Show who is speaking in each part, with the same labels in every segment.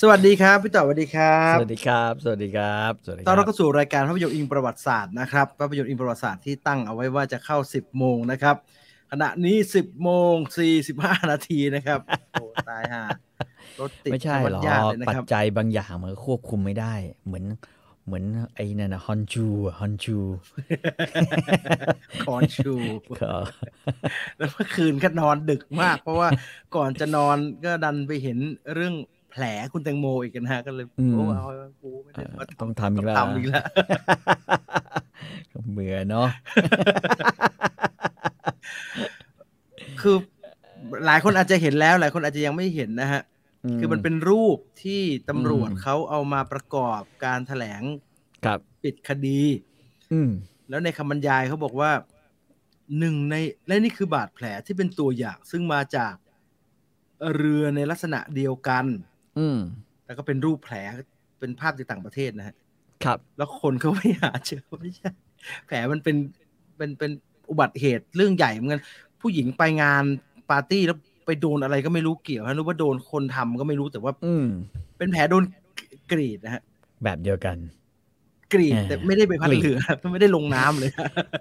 Speaker 1: สวัสดีครับพี่ต่อสวัสดีครับ
Speaker 2: สวัสดีครับ สวัสดีครับ สวัสดีค
Speaker 1: ตอน
Speaker 2: รั
Speaker 1: เรา
Speaker 2: บ
Speaker 1: เข้าสู่รายการภาพยนตร์อิงประวัติศาสตร์นะครับภาพยนตร์อิงประวัติศาสตร์ที่ตั้งเอาไว้ว่าจะเข้า 10 โมงนะครับ ขณะนี้ 10 โมง 45 นาทีนะครับ โอ้ตายห่ารถติด
Speaker 2: ไม่ใช่หรอ
Speaker 1: ยากเลยนะ
Speaker 2: ปั
Speaker 1: ค
Speaker 2: จ
Speaker 1: รับ
Speaker 2: จัยบางอย่างมันควบคุมไม่ได้ เหมือน เหมือนไอ้นั่นนะฮอนจูฮอนจู
Speaker 1: คอนชู
Speaker 2: ก็
Speaker 1: แล้วเมื่อคืนก็นอนดึกมาก เพราะว่าก่อนจะนอนก็ดันไปเห็นเรื่องแผลคุณแตงโมอีกนะฮะก็เลย
Speaker 2: อืม
Speaker 1: โอ้เอากูไม่ได้มา
Speaker 2: ต้องทำอีกแล้ว
Speaker 1: ทำอีกแล้ว
Speaker 2: เหมือนเนาะ
Speaker 1: คือหลายคนอาจจะเห็นแล้ว หลายคนอาจจะยังไม่เห็นนะฮะ คือมันเป็นรูปที่ตำรวจ
Speaker 2: อืม
Speaker 1: เขาเอามาประกอบการแถลง
Speaker 2: ครับ
Speaker 1: ปิดคดี
Speaker 2: อืม
Speaker 1: แล้วในคำบรรยายเขาบอกว่าหนึ่งในและนี่คือบาดแผลที่เป็นตัวอย่างซึ่งมาจากเรือในลักษณะเดียวกัน
Speaker 2: อืม
Speaker 1: แล้วก็เป็นรูปแผลเป็นภาพจากต่างประเทศนะฮะ
Speaker 2: ครับ
Speaker 1: แล้วคนเขาไม่หาเจอ ว่าไม่ใช่แผลมันเป็นเป็นเป็นอุบัติเหตุเรื่องใหญ่เหมือนกันผู้หญิงไปงานปาร์ตี้แล้วไปโดนอะไรก็ไม่รู้เกี่ยวฮะหรือว่าโดนคนทำก็ไม่รู้แต่ว่า
Speaker 2: อืม
Speaker 1: เป็นแผลโดนกรีดนะฮะ
Speaker 2: แบบเดียวกัน
Speaker 1: กรีด
Speaker 2: อ่า
Speaker 1: แต่ไม่ได้ไปพัด
Speaker 2: กรีด
Speaker 1: เรือไม่ได้ลงน้ำเลย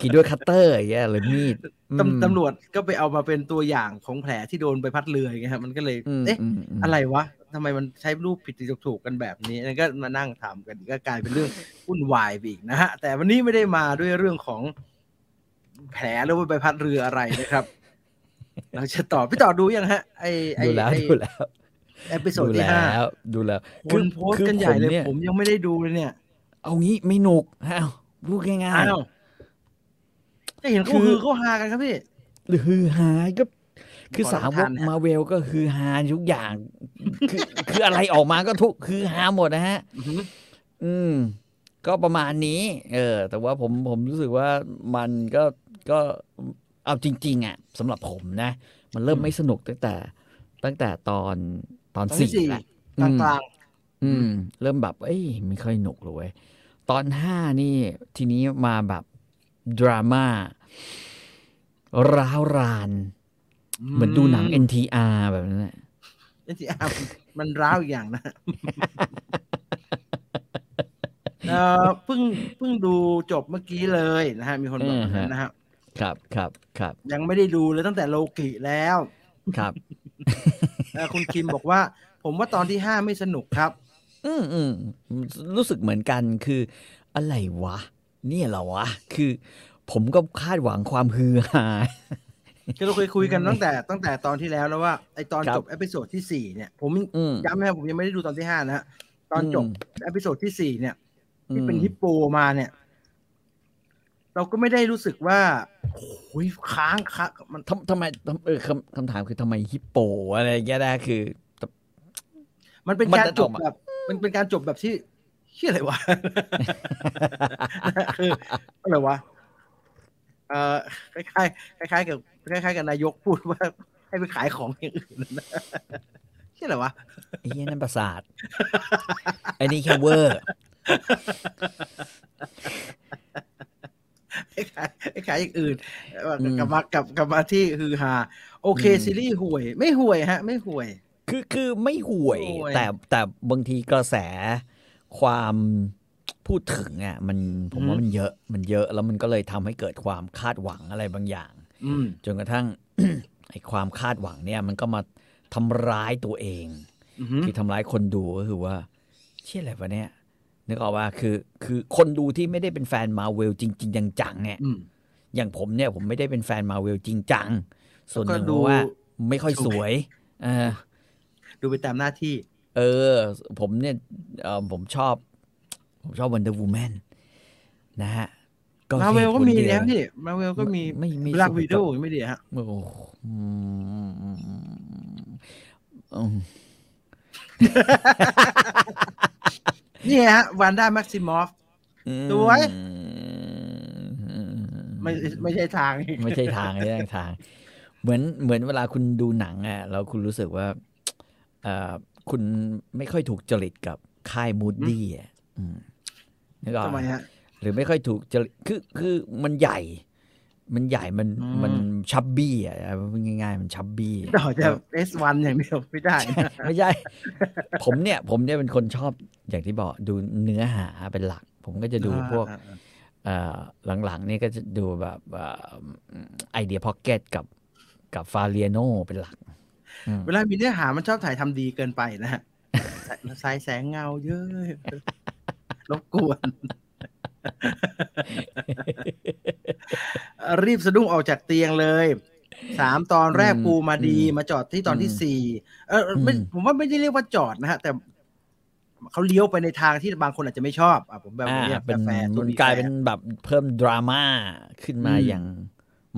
Speaker 2: กรีดด้วยคัตเตอร์อย่างเงี้ยหรือมีด
Speaker 1: ตำตำรวจก็ไปเอามาเป็นตัวอย่างของแผลที่โดนไปพัดเรืออย่างเงี้ยฮะมันก็เลย
Speaker 2: เอ๊ะ
Speaker 1: เอ๊ะอะไรวะทำไมมันใช้รูปผิดถูกๆกันแบบนี้นั่นก็มานั่งถามกันก็กลายเป็นเรื่อง วุ่นวายไปอีกนะฮะ แต่วันนี้ไม่ได้มาด้วยเรื่องของแผลหรือว่าใบพัดเรืออะไรนะครับ เราจะต่อพี่ต่อดูยังฮะไอไอ
Speaker 2: ดูแล้ว
Speaker 1: ไอ
Speaker 2: ดูแล้ว
Speaker 1: เอพิโซด
Speaker 2: ดู
Speaker 1: ที่
Speaker 2: แล้
Speaker 1: ห้าว
Speaker 2: ดูแล้ว
Speaker 1: คนโพสต์กันใหญ่เลย
Speaker 2: คือ
Speaker 1: ผ
Speaker 2: ผม ม
Speaker 1: ยังไม่ได้ดูเลยเนี่ย
Speaker 2: เอางี้ไม่หนุกอ้าวพูดง่าย
Speaker 1: อ้า
Speaker 2: ๆ
Speaker 1: วจะเห็นเขา
Speaker 2: คือ
Speaker 1: ฮือเขาฮากันครับพี่
Speaker 2: หรือฮือฮาก็คือ
Speaker 1: ขอ
Speaker 2: สาว
Speaker 1: ทาก นนะฮะ
Speaker 2: มาเวลก็คือฮาทุกอย่าง คือคืออะไรออกมาก็ทุกคือฮาหมดนะฮะ
Speaker 1: อื้อหือ
Speaker 2: อืม ก็ประมาณนี้ เออ แต่ว่าผมผมรู้สึกว่ามันก็ก็เอาจริง ๆ อ่ะสำหรับผมนะ มันเริ่ม
Speaker 1: อืม
Speaker 2: ไม่สนุกตั้งแต่ ตั้งแต่ตอนตอน
Speaker 1: ตอนที่
Speaker 2: สี่
Speaker 1: สี่
Speaker 2: ละ
Speaker 1: กลาง
Speaker 2: อืม
Speaker 1: กลาง
Speaker 2: อืม เริ่มแบบ เอ้ยไม่ค่อยหนุกเลยเว้ยตอนห้านี่ ทีนี้มาแบบดราม่าร้าวราน เหมือนดูหนัง NTR แบบนั้นนะ
Speaker 1: เอ็นทีอาร์มันร้าวอีกอย่าง นะ เอ่อเพิ่งเพิ่งดูจบเมื่อกี้เลยนะฮะ มีคนบอกแบบนั้นนะฮะ
Speaker 2: ครับครับครับ
Speaker 1: ยังไม่ได้ดูเลยตั้งแต่โลกิแล้ว
Speaker 2: ครับ
Speaker 1: เอ่อคุณคิมบอกว่า ผมว่าตอนที่ห้าไม่สนุกครับ
Speaker 2: อืมอืมรู้สึกเหมือนกันคือ อะไรวะ เนี่ยเหรอวะ คือ ผมก็คาดหวังความฮือฮา
Speaker 1: คือเราเคยคุยกันตั้งแต่ตั้งแต่ตอนที่แล้วแล้วว่าไอตอน
Speaker 2: ครับ
Speaker 1: จบเอพิโซดที่สี่เนี่ย ผม
Speaker 2: อืม
Speaker 1: ย้ำนะครับผมยังไม่ได้ดูตอนที่ห้านะฮะตอนจบ
Speaker 2: อืม
Speaker 1: เอพิโซดที่สี่เนี่ย
Speaker 2: อื
Speaker 1: ที่
Speaker 2: ม
Speaker 1: เป็นฮิปโปมาเนี่ย เราก็ไม่ได้รู้สึกว่าโอ้ยค้างคะมัน
Speaker 2: ทำทำไมทำเออคำคำถามคือทำไมฮิปโปอะไรอย่างเงี้ยนะคือ
Speaker 1: มันเป็น
Speaker 2: มัน
Speaker 1: การ
Speaker 2: จะ
Speaker 1: จ
Speaker 2: อ
Speaker 1: บอก
Speaker 2: มา
Speaker 1: แบบ มันเป็นการจบแบบที่เชี่ยอะไรวะ คืออะไรวะเอ่อคล้ายๆคล้ายๆกับคล้ายๆกับนายกพูดว่า ให้ไปขายของอย่างอื่นนะ เชี่ยอะไรวะ
Speaker 2: ไอ้เหี้ยนั่นประสาท ไอ้นี่แค่เวอร์
Speaker 1: ให้ขายให้ขายอย่างอื่นเอ่อ
Speaker 2: อืม
Speaker 1: กลับมากลับกลับมาที่ฮือฮาโอเค
Speaker 2: อืม
Speaker 1: ซีรีส์ห่วย ไม่ห่วยฮะ ไม่ห่วย
Speaker 2: คือคือไม่ห่วย
Speaker 1: ไม่ห่วย
Speaker 2: แต่แต่บางทีกระแสความพูดถึงอ่ะมันผมว่ามันเยอะมันเยอะแล้วมันก็เลยทำให้เกิดความคาดหวังอะไรบางอย่าง
Speaker 1: อืม
Speaker 2: จนกระทั่ง ไอ้ความคาดหวังเนี่ย มันก็มาทำร้ายตัวเอง
Speaker 1: อือหือ
Speaker 2: ที่ทำร้ายคนดูก็คือว่า เชี่ยอะไรวะเนี่ยนึกออกว่าคือคือคนดูที่ไม่ได้เป็นแฟนมาเวลจริง ๆ จังๆเนี่ย
Speaker 1: อืม
Speaker 2: อย่างผมเนี่ยผมไม่ได้เป็นแฟนมาเวลจริงจัง ส่วนหนึ่ง
Speaker 1: แล้วก็ดู
Speaker 2: เพราะว่าไม่ค่อยสวยเออ
Speaker 1: ดูไปตามหน้าที่
Speaker 2: เออ ผมเนี่ยเออผมชอบ ผมชอบวันเดอร์วูแมนนะฮะ
Speaker 1: มาเวลก็มี
Speaker 2: หตุผดีย
Speaker 1: แล้วพี่มาเวลก็มี
Speaker 2: ไม่ไม่
Speaker 1: ลัก
Speaker 2: สู้
Speaker 1: วี
Speaker 2: กั
Speaker 1: ดู
Speaker 2: บ
Speaker 1: ไม่ดีฮะ
Speaker 2: โอ้โหอืมอืมอืมอืม
Speaker 1: นี่ฮะวันด้าแม็กซิมอฟ
Speaker 2: อืม
Speaker 1: สวย
Speaker 2: อืม
Speaker 1: ไม่ไม่ใช่ทาง
Speaker 2: ไม่ใช่ทางไม่ใช่ทาง เหมือนเหมือนเวลาคุณดูหนังอ่ะแล้วคุณรู้สึกว่าเออคุณไม่ค่อยถูกจริตกับค่ายมูดดี้อ่ะอืมนึกออก
Speaker 1: ทำ
Speaker 2: ไห
Speaker 1: ไม
Speaker 2: ม
Speaker 1: ฮะ
Speaker 2: หรือไม่ค่อยถูกจริตคือคือมันใหญ่ มันใหญ่มัน
Speaker 1: อืม
Speaker 2: มันชับบี้อ่ะพูดง่ายๆ มันชับบี้
Speaker 1: ต่อจะ S1 อย่างเดียวไม่ได้นะ
Speaker 2: ไม่ใช่ ผมเนี่ย ผมเนี่ยเป็นคนชอบอย่างที่บอกดูเนื้อหาเป็นหลัก ผมก็จะดูพวก
Speaker 1: อ่าอ่า
Speaker 2: เอ่อหลังๆนี่ก็จะดูแบบไอเดียพ็อกเก็ตกับกับฟาเรียโนเป็นหลักอืม
Speaker 1: เวลามีเนื้อหามันชอบถ่ายทำดีเกินไปนะ ฮะ สายแสงเงาเยอะรบกวน รีบสะดุ้งออกจากเตียงเลย สามตอนแรกปูมาดีมาจอดที่ตอนที่สี่เออไม่ผมว่าไม่ได้เรียกว่าจอดนะฮะ แต่เขาเลี้ยวไปในทางที่บางคนอาจจะไม่ชอบอ่ะผมแบบ
Speaker 2: อ่า
Speaker 1: เนี้ย
Speaker 2: เป็น
Speaker 1: กาแฟตั
Speaker 2: มั
Speaker 1: วน นี้
Speaker 2: กลายเป็น
Speaker 1: แฟ
Speaker 2: แบบเพิ่มดราม่าขึ้นมา
Speaker 1: อืม
Speaker 2: อย่าง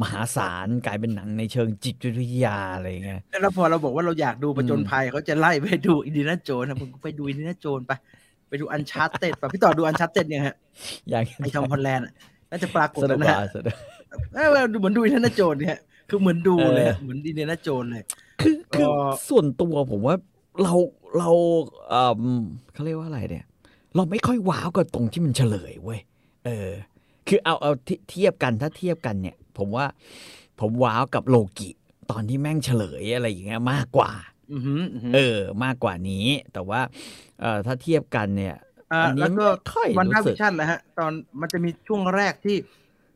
Speaker 2: มหาศาลกลายเป็นหนังในเชิงจิตวิทยาอะไรอย่างเงี้ย
Speaker 1: แล้วพอเราบอกว่าเราอยากดูประจน
Speaker 2: อืม
Speaker 1: ภัยเขาจะไล่ไปดูอินดีนาโจนส์นะผมก็ไปดูอินดีนาโจนส์ไป ไปดูอันชาร์เต็ดไปพี่ต่อดูอันชาร์เต็ดยังฮะ
Speaker 2: อย่าง
Speaker 1: ไอทอมฮอลแลนด์อะน่าจะปรากฏ
Speaker 2: สนุ
Speaker 1: แล้วนะ
Speaker 2: กกว่า
Speaker 1: ฮะ
Speaker 2: สนุก
Speaker 1: เออเหมือนดูอินเดียนาโจนส์เนี่ยคือเหมือนดูเลยอะ
Speaker 2: เออ
Speaker 1: เหมือนอินเดียนาโจนส์เลย
Speaker 2: คือคือ
Speaker 1: เอ่อ
Speaker 2: ส่วนตัวผมว่าเราเราเอ่อเขาเรียกว่าอะไรเนี่ย เราไม่ค่อยว้าวกับตรงที่มันเฉลยเว้ยเออ คือเอาเอาเทีเทียบกันถ้าเทียบกันเนี่ย ผมว่า ผมว้าวกับโลกิ ตอนที่แม่งเฉลยอะไรอย่างเงี้ยมากกว่า
Speaker 1: อือหืออือหือ
Speaker 2: เออ มากกว่านี้ แต่ว่าเอ่อถ้าเทียบกันเนี่ย
Speaker 1: อ่า
Speaker 2: อัน
Speaker 1: แล้
Speaker 2: นี้
Speaker 1: วก็
Speaker 2: ไม่ค่อย
Speaker 1: วันนา
Speaker 2: รู้สึ
Speaker 1: วิ
Speaker 2: ก
Speaker 1: ชั่นนะฮะ ตอนมันจะมีช่วงแรกที่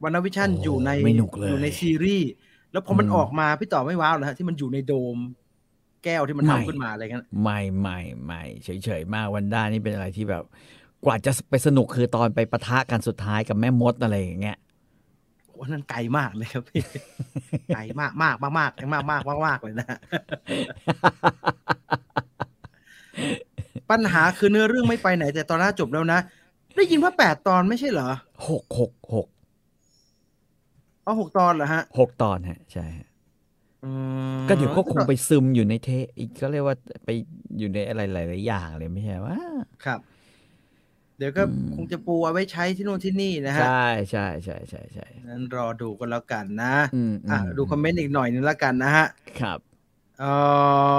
Speaker 1: วันนาวิชั่น
Speaker 2: โอ้
Speaker 1: อยู่ใน
Speaker 2: ไม่หนุกเลย
Speaker 1: อยู่ในซีรีส์แล้วพอมัน
Speaker 2: อืม
Speaker 1: ออกมาพี่ต่อไม่ว้าวนะฮะที่มันอยู่ในโดม แก้วที่มัน
Speaker 2: ไม่
Speaker 1: ทำขึ้นมาอะไรกัน
Speaker 2: ไม่ไม่ไม่เฉยๆมากวันด้านี่เป็นอะไรที่แบบ กว่าจะไปสนุกคือตอนไปปะทะกันสุดท้ายกับแม่มดอะไรอย่างเงี้ย
Speaker 1: โอ้นั่นไกลมากเลยครับพี่ ไกลมากมากมากมากมากมากมากมากเลยนะฮะปัญหาคือเนื้อเรื่องไม่ไปไหน แต่ตอนหน้าจบแล้วนะได้ยินว่าแปดตอนไม่ใช่เหรอ
Speaker 2: หกหกหก
Speaker 1: อ๋อหกตอนเหรอฮะ
Speaker 2: หกตอนฮะ ใช่ฮะ
Speaker 1: อืม
Speaker 2: ก็เดี๋ยวก็คงไปซึมอยู่ในเทอีกก็เรียกว่าไปอยู่ในอะไรหลาย ๆ อย่างเลยไม่ใช่ว่า
Speaker 1: ครับ เดี๋ยวก็
Speaker 2: อืม
Speaker 1: คงจะปูเอาไว้ใช้ที่นู่นที่นี่นะฮะ
Speaker 2: ใช่ใช่ใช่ใช่ใช่
Speaker 1: นั้นรอดูกันแล้วกันนะ
Speaker 2: อืม
Speaker 1: อ่ะดูคอมเมนต์อีกหน่อยนึงแล้วกันนะฮะ
Speaker 2: ครับ
Speaker 1: เอ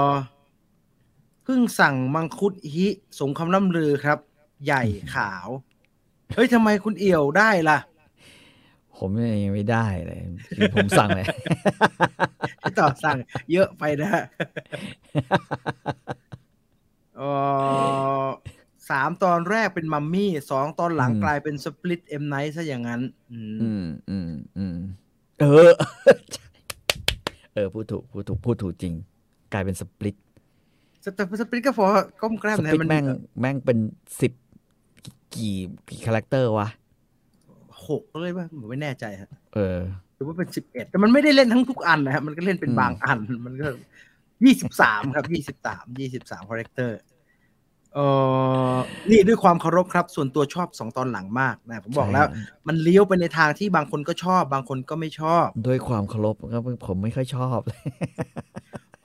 Speaker 1: อเพิ่งสั่งมังคุดฮิสมคำล่ำลือครับ ใหญ่ขาว เฮ้ยทำไมคุณเอี่ยวได้ล่ะ
Speaker 2: ผมยังไม่ได้เลยผมสั่ง เลย
Speaker 1: พี่ต่อสั่งเยอะไปนะฮ ะเอ่อสามตอนแรกเป็นมัมมี่สองตอนหลัง
Speaker 2: อืม
Speaker 1: กลายเป็นสปลิตเอ็มไนท์ซะอย่างนั้น อืม
Speaker 2: อืมอืมอืมเออ เออพูดถูกพูดถูกพูดถูกจริง กลายเป็นสปลิต
Speaker 1: สเตสปริตก็พอก้มแกล้ม
Speaker 2: ส
Speaker 1: นะ
Speaker 2: ปลิต
Speaker 1: มัน
Speaker 2: แม่งแม่งเป็นสิบกี่กี่คาแรคเตอร์วะ
Speaker 1: หกเลยป่ะผมไม่แน่ใจฮะ
Speaker 2: เออ
Speaker 1: หรือว่าเป็นสิบเอ็ดแต่มันไม่ได้เล่นทั้งทุกอันนะฮะมันก็เล่นเป็น
Speaker 2: อืม
Speaker 1: บางอัน มันก็ยี่สิบสามครับยี่สิบสามยี่สิบสามคาแรคเตอร์เออนี่ด้วยความเคารพครับ ส่วนตัวชอบสองตอนหลังมากนะผมบอกแล้ว มันเลี้ยวไปในทางที่บางคนก็ชอบ บางคนก็ไม่ชอบ
Speaker 2: ด้วยความเคารพก็ผมไม่ค่อยชอบ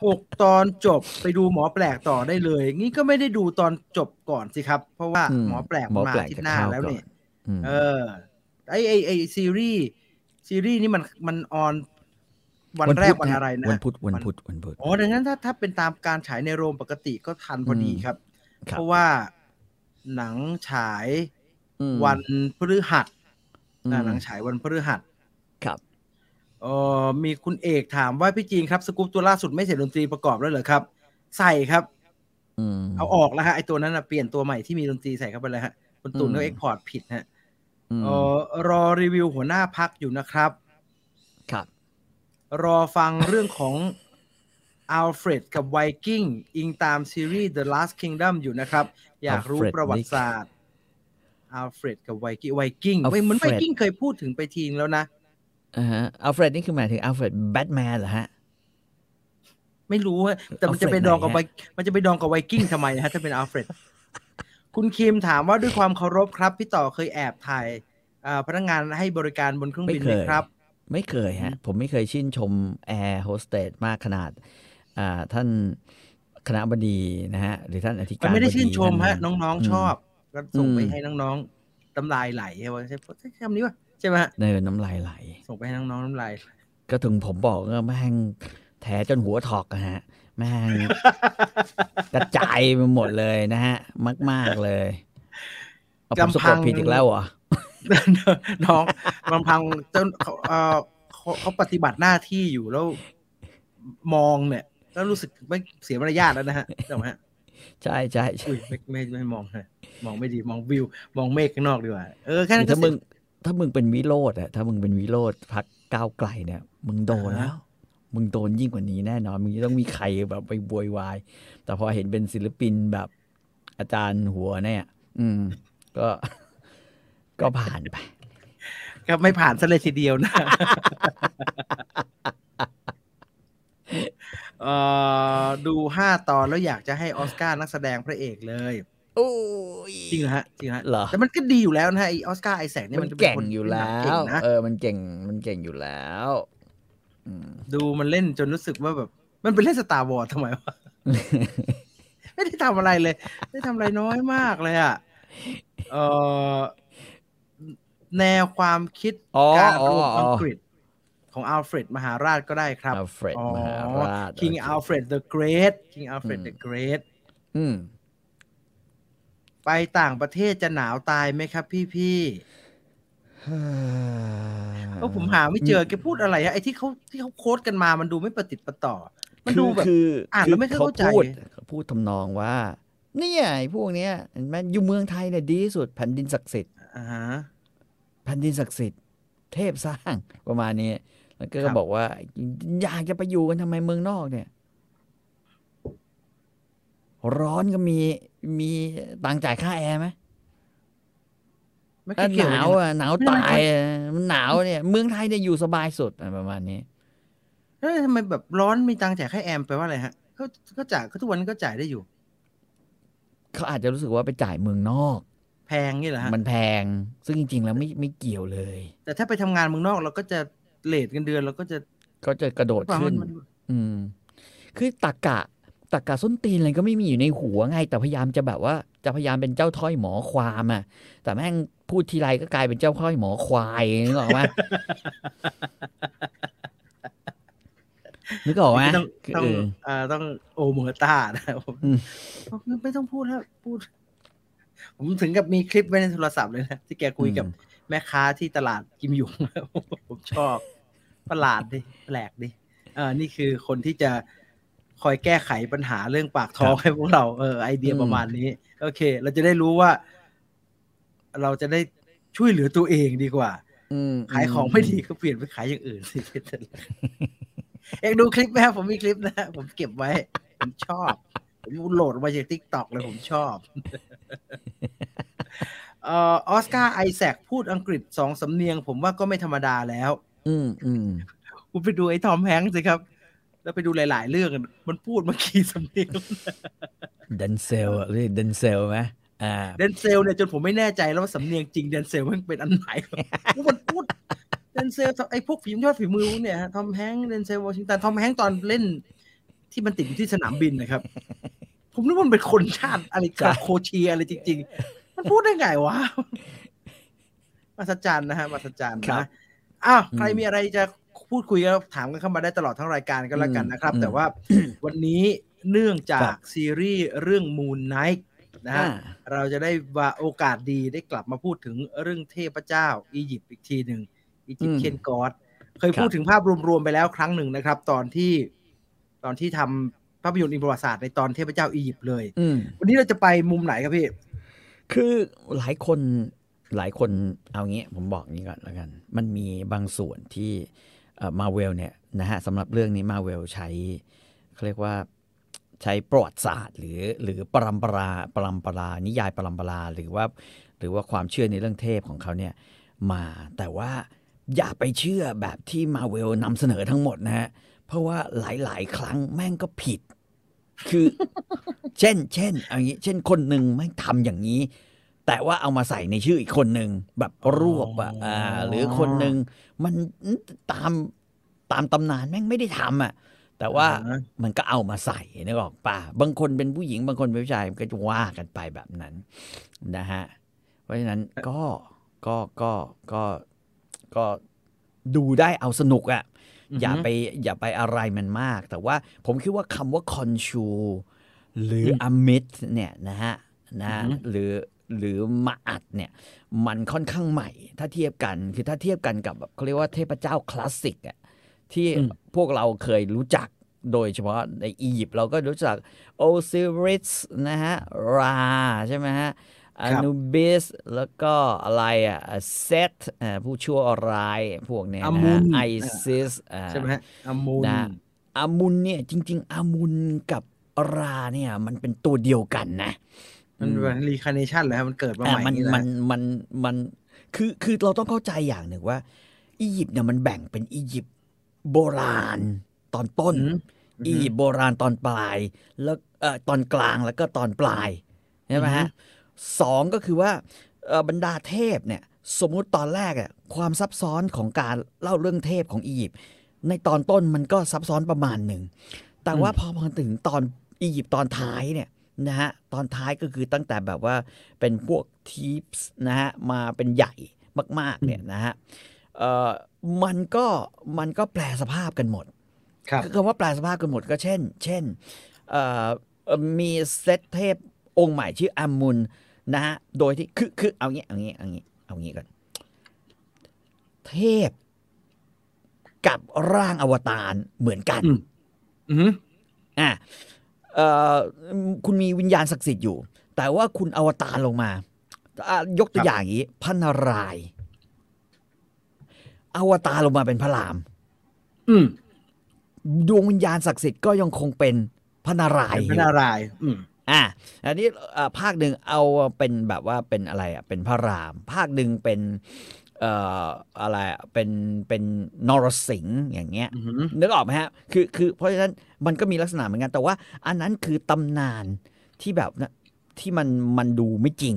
Speaker 1: หกตอนจบไปดูหมอแปลกต่อได้เลย งี้ก็ไม่ได้ดูตอนจบก่อนสิครับ เพราะว่า
Speaker 2: อืม
Speaker 1: หมอแปลก
Speaker 2: หมอ
Speaker 1: มา
Speaker 2: แปลก
Speaker 1: อาที่
Speaker 2: จะ
Speaker 1: หน้า
Speaker 2: เข้า
Speaker 1: แล้ว
Speaker 2: ก่อน
Speaker 1: เนี่ย
Speaker 2: อืม
Speaker 1: เออไอไอไอซีรีส์ซีรีส์นี่มันมันออนวันแรก
Speaker 2: พุธ
Speaker 1: วันอะไรนะ
Speaker 2: วันพุธวัน
Speaker 1: วัน
Speaker 2: พุธวันพุธ
Speaker 1: อ๋อดังนั้นถ้าถ้าเป็นตามการฉายในโรงปกติก็ทันพอดี
Speaker 2: อืม
Speaker 1: ครับ
Speaker 2: ครับ
Speaker 1: เพราะว่าหนังฉาย
Speaker 2: อืม
Speaker 1: วันพฤหัส
Speaker 2: อืม
Speaker 1: อ่าหนังฉายวันพฤหัส
Speaker 2: ครับ
Speaker 1: เออมีคุณเอกถามว่าพี่จีนครับสกู๊ปตัวล่าสุดไม่ใส่ดนตรีประกอบแล้วเหรอครับ ใส่ครับ
Speaker 2: อืม
Speaker 1: เอาออกแล้วฮะไอตัวนั้นนะเปลี่ยนตัวใหม่ที่มีดนตรีใส่เข้าไปเลยฮะคุณตุ่นเขา
Speaker 2: อืม
Speaker 1: เอ็กพอร์ตผิดฮะ
Speaker 2: ม
Speaker 1: เออรอรีวิวหัวหน้าพักอยู่นะครับ
Speaker 2: ครับ
Speaker 1: รอฟังเรื่องของอัลเฟรดกับไวกิ้งอิงตามซีรีส์ The Last Kingdom อยู่นะครับ อยากรู้
Speaker 2: Alfred
Speaker 1: ประวัติศาสตร์อัลเฟรดกับไวกิ้งไวกิ้งไม่เหมือนไว
Speaker 2: Alfred
Speaker 1: กิ้งเคยพูดถึงไปทีนึงแล้วนะ
Speaker 2: อ่าฮะอัลเฟรดนี่คือหมายถึงอัลเฟรดแบทแมนเหรอฮะ
Speaker 1: ไม่รู้ว่าแต่มัน
Speaker 2: Alfred
Speaker 1: จะไปดองกับ
Speaker 2: ไหน
Speaker 1: ไว
Speaker 2: ฮะ
Speaker 1: มันจะไปดองกับไวกิ้งทำไมนะฮะ ถ้าเป็นอัลเฟรด คุณคิมถามว่าด้วยความเคารพครับ พี่ต่อเคยแอบถ่ายอ่าพนักงานให้บริการบนเครื่อง
Speaker 2: ไม่
Speaker 1: บิน
Speaker 2: เค
Speaker 1: ไหม
Speaker 2: ย
Speaker 1: ครับ
Speaker 2: ไม่เคยฮะ ผมไม่เคยชื่นชมแอร์โฮสเตสมากขนาด อ่า ท่านคณะบดีนะฮะ หรือท่านอธิกา
Speaker 1: มั
Speaker 2: ร
Speaker 1: นไม่ได้
Speaker 2: บ
Speaker 1: ชื่นชม
Speaker 2: ท่า
Speaker 1: ฮะ น้อง
Speaker 2: อืม
Speaker 1: ๆชอบก็ส่งไป
Speaker 2: อืม
Speaker 1: ให้น้องๆตำลายไหลใช่ไหมใช่คำนี้วะใช่ไหมฮะ
Speaker 2: ในน้ำลายไหล
Speaker 1: ส่งไปให้น้องๆน้ำลาย
Speaker 2: ก็ถึงผมบอกว่าแม่งแถจนหัวถอกอะฮะ แม่ง กระจายไปหมดเลยนะฮะ มาก ๆ เลยเอาผมสะ
Speaker 1: กำพั
Speaker 2: กด
Speaker 1: ง
Speaker 2: ผิดอีกแล้วเหรอ
Speaker 1: น้องลำพังจนเอ่อค เขาเขาปฏิบัติหน้าที่อยู่แล้ว มองเนี่ยแล้วรู้สึกไม่เสียมารยาทแล้วนะฮะใช่ไหมฮะ
Speaker 2: ใช่ใช่ใช่
Speaker 1: อุ้ยไม่ไม่ไม่มองฮะมองไม่ดีมองวิว มองเมฆข้างนอกดีกว่าเออแค่นั้นก็
Speaker 2: ถ้ามึง
Speaker 1: เสร็จ
Speaker 2: ถ้ามึงเป็นวิโรดอะถ้ามึงเป็นวิโรดพักก้าวไกลเนี่ย มึงโดนแล้ว มึงโดนยิ่งกว่านี้แน่นอน มึงจะต้องมีใครแบบไปบวยวาย แต่พอเห็นเป็นศิลปินแบบอาจารย์หัวเนี่ย อืม ก็ ก็ผ่านไป
Speaker 1: ครับไม่ผ่านซะเลยทีเดียวนะ เอ่อดูห้าตอนแล้วอยากจะให้ออสการ์นักแสดงพระเอกเลย
Speaker 2: โอ้ย
Speaker 1: จริงเหรอฮะจริงเหรอฮะ
Speaker 2: เหรอ
Speaker 1: แต่มันก็ดีอยู่แล้วนะฮะไอออสการ์ไอแสงเนี่ย
Speaker 2: มั
Speaker 1: มัน นจะป็น
Speaker 2: เก่ง
Speaker 1: คน
Speaker 2: อยู่
Speaker 1: ที่ห
Speaker 2: แล้
Speaker 1: นัเก่ง
Speaker 2: ว
Speaker 1: นะ
Speaker 2: เออ มันเก่ง มันเก่งอยู่แล้วอืม
Speaker 1: ดูมันเล่นจนรู้สึกว่าแบบ มันเป็นเล่นสตาร์วอร์ทำไม วะ ไม่ได้ทำอะไรเลย ไม่ได้ทำอะไรน้อยมากเลยอ่ะเอ่อแนวความคิด
Speaker 2: อ๋อ
Speaker 1: การ
Speaker 2: อ๋อ
Speaker 1: รวม
Speaker 2: อ๋
Speaker 1: อั
Speaker 2: อง
Speaker 1: กฤษของอัลเฟรดมหาราชก็ได้ครับ
Speaker 2: อัลเฟรดมหาราช
Speaker 1: King
Speaker 2: โอเค
Speaker 1: Alfred the Great King Alfred
Speaker 2: อืม
Speaker 1: the Great
Speaker 2: อืม
Speaker 1: ไปต่างประเทศจะหนาวตายไหมครับพี่พี่ๆก็ผมหาไม่เจอแกพูดอะไรอะไอ้ที่เขาที่เขาโค้ดกันมามันดูไม่ประติดประต่อ มันดูแบบ
Speaker 2: คือ
Speaker 1: อ่านแล้วไม่เข้าใจ
Speaker 2: ขพูดเขาพูดทำนองว่า เนี่ยไอ้พวกเนี้ยเห็นไหมอยู่เมืองไทยเนี่ยดีที่สุดแผ่นดินศักดิ์สิทธิ์
Speaker 1: อ่าฮะ
Speaker 2: แผ่นดินศักดิ์สิทธิ์เทพสร้างประมาณนี้แล้วก็
Speaker 1: ครับ
Speaker 2: บอกว่า อยากจะไปอยู่กันทำไมเมืองนอกเนี่ย ร้อนก็มีมีตังค์จ่ายค่าแอร์ไหม
Speaker 1: ไม่เค
Speaker 2: ถ้าย ห
Speaker 1: เกี่ยวเล
Speaker 2: นาย
Speaker 1: นะ
Speaker 2: วอ่ะหนาว
Speaker 1: ไม่เป็นไร
Speaker 2: ตายอ่ะมันหนาวเนี่ย เมืองไทยเนี่ยอยู่สบายสุดอ่ะประมาณนี้
Speaker 1: เอ้ยทำไมแบบร้อนมีตังค์จ่ายค่าแอมไปลว่าอะไรฮะก็ก็จ่ายก็ทุกวันนก็จ่ายได้อยู่
Speaker 2: เขาอาจจะรู้สึกว่าไปจ่ายเมืองนอก
Speaker 1: แพงนี่แหละฮะ
Speaker 2: มันแพง ซึ่งจริง ๆ แล้วไม่ไม่เกี่ยวเลย
Speaker 1: แต่ถ้าไปทำงานเมืองนอกเราก็จะเลทเงินเดือนเราก็จะ
Speaker 2: ก็จะกระโดดขึ้น
Speaker 1: มัน
Speaker 2: อืม คือตักกะตักกะส้นตีนอะไรก็ไม่มีอยู่ในหัวไง แต่พยายามจะแบบว่า จะพยายามเป็นเจ้าถ้อยหมอความอ่ะ แต่แม่งพูดทีไรก็กลายเป็นเจ้าถ้อยหมอควายนึกออกไหม นึกออกไหม
Speaker 1: ต้องต้อง
Speaker 2: คือ
Speaker 1: เอ่อต้องโอเมอร์ต้านะครับผม
Speaker 2: อืม
Speaker 1: ไม่ต้องพูดแล้วพูด ผมถึงกับมีคลิปไว้ในโทรศัพท์เลยนะ ที่แกคุยกับแม่ค้าที่ตลาดกิมหยง ผมชอบ ประหลาดดิแปลกดิเออนี่คือคนที่จะคอยแก้ไขปัญหาเรื่องปากท้องให้พวกเราเออไอเดีย
Speaker 2: อืม
Speaker 1: ประมาณนี้ โอเค เราจะได้รู้ว่า เราจะได้ช่วยเหลือตัวเองดีกว่า
Speaker 2: อืม
Speaker 1: ขายของไม่ดีก็เปลี่ยนไปขายอย่างอื่น สิ เอกดูคลิปแม่ผมมีคลิปนะ ผมเก็บไว้ ผมชอบ ผมโหลดมาจากทิกตอกเลยผมชอบ เออออสการ์ไอแซคพูดอังกฤษสองสำเนียง ผมว่าก็ไม่ธรรมดาแล้ว
Speaker 2: อืมอืม
Speaker 1: คุณไปดูไอ้ทอมแฮงค์สิครับ แล้วไปดูหลาย ๆ เรื่อง มันพูดมากี่สำเนียง
Speaker 2: เดนเซลเรียกเดนเซลไหมอ่า
Speaker 1: เดนเซลเนี่ยจนผมไม่แน่ใจแล้วว่าสำเนียงจริงเดนเซลมันเป็นอันไห นมันพูดเดนเซลไอ้พวกฝีมยอดฝีมือพวกเนี่ยฮะทอมแฮงค์เดนเซลวอชิงตันทอมแฮงค์ตอนเล่น ที่มันติดอยู่ที่สนามบินนะครับ ผมนึกว่ามันเป็นคนชาติอะไร
Speaker 2: จ้ะ
Speaker 1: โคเชียอะไรจริง ๆ มันพูดได้ไงวะมาสจารย์นะฮะมาสจารย์นะอ้าวใครมีอะไรจะพูดคุยก็ถามกันเข้ามาได้ตลอดทั้งรายการก็แล้วกันนะครับ แต่ว่าวันนี้เนื่องจากซีรีส์เรื่องมู n ไนท์นะฮะ
Speaker 2: อ่า
Speaker 1: เราจะได้ว่าโอกาสดีได้กลับมาพูดถึงเรื่องเทพเจ้า อียิปต์อีกทีหนึ่งอียิปต์เคนกอดเคย
Speaker 2: ครับ
Speaker 1: พูดถึงภาพรวมๆไปแล้วครั้งหนึ่งนะครับ ตอนที่ตอนที่ทำภาพยนตร์อินประวัติศาสตร์ในตอนเทพเจ้าอียิปต์เลย
Speaker 2: อืม
Speaker 1: วันนี้เราจะไปมุมไหนครับพี่
Speaker 2: คือหลายคนหลายคนเอางี้ผมบอกนี้ก่อนแล้วกัน มันมีบางส่วนที่มาเวลเนี่ยนะฮะสำหรับเรื่องนี้มาเวลใช้เขาเรียกว่าใช้ประวัติศาสตร์ หรือหรือปรัมปราปรัมปรา นิยายปรัมปรา หรือว่า หรือว่าความเชื่อในเรื่องเทพของเขาเนี่ยมาแต่ว่าอย่าไปเชื่อแบบที่มาเวลนำเสนอทั้งหมดนะฮะเพราะว่าหลายๆ ครั้งแม่งก็ผิด คือ เช่น เช่นเอางี้ เช่นคนหนึ่งไม่งทำอย่างนี้ แต่ว่าเอามาใส่ในชื่ออีกคนหนึ่งแบบรวบ
Speaker 1: อ๋ออ่
Speaker 2: อะ่า หรือคนหนึ่งมันตามตามตำนานแม่งไม่ได้ทำอ่ะ แต่ว่า
Speaker 1: อ่า
Speaker 2: มันก็เอามาใส่นึกออกป่ะบางคนเป็นผู้หญิงบางคนเป็นผู้ชายมันก็จะว่ากันไปแบบนั้นนะฮะ เพราะฉะนั้นก็ก็ก็ก็ก็ดูได้เอาสนุกอะอย่าไปอย่าไปอะไรมันมาก แต่ว่าผมคิดว่าคำว่าคอนชูหรืออมิตเนี่ยนะฮะนะ
Speaker 1: อือหือ
Speaker 2: หรือหรือมาอัดเนี่ย มันค่อนข้างใหม่ ถ้าเทียบกันคือถ้าเทียบกันกับแบบเขาเรียกว่าเทพเจ้าคลาสสิกอะ ที่
Speaker 1: อืม
Speaker 2: พวกเราเคยรู้จักโดยเฉพาะในอียิปต์เราก็รู้จักโอซิริสนะฮะ ราใช่ไหมฮะอนูบิสแล้วก็อะไรอ่ะเซตผู้ชั่วร้ายพวกเนี้ยนะฮะ
Speaker 1: Amun
Speaker 2: ไอซิสอ่า
Speaker 1: ใช่ไหมฮะอมูล
Speaker 2: นะ อามุนเนี่ยจริง ๆ อามุนกับราเนี่ยมันเป็นตัวเดียวกันนะ
Speaker 1: มัน
Speaker 2: อื
Speaker 1: เป็นรีคาร์เนชันเหรอฮะมันเกิดมา
Speaker 2: อ่ะ
Speaker 1: ใหม่
Speaker 2: มัน
Speaker 1: นี่แหละ
Speaker 2: มันมันมันคือคือเราต้องเข้าใจอย่างหนึ่งว่า อียิปต์เนี่ยมันแบ่งเป็นอียิปต์โบราณตอนต้น
Speaker 1: อืม
Speaker 2: อียิปต์โบราณตอนปลายแล้วเอ่อตอนกลางแล้วก็ตอนปลายใช่ไหม
Speaker 1: อือฮึ
Speaker 2: ฮะสองก็คือว่าเอ่อบรรดาเทพเนี่ยสมมุติตอนแรกอะความซับซ้อนของการเล่าเรื่องเทพของอียิปต์ในตอนต้นมันก็ซับซ้อนประมาณหนึ่ง แต่ว่าพอมาถึงตอนอียิปต์ตอนท้ายเนี่ยนะฮะตอนท้ายก็คือตั้งแต่แบบว่าเป็นพวกทีปส์นะฮะมาเป็นใหญ่มากๆเนี่ยนะฮะเอ่อมันก็มันก็แปลสภาพกันหมด
Speaker 1: ครับ
Speaker 2: คือคำว่าแปลสภาพกันหมดก็เช่น เช่นเอ่อเอ่อมีเซตเทพองค์ใหม่ชื่ออามุนนะฮะ โดยที่คือคือเอางี้เอางี้เอางี้เอางี้ก่อน เทพกับร่างอวตารเหมือนกัน
Speaker 1: อืม อืม
Speaker 2: อ่ะเอ่อคุณมีวิญญาณศักดิ์สิทธิ์อยู่ แต่ว่าคุณอวตารลงมาอ่ะยก
Speaker 1: ค
Speaker 2: ตั
Speaker 1: รั
Speaker 2: ว
Speaker 1: บ
Speaker 2: อย่างอย่างนี้พระนารายณ์อวตารลงมาเป็นพระราม
Speaker 1: อืม
Speaker 2: ดวงวิญญาณศักดิ์สิทธิ์ก็ยังคงเป็นพระนาราย
Speaker 1: เป็
Speaker 2: ณ์
Speaker 1: นพระ
Speaker 2: อยู่
Speaker 1: นารายณ์อืม
Speaker 2: อ่ะอันนี้เอ่อภาคหนึ่งเอาเป็นแบบว่าเป็นอะไรอ่ะเป็นพระราม ภาคหนึ่งเป็นเอ่ออะไรอ่ะเป็นเป็นนรสิงห์อย่างเงี้ย
Speaker 1: อืม
Speaker 2: นึกออกไหมฮะคือคือเพราะฉะนั้นมันก็มีลักษณะเหมือนกัน แต่ว่าอันนั้นคือตำนานที่แบบนะที่มันมันดูไม่จริง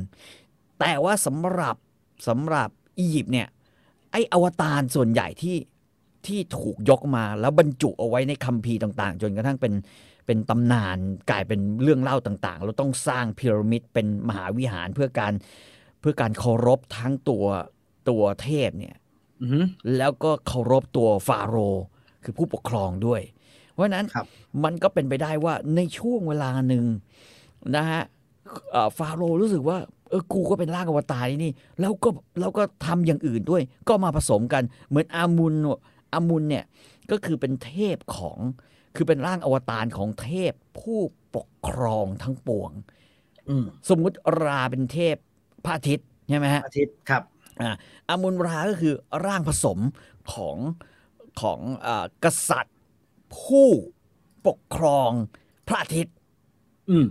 Speaker 2: แต่ว่าสำหรับสำหรับอียิปต์เนี่ยไออวตารส่วนใหญ่ที่ที่ถูกยกมาแล้วบรรจุเอาไว้ในคัมภีร์ต่างๆ จนกระทั่งเป็น เป็นตำนานกลายเป็นเรื่องเล่าต่างๆ เราต้องสร้างพีระมิดเป็นมหาวิหารเพื่อการเพื่อการเคารพทั้งตัวตัวเทพเนี่ย
Speaker 1: อืม
Speaker 2: แล้วก็เคารพตัวฟาโรห์คือผู้ปกครองด้วย เพราะฉะนั้น
Speaker 1: ครับ
Speaker 2: มันก็เป็นไปได้ว่าในช่วงเวลาหนึ่งนะฮะเอ่อฟาโรห์รู้สึกว่าเออกูก็เป็นร่างอวตารนี่นี่แล้วก็แล้วก็ทำอย่างอื่นด้วย ก็มาผสมกันเหมือนอามุนอามุนเนี่ยก็คือเป็นเทพของ คือเป็นร่างอวตารของเทพผู้ปกครองทั้งปวง
Speaker 1: อืม
Speaker 2: สมมุติราเป็นเทพพระอาทิตย์ใช่ไหมฮะ
Speaker 1: อาทิตย์ครับ
Speaker 2: อ่าอามุนราก็คือร่างผสมของของอากษัตริย์ ผู้ปกครองพระอาทิตย์
Speaker 1: อืม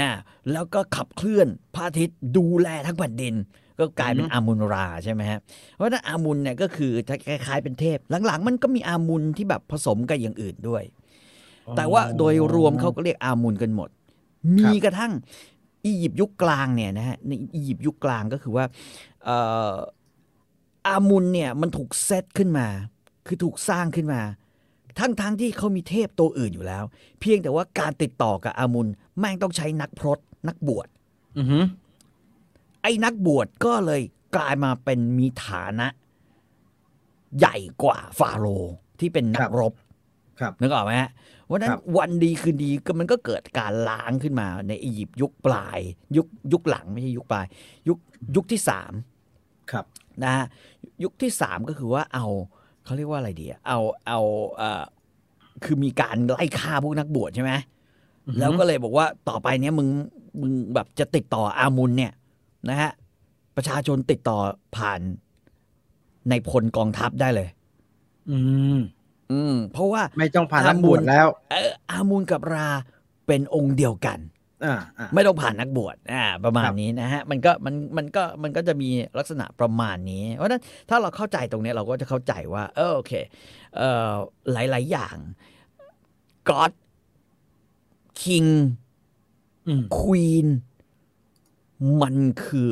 Speaker 2: อ่าแล้วก็ขับเคลื่อนพระอาทิตย์ดูแลทั้งแผ่นดิน ก็กลายเป็น
Speaker 1: อืม
Speaker 2: อามุนราใช่ไหมฮะเพราะฉะนั้นอามุนเนี่ยก็คือจะคล้ายๆเป็นเทพ หลังๆ มันก็มีอามุนที่แบบผสมกับอย่างอื่นด้วย แต่ว่าโดยรวมเขาก็เรียกอามุนกันหมด
Speaker 1: ครับ
Speaker 2: มีกระทั่งอียิปต์ยุคกลางเนี่ยนะฮะในอียิปต์ยุคกลางก็คือว่าเอ่ออามุนเนี่ยมันถูกเซตขึ้นมา คือถูกสร้างขึ้นมา ทั้งๆที่เขามีเทพตัวอื่นอยู่แล้ว เพียงแต่ว่าการติดต่อกับอามุนแม่งต้องใช้นักพรตนักบวช
Speaker 1: อือหือ
Speaker 2: ไอ้นักบวชก็เลยกลายมาเป็นมีฐานะ ใหญ่กว่าฟาโรห์ที่เป็นนั
Speaker 1: ครั
Speaker 2: ก
Speaker 1: บ
Speaker 2: รบ
Speaker 1: ครับ
Speaker 2: นึกออกไหมฮะวันนั้น
Speaker 1: ครับ
Speaker 2: วันดีคืนดีก็มันก็เกิดการล้างขึ้นมาในอียิปต์ยุคปลาย ยุคยุคหลังไม่ใช่ยุคปลาย ยุคยุคที่สาม
Speaker 1: ครับ
Speaker 2: นะฮะยุคที่สามก็คือว่าเอาเขาเรียกว่าอะไรดีอะเอาเอาเอ่อคือมีการไล่ฆ่าพวกนักบวชใช่ไหม
Speaker 1: อือหือ
Speaker 2: แล้วก็เลยบอกว่าต่อไปเนี้ยมึงมึงแบบจะติดต่ออามุนเนี่ยนะฮะประชาชนติดต่อผ่านในพลกองทัพได้เลย
Speaker 1: อืม
Speaker 2: อืม เพราะว่า
Speaker 1: ไม่ต้องผ่านนัก
Speaker 2: ทำบุ
Speaker 1: บ
Speaker 2: ญ
Speaker 1: วชแล้ว
Speaker 2: เอออามุนกับราเป็นองค์เดียวกัน
Speaker 1: อ่าอ่า
Speaker 2: ไม่ต้องผ่านนักบวชอ่าประมา
Speaker 1: ค
Speaker 2: ณ
Speaker 1: รับ
Speaker 2: นี้นะฮะมันก็มันมันก็มันก็จะมีลักษณะประมาณนี้ เพราะฉะนั้นถ้าเราเข้าใจตรงเนี้ยเราก็จะเข้าใจว่าเออโอเคเอ่อหลาย ๆ อย่างก็อดคิง
Speaker 1: อืม
Speaker 2: ควีนมันคือ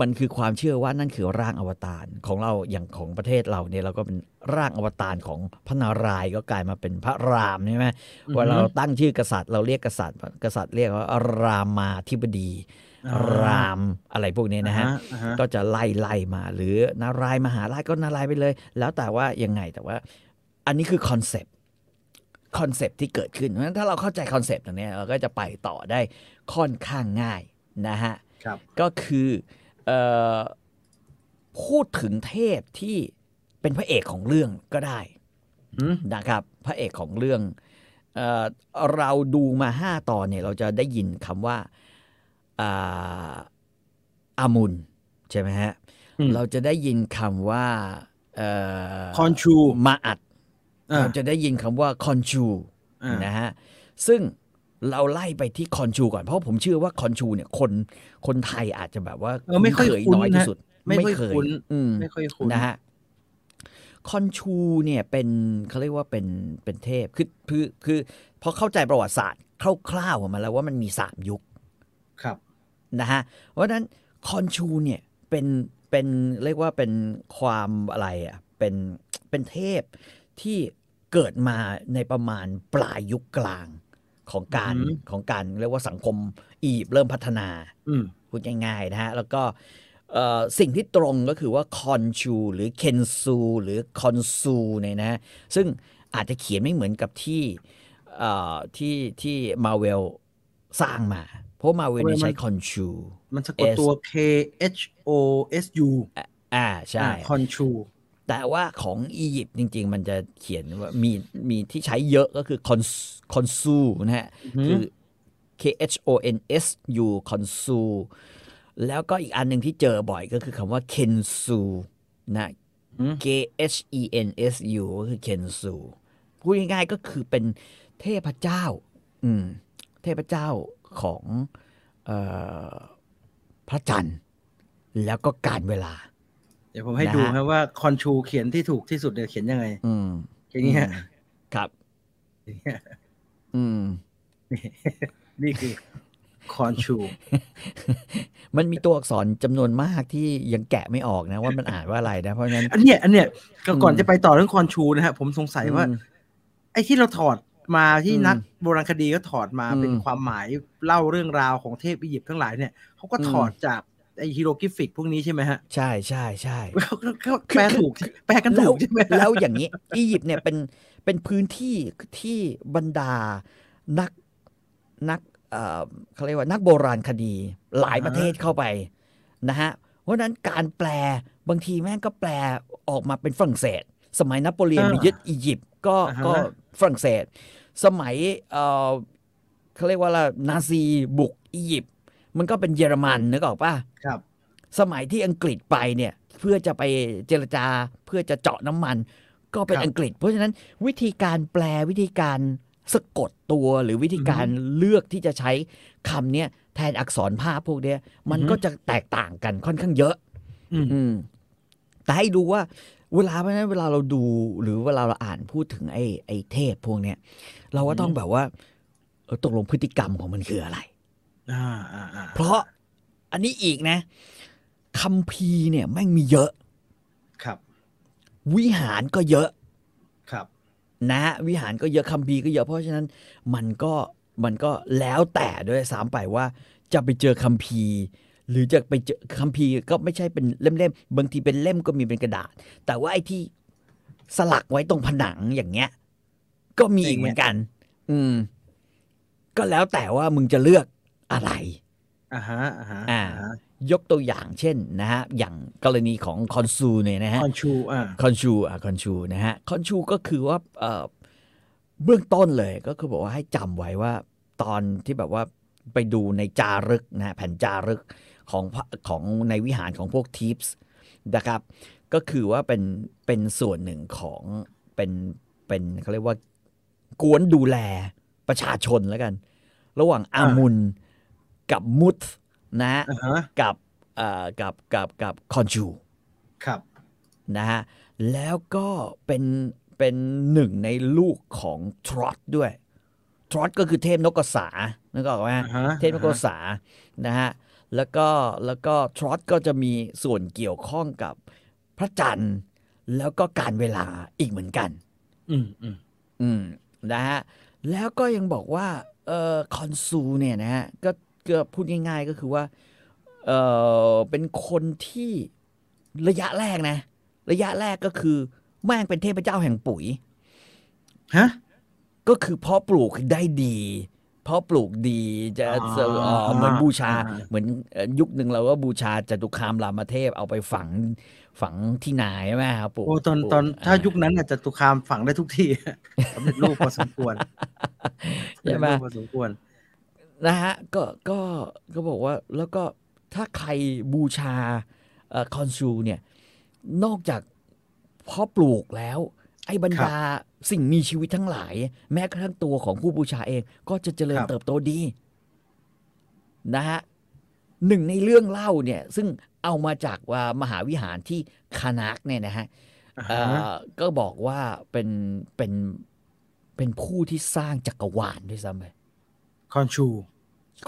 Speaker 2: มันคือความเชื่อว่านั่นคือร่างอวตารของเราอย่างของประเทศเราเนี่ยเราก็เป็นร่างอวตารของพระนารายณ์ก็กลายมาเป็นพระรามใช่ไหม
Speaker 1: อือฮึ
Speaker 2: เวลาเราตั้งชื่อกษัตริย์ เราเรียกกษัตริย์กษัตริย์เรียกว่ารามาธิบดี รามอะไรพวกนี้นะฮะ
Speaker 1: อ่าฮะ
Speaker 2: ก็จะไล่ไล่มาหรือนารายณ์มหาราชก็นารายณ์ไปเลย แล้วแต่ว่ายังไงแต่ว่า อันนี้คือคอนเซปต์คอนเซปต์ที่เกิดขึ้นเพราะฉะนั้นถ้าเราเข้าใจคอนเซปต์ตรงเนี้ยเราก็จะไปต่อได้ค่อนข้างง่ายนะฮะ
Speaker 1: ครับ
Speaker 2: ก็คือเออพูดถึงเทพที่เป็นพระเอกของเรื่องก็ได้
Speaker 1: อืม
Speaker 2: นะครับ พระเอกของเรื่องเออเราดูมาห้าตอนเนี่ย เราจะได้ยินคำว่าอ่าอามุนใช่ไหมฮะ
Speaker 1: อืม
Speaker 2: เราจะได้ยินคำว่าเอ่อ
Speaker 1: คอนชู
Speaker 2: มาอัด
Speaker 1: อ่า
Speaker 2: เราจะได้ยินคำว่าคอนชู
Speaker 1: อ่า
Speaker 2: นะฮะซึ่งเราไล่ไปที่คอนชูก่อนเพราะผมเชื่อว่าคอนชูเนี่ยคนคนไทยอาจจะแบบว่า
Speaker 1: เออไม่ค่อย
Speaker 2: น
Speaker 1: คุ้น
Speaker 2: น้อยที่
Speaker 1: นะ
Speaker 2: สุด
Speaker 1: ไม่ค่อยคุ้น
Speaker 2: อืม
Speaker 1: ไม่ค่อยคุ้น
Speaker 2: นะฮะคอนชูเนี่ยเป็นเขาเรียกว่าเป็นเป็นเทพคือคือคือพอเข้าใจประวัติศาสตร์คร่าวๆของมันแล้วว่ามันมีสามยุค
Speaker 1: ครับ
Speaker 2: นะฮะเพราะฉะนั้นคอนชูเนี่ยเป็นเป็นเรียกว่าเป็นความอะไรอ่ะเป็นเป็นเทพที่เกิดมาในประมาณปลายยุคกลาง ของการ
Speaker 1: อืม
Speaker 2: ของการเรียกว่าสังคมอียิปต์เริ่มพัฒนา
Speaker 1: อืม
Speaker 2: พูดง่ายๆนะฮะ แล้วก็เอ่อสิ่งที่ตรงก็คือว่าคอนชูหรือเคนซูหรือคอนซูเนี่ยนะฮะซึ่งอาจจะเขียนไม่เหมือนกับที่เอ่อที่ที่มาเวลสร้างมา เพราะมาเวลนี่ยใช้คอนชู
Speaker 1: มันสะกดตัว K H O S U
Speaker 2: อ่าใช่
Speaker 1: คอนชู
Speaker 2: แต่ว่าของอียิปต์จริง ๆ มันจะเขียนว่ามีมีที่ใช้เยอะก็คือคอนคอนซูนะฮะ คือ K H O N S U คอนซูแล้วก็อีกอันหนึ่งที่เจอบ่อยก็คือคำว่าเคนซูนะ
Speaker 1: อืม
Speaker 2: K H E N S U ก็คือเคนซูพูดง่ายๆก็คือเป็นเทพเจ้า อืม เทพเจ้าของเออพระจันทร์ แล้วก็การเวลา
Speaker 1: เดี๋ยวผมให้
Speaker 2: นะฮะ
Speaker 1: ดูครับว่าคอนชูเขียนที่ถูกที่สุดเนี่ยเขียนยังไง
Speaker 2: อืม
Speaker 1: อย่างเงี้ย
Speaker 2: อืมครับ
Speaker 1: อย่างเงี้ย
Speaker 2: อืม
Speaker 1: นี่คือคอนชู
Speaker 2: มันมีตัวอักษรจำนวนมากที่ยังแกะไม่ออกนะ ว่ามันอ่านว่าอะไรนะ เพราะฉะนั้น
Speaker 1: อันเนี้ยอันเนี้ยก็ก่อน
Speaker 2: อืม
Speaker 1: จะไปต่อเรื่องคอนชูนะฮะผมสงสัยว่า
Speaker 2: อืม
Speaker 1: ไอ้ที่เราถอดมาที่
Speaker 2: อืม
Speaker 1: นักโบราณคดีก็ถอดมา
Speaker 2: อืม
Speaker 1: เป็นความหมายเล่าเรื่องราวของเทพอียิปต์ทั้งหลายเนี่ยเขาก็
Speaker 2: อืม
Speaker 1: ถอดจากไอ้ฮีโรกริฟิกพวกนี้ใช่ไหมฮะ
Speaker 2: ใช่ใช่ใช่
Speaker 1: เขาเขาเขาแปลถูกแปลกันถูกใช่ไหมฮะ
Speaker 2: แล้วอย่างนี้ อียิปต์เนี่ยเป็นเป็นพื้นที่ที่บรรดานักนักเอ่อเขาเรียกว่านักโบราณคดีหลายประเทศเข้าไปนะฮะเพราะฉะนั้นการแปลบางทีแม่งก็แปลออกมาเป็นฝรั่งเศส สมัยนโปเลียนไปยึดอียิปต์ก็ก็ฝรั่งเศส สมัยเอ่อเขาเรียกว่าอะไรนาซีบุกอียิปต์มันก็เป็นเยอรมันนึกออกป่ะ
Speaker 1: ครับ
Speaker 2: สมัยที่อังกฤษไปเนี่ยเพื่อจะไปเจรจาเพื่อจะเจาะน้ำมัน ก็เป็น
Speaker 1: ครับ
Speaker 2: อังกฤษ เพราะฉะนั้นวิธีการแปลวิธีการสะกดตัวหรือวิธีการเลือกที่จะใช้คำเนี้ยแทนอักษรภาพพวกเนี้ยมัน
Speaker 1: อือฮึ
Speaker 2: ก็จะแตกต่างกันค่อนข้างเยอะ
Speaker 1: อืม
Speaker 2: อืมแต่ให้ดูว่าเวลาเพราะฉะนั้นเวลาเราดูหรือเวลาเราอ่านพูดถึงไอ้ไอ้เทพพวกเนี้ยเราก็ต้องแบบว่าเออตกลงพฤติกรรมของมันคืออะไร
Speaker 1: อ่าอ่าอ่า
Speaker 2: เพราะอันนี้อีกนะคัมภีร์เนี่ยแม่งมีเยอะ
Speaker 1: ครับ
Speaker 2: วิหารก็เยอะ
Speaker 1: ครับ
Speaker 2: นะฮะวิหารก็เยอะคัมภีร์ก็เยอะเพราะฉะนั้นมันก็มันก็แล้วแต่ด้วยซ้ำไปว่า จะไปเจอคัมภีร์ หรือจะไปเจอคัมภีร์ก็ไม่ใช่เป็นเล่มๆบางทีเป็นเล่มก็มีเป็นกระดาษ แต่ว่าไอ้ที่สลักไว้ตรงผนังอย่างเงี้ย ก็มีอีกเหมือนกัน อืม ก็แล้วแต่ว่ามึงจะเลือกอะไร
Speaker 1: อ่าฮะอ่าฮะ
Speaker 2: อ่า ยกตัวอย่างเช่นนะฮะ อย่างกรณีของคอนซูเนี่ยนะฮะ
Speaker 1: คอนชูอ่า
Speaker 2: คอนชูอ่ะคอนชูนะฮะ คอนชูก็คือว่าเอ่อเบื้องต้นเลยก็คือบอกว่าให้จำไว้ว่าตอนที่แบบว่าไปดูในจารึกนะฮะแผ่นจารึกของพระของในวิหารของพวกทิปส์นะครับ ก็คือว่าเป็นเป็นส่วนหนึ่งของเป็นเป็นเขาเรียกว่ากวนดูแลประชาชนแล้วกัน ระหว่างอามุนกับมุตนะฮะ
Speaker 1: อ่าฮะ
Speaker 2: กับเอ่อกับกับกับคอนชู
Speaker 1: ครับ
Speaker 2: นะฮะ แล้วก็เป็นเป็นหนึ่งในลูกของทรอตด้วย ทรอตก็คือเทพนกกระสานึกออกไหม
Speaker 1: อ่าฮะ
Speaker 2: เทพนกกระสานะฮะ แล้วก็แล้วก็ทรอตก็จะมีส่วนเกี่ยวข้องกับพระจันทร์ แล้วก็การเวลาอีกเหมือนกัน
Speaker 1: อืมอืม
Speaker 2: อืมนะฮะ แล้วก็ยังบอกว่าเอ่อคอนซูเนี่ยนะฮะก็ก็พูดง่ายๆก็คือว่าเอ่อเป็นคนที่ระยะแรกนะ ระยะแรกก็คือ แม่งเป็นเทพเจ้าแห่งปุ๋ย
Speaker 1: ฮะ
Speaker 2: ก็คือเพาะปลูกได้ดี เพราะปลูกดีจะ
Speaker 1: อ่า
Speaker 2: เสอ่อเหมือนบูชา
Speaker 1: อ่า
Speaker 2: เหมือนเอ่อยุคหนึ่งเราก็บูชาจตุคามรามเทพเอาไปฝังฝังที่นาใช่ไหมครับปลูก
Speaker 1: โอ้ตอน
Speaker 2: ปลูก
Speaker 1: ตอนถ้า
Speaker 2: อ่
Speaker 1: ยุคนั้นอาจจะตุคามฝังได้ทุกที่ สำเร็จรูปพอสมควร
Speaker 2: ใช่ไหม
Speaker 1: สำเร็จรูปพอสมควร
Speaker 2: นะฮะก็ก็ก็บอกว่าแล้วก็ถ้าใครบูชาคอนซูเนี่ย นอกจากเพาะปลูกแล้ว ไอ้บรรดาสิ่งมีชีวิตทั้งหลาย แม้กระทั่งตัวของผู้บูชาเองก็จะเจริญ
Speaker 1: ครับ
Speaker 2: เติบโตดี นะฮะหนึ่งในเรื่องเล่าเนี่ย ซึ่งเอามาจากว่ามหาวิหารที่คานักเนี่ยนะฮะ
Speaker 1: อ่า
Speaker 2: เอ่
Speaker 1: ฮะ
Speaker 2: อก็บอกว่าเป็นเป็นเป็นผู้ที่สร้างจักรวาลด้วยซ้ำไป
Speaker 1: คอนชู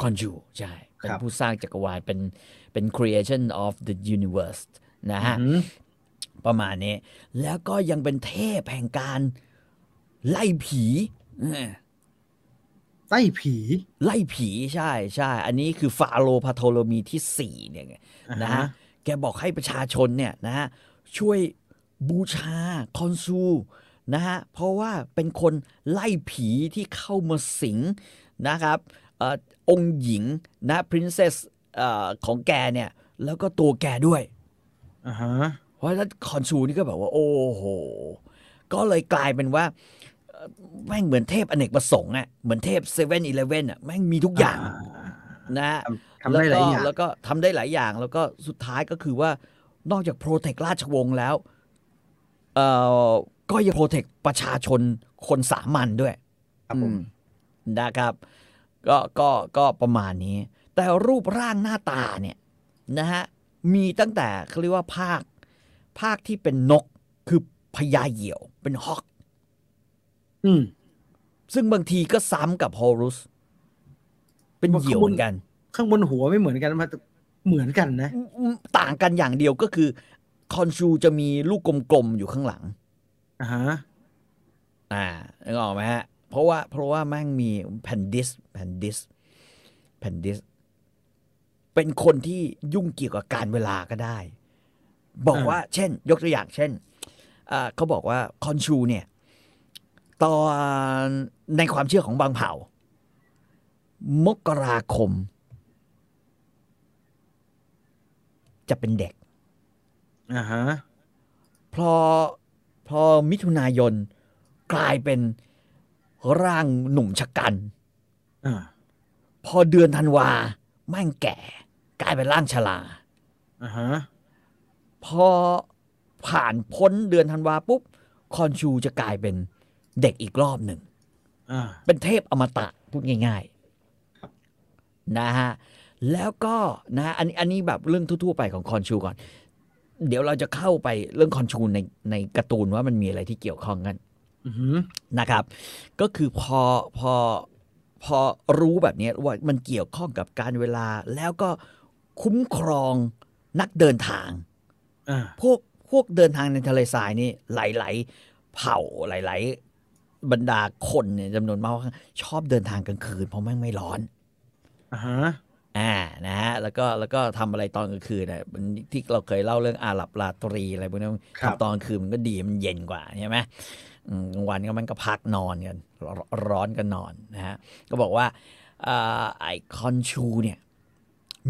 Speaker 2: คอนจูใช่ เป็น
Speaker 1: ครับ
Speaker 2: ผู้สร้างจักรวาลเป็นเป็น creation of the universe นะฮะ
Speaker 1: อืม
Speaker 2: ประมาณนี้ แล้วก็ยังเป็นเทพแห่งการ ไล่ผีเออ
Speaker 1: ไต้ผี
Speaker 2: ไล่ผีใช่ใช่ อันนี้คือฟาโรห์พาโทโลมีที่ 4 เนี่ยไง
Speaker 1: อ่า
Speaker 2: นะ
Speaker 1: ฮะ
Speaker 2: ฮะ แกบอกให้ประชาชนเนี่ยนะฮะ ช่วยบูชาคอนซูนะฮะ เพราะว่าเป็นคนไล่ผีที่เข้ามาสิง นะครับเออองค์หญิงนะ princess เอ่อของแกเนี่ย แล้วก็ตัวแกด้วย
Speaker 1: อ่าฮะ
Speaker 2: เพราะฉะนั้นคอนซูนี่ก็แบบว่า โอ้โห ก็เลยกลายเป็นว่าเอ่อแม่งเหมือนเทพอเนกประสงค์อะเหมือนเทพเซเว่นอีเลเว่นอะแม่งมีทุกอย่างนะฮะ
Speaker 1: ทำทำได้หลายอย่าง
Speaker 2: แล้วก็แล้วก็ทำได้หลายอย่างแล้วก็สุดท้ายก็คือว่านอกจากโปรเทคราชวงศ์แล้วเอ่อก็ยังโปรเทคประชาชนคนสามัญด้วย
Speaker 1: ครับผม
Speaker 2: อืนะครับ ก็ก็ก็ประมาณนี้ แต่รูปร่างหน้าตาเนี่ยนะฮะมีตั้งแต่เขาเรียกว่าภาค ภาคที่เป็นนกคือพญาเหยี่ยวเป็นฮอก
Speaker 1: อืม
Speaker 2: ซึ่งบางทีก็ซ้ำกับฮอรุส เป็นเหยี่ยวเหมือนกัน
Speaker 1: ข้างบนหัวไม่เหมือนกันมาเหมือนกันนะ
Speaker 2: อืมอืมต่างกันอย่างเดียวก็คือคอนชูจะมีลูกกลมๆอยู่ข้างหลัง
Speaker 1: อ่าฮะ
Speaker 2: อ่านึกออกไหมฮะ เพราะว่าเพราะว่าแม่งมีแผ่นดิสแผ่นดิสแผ่นดิส เป็นคนที่ยุ่งเกี่ยวกับการเวลาก็ได้ บอก
Speaker 1: อ่า
Speaker 2: ว่า เช่น ยกตัวอย่างเช่นอ่าเขาบอกว่าคอนชูเนี่ย ตอนในความเชื่อของบางเผ่า มกราคม จะเป็นเด็ก
Speaker 1: อ่าฮะ
Speaker 2: พอพอมิถุนายนกลายเป็นร่างหนุ่มชะกัน
Speaker 1: อ่า
Speaker 2: พอเดือนธันวาแม่งแก่ กลายเป็นร่างชรา
Speaker 1: อ่าฮะ
Speaker 2: พอผ่านพ้นเดือนธันวาปุ๊บ คอนชูจะกลายเป็นเด็กอีกรอบหนึ่ง
Speaker 1: อ่า
Speaker 2: เป็นเทพอมตะพูดง่ายๆนะฮะแล้วก็นะฮะอันนี้อันนี้แบบเรื่องทั่วๆไปของคอนชูก่อน เดี๋ยวเราจะเข้าไปเรื่องคอนชูในในการ์ตูนว่ามันมีอะไรที่เกี่ยวข้องกัน
Speaker 1: อือหือ
Speaker 2: นะครับ ก็คือพอพอพอรู้แบบนี้ว่ามันเกี่ยวข้องกับการเวลา แล้วก็คุ้มครองนักเดินทาง
Speaker 1: อ่า
Speaker 2: พวกพวกเดินทางในทะเลทรายนี่หลาย ๆ เผ่าหลาย ๆ บรรดาคนเนี่ยจำนวนมากชอบเดินทางกลางคืนเพราะแม่งไม่ร้อน
Speaker 1: อ่าฮะ
Speaker 2: อ่านะฮะแล้วก็แล้วก็ทำอะไรตอนกลางคืนนะมันที่เราเคยเล่าเรื่องอาหรับลาตรีอะไรพวกนั้น
Speaker 1: ครับ
Speaker 2: ทำตอนกลางคืนมันก็ดีมันเย็นกว่าใช่ไหมอืมกลางวันก็มันก็พักนอนกันร้อนร้อนกันนอนนะฮะก็บอกว่าอาไอคอนชูเนี่ย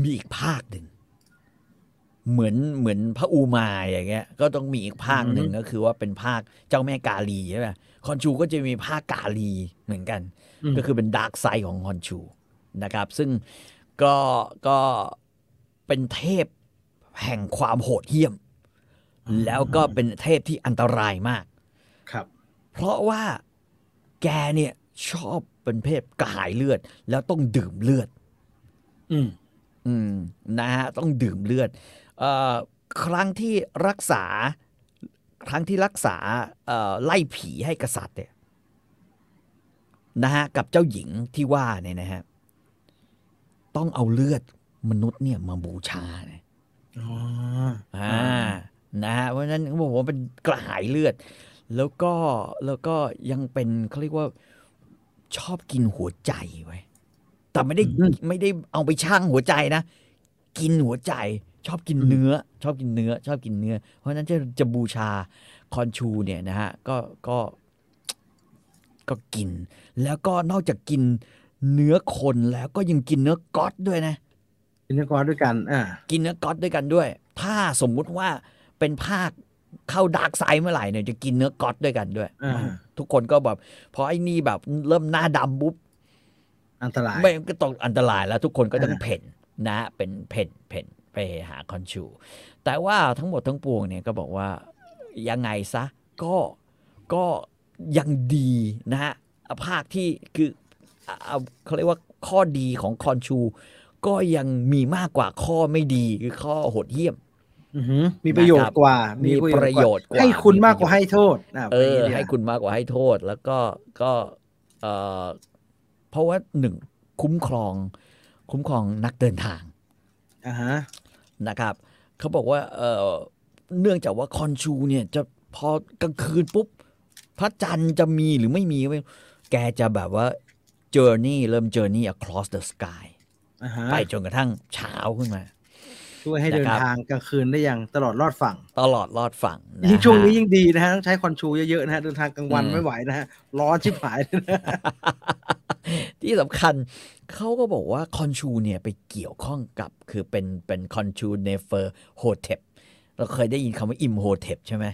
Speaker 2: มีอีกภาคหนึ่งเหมือนเหมือนพระอูมาอย่างเงี้ยก็ต้องมีอีกภาคหนึ่งก็คือว่าเป็นภาคเจ้าแม่กาลีใช่ไหมคอนชูก็จะมีภาคกาลีเหมือนกัน
Speaker 1: อืม
Speaker 2: ก็คือเป็นดาร์กไซด์ของฮอนชูนะครับ ซึ่งก็ก็เป็นเทพแห่งความโหดเหี้ยม แล้วก็เป็นเทพที่อันตรายมาก
Speaker 1: ครับ
Speaker 2: เพราะว่าแกเนี่ยชอบเป็นเพศกระหายเลือด แล้วต้องดื่มเลือด
Speaker 1: อืม
Speaker 2: อืมนะฮะต้องดื่มเลือดเอ่อครั้งที่รักษาครั้งที่รักษาเอ่อไล่ผีให้กษัตริย์เนี่ยนะฮะกับเจ้าหญิงที่ว่าเนี่ยนะฮะต้องเอาเลือดมนุษย์เนี่ยมาบูชาเนี่ย
Speaker 1: อ๋อ
Speaker 2: อ่านะฮะเพราะฉะนั้นเขาบอกว่าเป็นกระหายเลือด แล้วก็แล้วก็ยังเป็นเขาเรียกว่าชอบกินหัวใจไว้ยแต่ไม่ได้
Speaker 1: อืม
Speaker 2: ไม่ได้เอาไปช่างหัวใจนะ กินหัวใจชอบกินเนื้อ ชอบกินเนื้อ ชอบกินเนื้อ เพราะฉะนั้นจะจะบูชาคอนชูเนี่ยนะฮะก็ก็ก็กิน แล้วก็นอกจากกิน เนื้อคนแล้วก็ยังกินเนื้อก๊อตด้วยนะ
Speaker 1: เป็นนักกอล์ฟด้วยกัน อ่า
Speaker 2: กินเนื้อก๊อตด้วยกันด้วย ถ้าสมมุติว่าเป็นภาคเข้าดาร์กไซด์เมื่อไหร่เนี่ยจะกินเนื้อก๊อตด้วยกันด้วย
Speaker 1: อ่า
Speaker 2: ทุกคนก็แบบพอไอ้นี่แบบเริ่มหน้าดำปุ๊บ
Speaker 1: อันตราย
Speaker 2: ไม่ก็ต้องอันตรายแล้วทุกคนก็ต้องเพ่นนะ เป็นเพ่นเพ่นไปหาคอนชู แต่ว่าทั้งหมดทั้งปวงเนี่ยก็บอกว่ายังไงซะก็ก็ยังดีนะฮะภาคที่คืออ่าเขาเรียกว่าข้อดีของคอนชู ก็ยังมีมากกว่าข้อไม่ดีคือข้อโหดเหี้ยม
Speaker 1: อือหือมีประโยชน์กว่า มี
Speaker 2: มีประโยชน์กว่า
Speaker 1: ให้คุณมากกว่า
Speaker 2: ประโยชน์
Speaker 1: ให้โทษอ่ะ
Speaker 2: เออ
Speaker 1: ไปดีกว่า
Speaker 2: ให้คุณมากกว่าให้โทษแล้วก็ก็เออเพราะว่าหนึ่งคุ้มครอง คุ้มครองนักเดินทาง
Speaker 1: อ่าฮะ
Speaker 2: นะครับ เขาบอกว่าเออเนื่องจากว่าคอนชูเนี่ยจะพอกลางคืนปุ๊บ พระจันทร์จะมีหรือไม่มีก็ไม่รู้แกจะแบบว่า journey เริ่ม journey across the sky
Speaker 1: อ่าฮะ
Speaker 2: ไปจนกระทั่งเช้าขึ้นมา
Speaker 1: ช่วยให้
Speaker 2: นะครับ
Speaker 1: เดินทางกลางคืนได้อย่างตลอดรอดฝั่ง
Speaker 2: ตลอดรอดฝั่งะ
Speaker 1: ยิ่งช่วงนี้
Speaker 2: ฮะ
Speaker 1: ยิ่งดีนะฮะ ต้องใช้คอนชูเยอะๆนะฮะ เดินทางกลางวัน
Speaker 2: อืม
Speaker 1: ไม่ไหวนะฮะ ร้อนชิบหายเลยนะ
Speaker 2: ที่สำคัญเขาก็บอกว่าคอนชูเนี่ยไปเกี่ยวข้องกับคือเป็นเป็นคอนชูเนเฟอร์โฮเทปเราเคยได้ยินคำว่าอิมโฮเทปใช่ไหม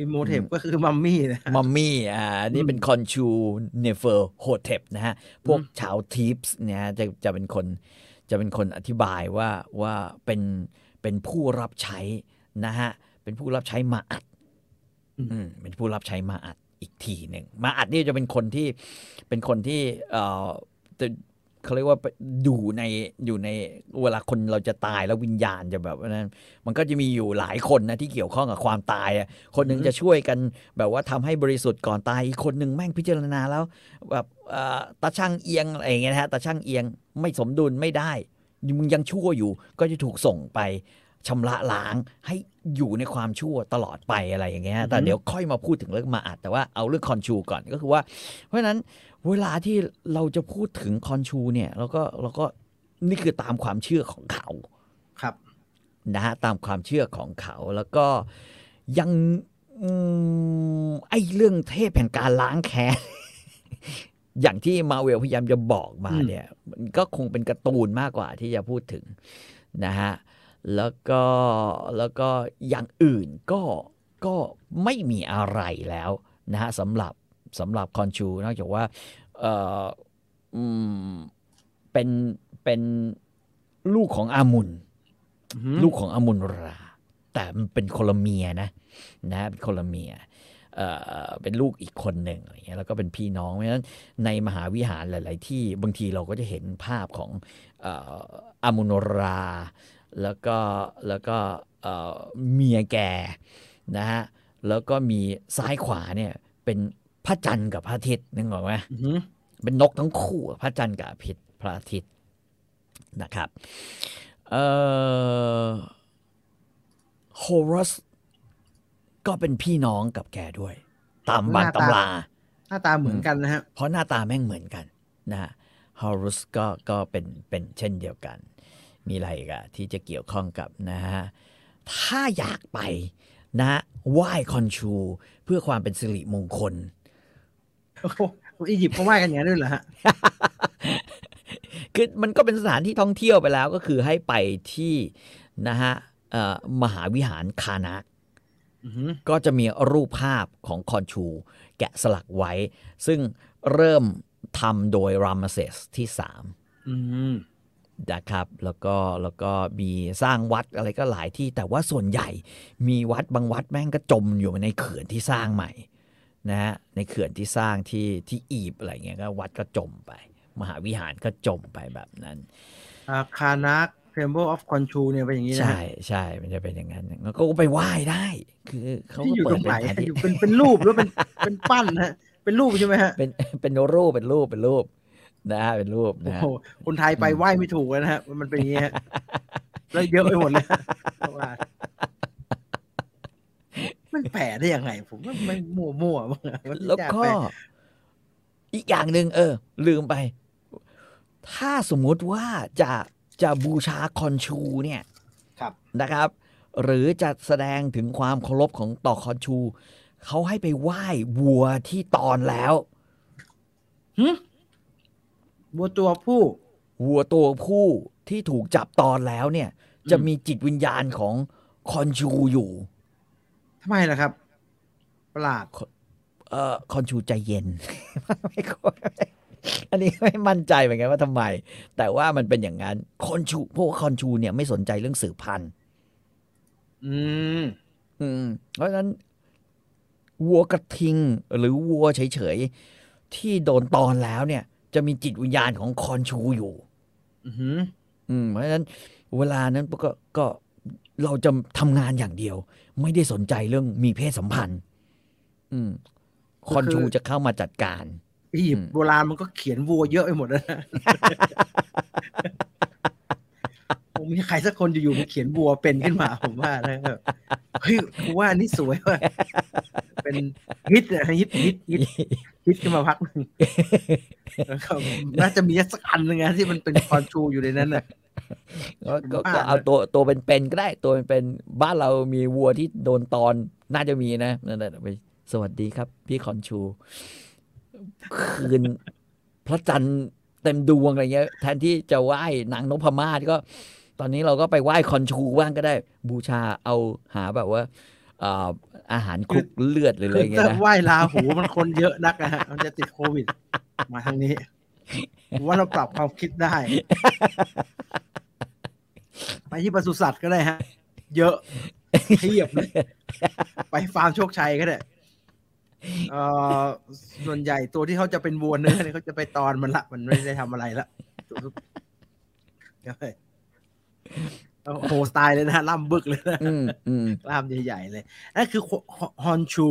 Speaker 1: อีโมเทปก็คือมัมมี่นะ
Speaker 2: มัมมี่อ่านี่เป็นคอนชูเนเฟอร์โฮเทปนะฮะ พวก
Speaker 1: อืม
Speaker 2: ชาวทีปส์เนี่ยฮะจะจะเป็นคนจะเป็นคนอธิบายว่าว่าเป็นเป็นผู้รับใช้นะฮะ เป็นผู้รับใช้มาอัด อืมเป็นผู้รับใช้มาอัดอีกทีหนึ่งมาอัดนี่จะเป็นคนที่เป็นคนที่เอ่อจะเขาเรียกว่าอยู่ในอยู่ในเวลาคนเราจะตายแล้ววิญญาณจะแบบว่านั้นมันก็จะมีอยู่หลายคนนะที่เกี่ยวข้องกับความตายอะคนหนึ่ง
Speaker 1: อือฮึ
Speaker 2: จะช่วยกันแบบว่าทำให้บริสุทธิ์ก่อนตายอีกคนหนึ่งแม่งพิจารณาแล้ว แบบเอ่อตาช่างเอียงอะไรอย่างเงี้ยนะฮะตาช่างเอียงไม่สมดุลไม่ได้มึงยังชั่วอยู่ก็จะถูกส่งไป ชำระล้างให้อยู่ในความชั่วตลอดไปอะไรอย่างเงี้ย
Speaker 1: อือฮึ
Speaker 2: แต่เดี๋ยวค่อยมาพูดถึงเรื่องมาอัด แต่ว่าเอาเรื่องคอนชูก่อนก็คือว่า เพราะฉะนั้นเวลาที่เราจะพูดถึงคอนชูเนี่ยเราก็เราก็นี่คือตามความเชื่อของเขา
Speaker 1: ครับ
Speaker 2: นะฮะตามความเชื่อของเขาแล้วก็ยังอืมไอ้เรื่องเทพแห่งการล้างแค้น อย่างที่มาเวลพยายามจะบอกมา
Speaker 1: อืม
Speaker 2: เนี่ย มันก็คงเป็นการ์ตูนมากกว่าที่จะพูดถึงนะฮะ แล้วก็แล้วก็อย่างอื่นก็ก็ไม่มีอะไรแล้วนะฮะสำหรับสำหรับคอนชูนอกจากว่าเอออืมเป็นเป็นลูกของอามุน
Speaker 1: อือหือ
Speaker 2: ลูกของอามุนรา แต่มันเป็นคนละเมียนะนะเป็นคนละเมียเอ่อเป็นลูกอีกคนหนึ่งอะไรเงี้ยแล้วก็เป็นพี่น้องเพราะฉะนั้นในมหาวิหารหลาย ๆ ที่บางทีเราก็จะเห็นภาพของเอ่ออามุนรา แล้วก็แล้วก็เอ่อเมียแกนะฮะแล้วก็มีซ้ายขวาเนี่ยเป็นพระจันทร์กับพระอาทิตย์นึกออกไหม
Speaker 1: อือหือ
Speaker 2: เป็นนกทั้งคู่อะพระจันทร์กับอาทิตย์พระอาทิตย์นะครับเอ่อโฮรัสก็เป็นพี่น้องกับแกด้วย ตามบาง
Speaker 1: หน้าตา
Speaker 2: ตำรา
Speaker 1: หน้าตาเหมือนกันนะฮะ
Speaker 2: เพราะหน้าตาแม่งเหมือนกันนะฮะฮอรุสก็ก็เป็นเป็นเช่นเดียวกัน มีอะไรอีกอะที่จะเกี่ยวข้องกับนะฮะ ถ้าอยากไปนะฮะไหว้คอนชู เพื่อความเป็นสิริมงคล
Speaker 1: โอ้โหอียิปต์เขาไหว้กันอย่างนั้นด้วยเหรอฮะ
Speaker 2: คือมันก็เป็นสถานที่ท่องเที่ยวไปแล้วก็คือให้ไปที่นะฮะเอ่อมหาวิหารคานัก
Speaker 1: อือหือ
Speaker 2: ก็จะมีรูปภาพของคอนชู แกะสลักไว้ ซึ่งเริ่มทำโดยรามเซสที่ 3
Speaker 1: อืม
Speaker 2: นะครับ แล้วก็แล้วก็มีสร้างวัดอะไรก็หลายที่ แต่ว่าส่วนใหญ่มีวัดบางวัดแม่งก็จมอยู่ในเขื่อนที่สร้างใหม่นะฮะในเขื่อนที่สร้างที่ที่อีบอะไรเงี้ยก็วัดก็จมไป มหาวิหารก็จมไปแบบนั้น
Speaker 1: อ่าคานัก Temple of Khonshu เนี่ยเป็นอย่างนี้นะ
Speaker 2: ใช่
Speaker 1: ฮะ
Speaker 2: ใช่มันจะเป็นอย่างนั้นแล้วก็ไปไหว้ได้ คือเขา
Speaker 1: ที่
Speaker 2: ก็
Speaker 1: อยู่
Speaker 2: เปิ
Speaker 1: ตร
Speaker 2: ด
Speaker 1: ง
Speaker 2: เป็
Speaker 1: ไหน
Speaker 2: นสถาน
Speaker 1: ฮะ
Speaker 2: ที่
Speaker 1: อยู่เป็นเป็นรูปหรือเป็นเป็นปั้นฮะ เป็นรูปใช่ไหมฮะ
Speaker 2: เป็น เป็นรูปเป็นรูปเป็นรูปนะฮะเป็นรูป
Speaker 1: โอ้
Speaker 2: นะฮะ
Speaker 1: โห คนไทยไปไหว้ไม่ถูกเลยนะฮะ มันเป็นอย่างนี้ฮะ แล้วเยอะไปหมดเลย เพราะว่ามันแปลได้ยังไง ผมว่ามันมั่วมั่วๆมั้งอะมัน
Speaker 2: แล้วก็
Speaker 1: ยาไป
Speaker 2: อีกอย่างหนึ่งเออ ลืมไป ถ้าสมมุติว่าจะจะบูชาคอนชูเนี่ย
Speaker 1: ครับ
Speaker 2: นะครับ หรือจะแสดงถึงความเคารพของต่อคอนชู เขาให้ไปไหว้วัวที่ตอนแล้ว
Speaker 1: หึ วัวตัวผู้
Speaker 2: วัวตัวผู้ที่ถูกจับตอนแล้วเนี่ย
Speaker 1: อืม
Speaker 2: จะมีจิตวิญญาณของคอนชูอยู่
Speaker 1: ทำไมล่ะครับ ประหลาด
Speaker 2: เอ่อคอนชูใจเย็น ไม่ค่อยอันนี้ไม่มั่นใจเหมือนกันว่าทำไม แต่ว่ามันเป็นอย่างนั้นคอนชูเพราะว่าคอนชูเนี่ยไม่สนใจเรื่องสืบพันธุ์
Speaker 1: อืม
Speaker 2: อืมเพราะฉะนั้นวัวกระทิงหรือวัวเฉยๆ ที่โดนตอนแล้วเนี่ย จะมีจิตวิญญาณของคอนชูอยู่
Speaker 1: อือหือ
Speaker 2: อืมเพราะฉะนั้นเวลานั้นก็ก็เราจะทำงานอย่างเดียว ไม่ได้สนใจเรื่องมีเพศสัมพันธ์ อืม คอนชูจะเข้ามาจัดการ
Speaker 1: อียิปต์โบราณมันก็เขียนวัวเยอะไปหมดแล้ว นะ ผมมีใครสักคนอยู่ๆมันเขียนวัวเป็นขึ้นมา ผมว่านะครับเฮ้ยกูว่าอันนี่สวยว่ะเป็นฮิตอะฮิตฮิตฮิตฮิตขึ้นมาพักห นึ่งแล้วก็น่าจะมีสักอันหนึ่งนะที่มันเป็นคอนชูอยู่ในนั้นน่ะ
Speaker 2: ก็ก็
Speaker 1: บ้า
Speaker 2: ก็เอา
Speaker 1: นะ
Speaker 2: ตัวตัวเป็นๆก็ได้ ตัวเป็นๆบ้านเรามีวัวที่โดนตอนน่าจะมีนะนั่นแหละไปสวัสดีครับ พี่คอนชู คืน พระจันทร์เต็มดวงอะไรเงี้ย แทนที่จะไหว้นางนพมาศก็ ตอนนี้เราก็ไปไหว้คอนชูบ้างก็ได้ บูชาเอาหาแบบว่าเอ่ออาหารคลุกเลือดหรืออะไร
Speaker 1: คือ
Speaker 2: เงี้
Speaker 1: ถ้าย
Speaker 2: นะ
Speaker 1: ไหว้ลาหูมันคนเยอะนักนะฮ ะมันจะติดโควิด มาทางนี้ผมว่าเราปรับความคิด ได้ ไปที่ปศุสัตว์ก็ได้ฮะ เยอะเทียบเลยไปฟาร์มโชคชัยก็ได้เอ่อส่วนใหญ่ตัวที่เขาจะเป็นวัวเนื้อเนี่ยเขาจะไปตอนมันละ มันไม่ได้ทำอะไรละโอ้โหสไตล์เลยนะฮะล่ำบึกเลยนะ
Speaker 2: อืมอืม
Speaker 1: กล้ามใหญ่ๆเลยนั่นคือฮอนชู